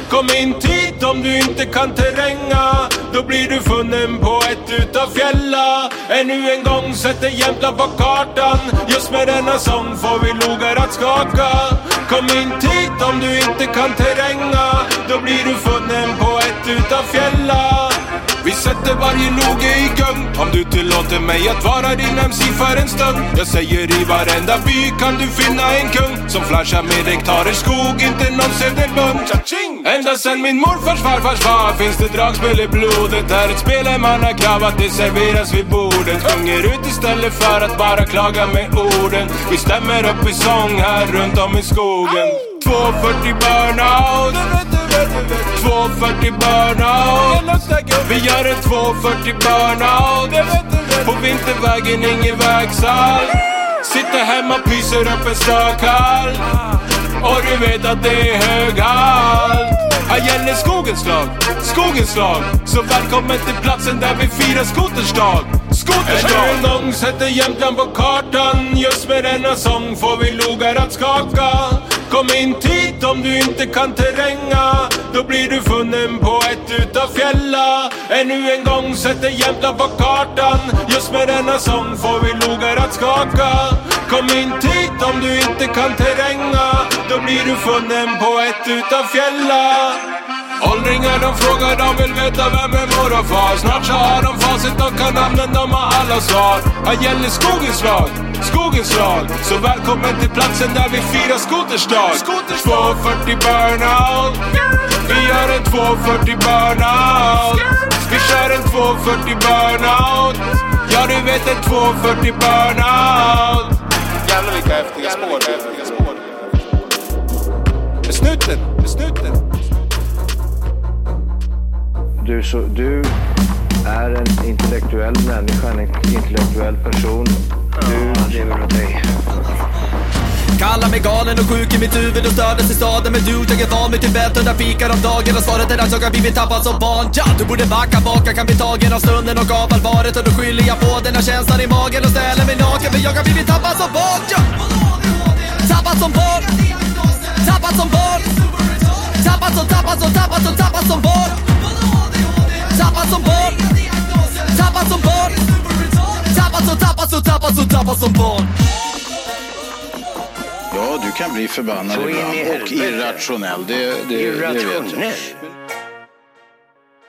H: Kom inte hit om du inte kan terränga Då blir du funnen på ett utav fjälla Ännu en gång sätter Jämtland på kartan Just med denna sång får vi logar att skaka Kom inte hit om du inte kan terränga Då blir du funnen på ett utav fjälla vi sätter varje noge i gung Om du tillåter mig att vara din MC för en stund Jag säger i varenda by kan du finna en kung Som flashar med hektarer skog, inte någon sedelbund Ända sen min morfars farfars far finns det dragspel i blodet Här ett spel man har kravat, det serveras vid bordet Sjunger ut istället för att bara klaga med orden Vi stämmer upp i sång här runt om i skogen 240 burnout 240 burnout Vi gör en 240 burnout På vintervägen ingen vägsalt Sitter hemma pyser upp en stökall Och du vet att det är hög halt Här gäller skogens lag, skogens lag Så välkommen till platsen där vi firar skoters dag Skoters dag! Ännu en gång sätter Jämtland på kartan Just med denna sång får vi logar att skaka Kom inte hit om du inte kan terränga Då blir du funnen på ett utav fjälla Ännu en gång sätter Jämtland på kartan Just med denna sång får vi logar att skaka Kom inte hit om du inte kan terränga Då blir du funnen på ett utav fjälla Åldringar de frågar, de vill veta vem är mor och far Snart så har de facit, de kan namnen, de har alla svar Här gäller skogens lag, skogens lag Så välkommen till platsen där vi firar skoters dag 240 burnout Vi gör en 240 burnout Vi kör en 240 burnout Ja du vet en 240 burnout Jävlar vilka häftiga spår det är. Snuten, snuten
A: Du, så, du är en intellektuell människa, en intellektuell person. Du lever av dig.
B: Kallar mig galen och sjuk i mitt huvud och stördes i staden Men du, jag är van vid Tibet och där fikar om dagen Och svaret är att jag har blivit tappad som barn ja, Du borde backa bak, jag kan bli tagen av stunden och av allvaret Och då skyller jag på den här känslan i magen och ställer mig naken För jag har blivit tappad som barn ja. Tappad som barn Tappad som barn Tappad som, tappad som, tappad som, tappad som barn Tappad som barn Tappad som barn Tappad som, tappad som, tappad som, tappad som barn
J: Ja, du kan bli förbannad
A: Så in i
J: ibland och
A: helvete.
J: irrationell. Det, det, det vet jag.
A: Irrationell.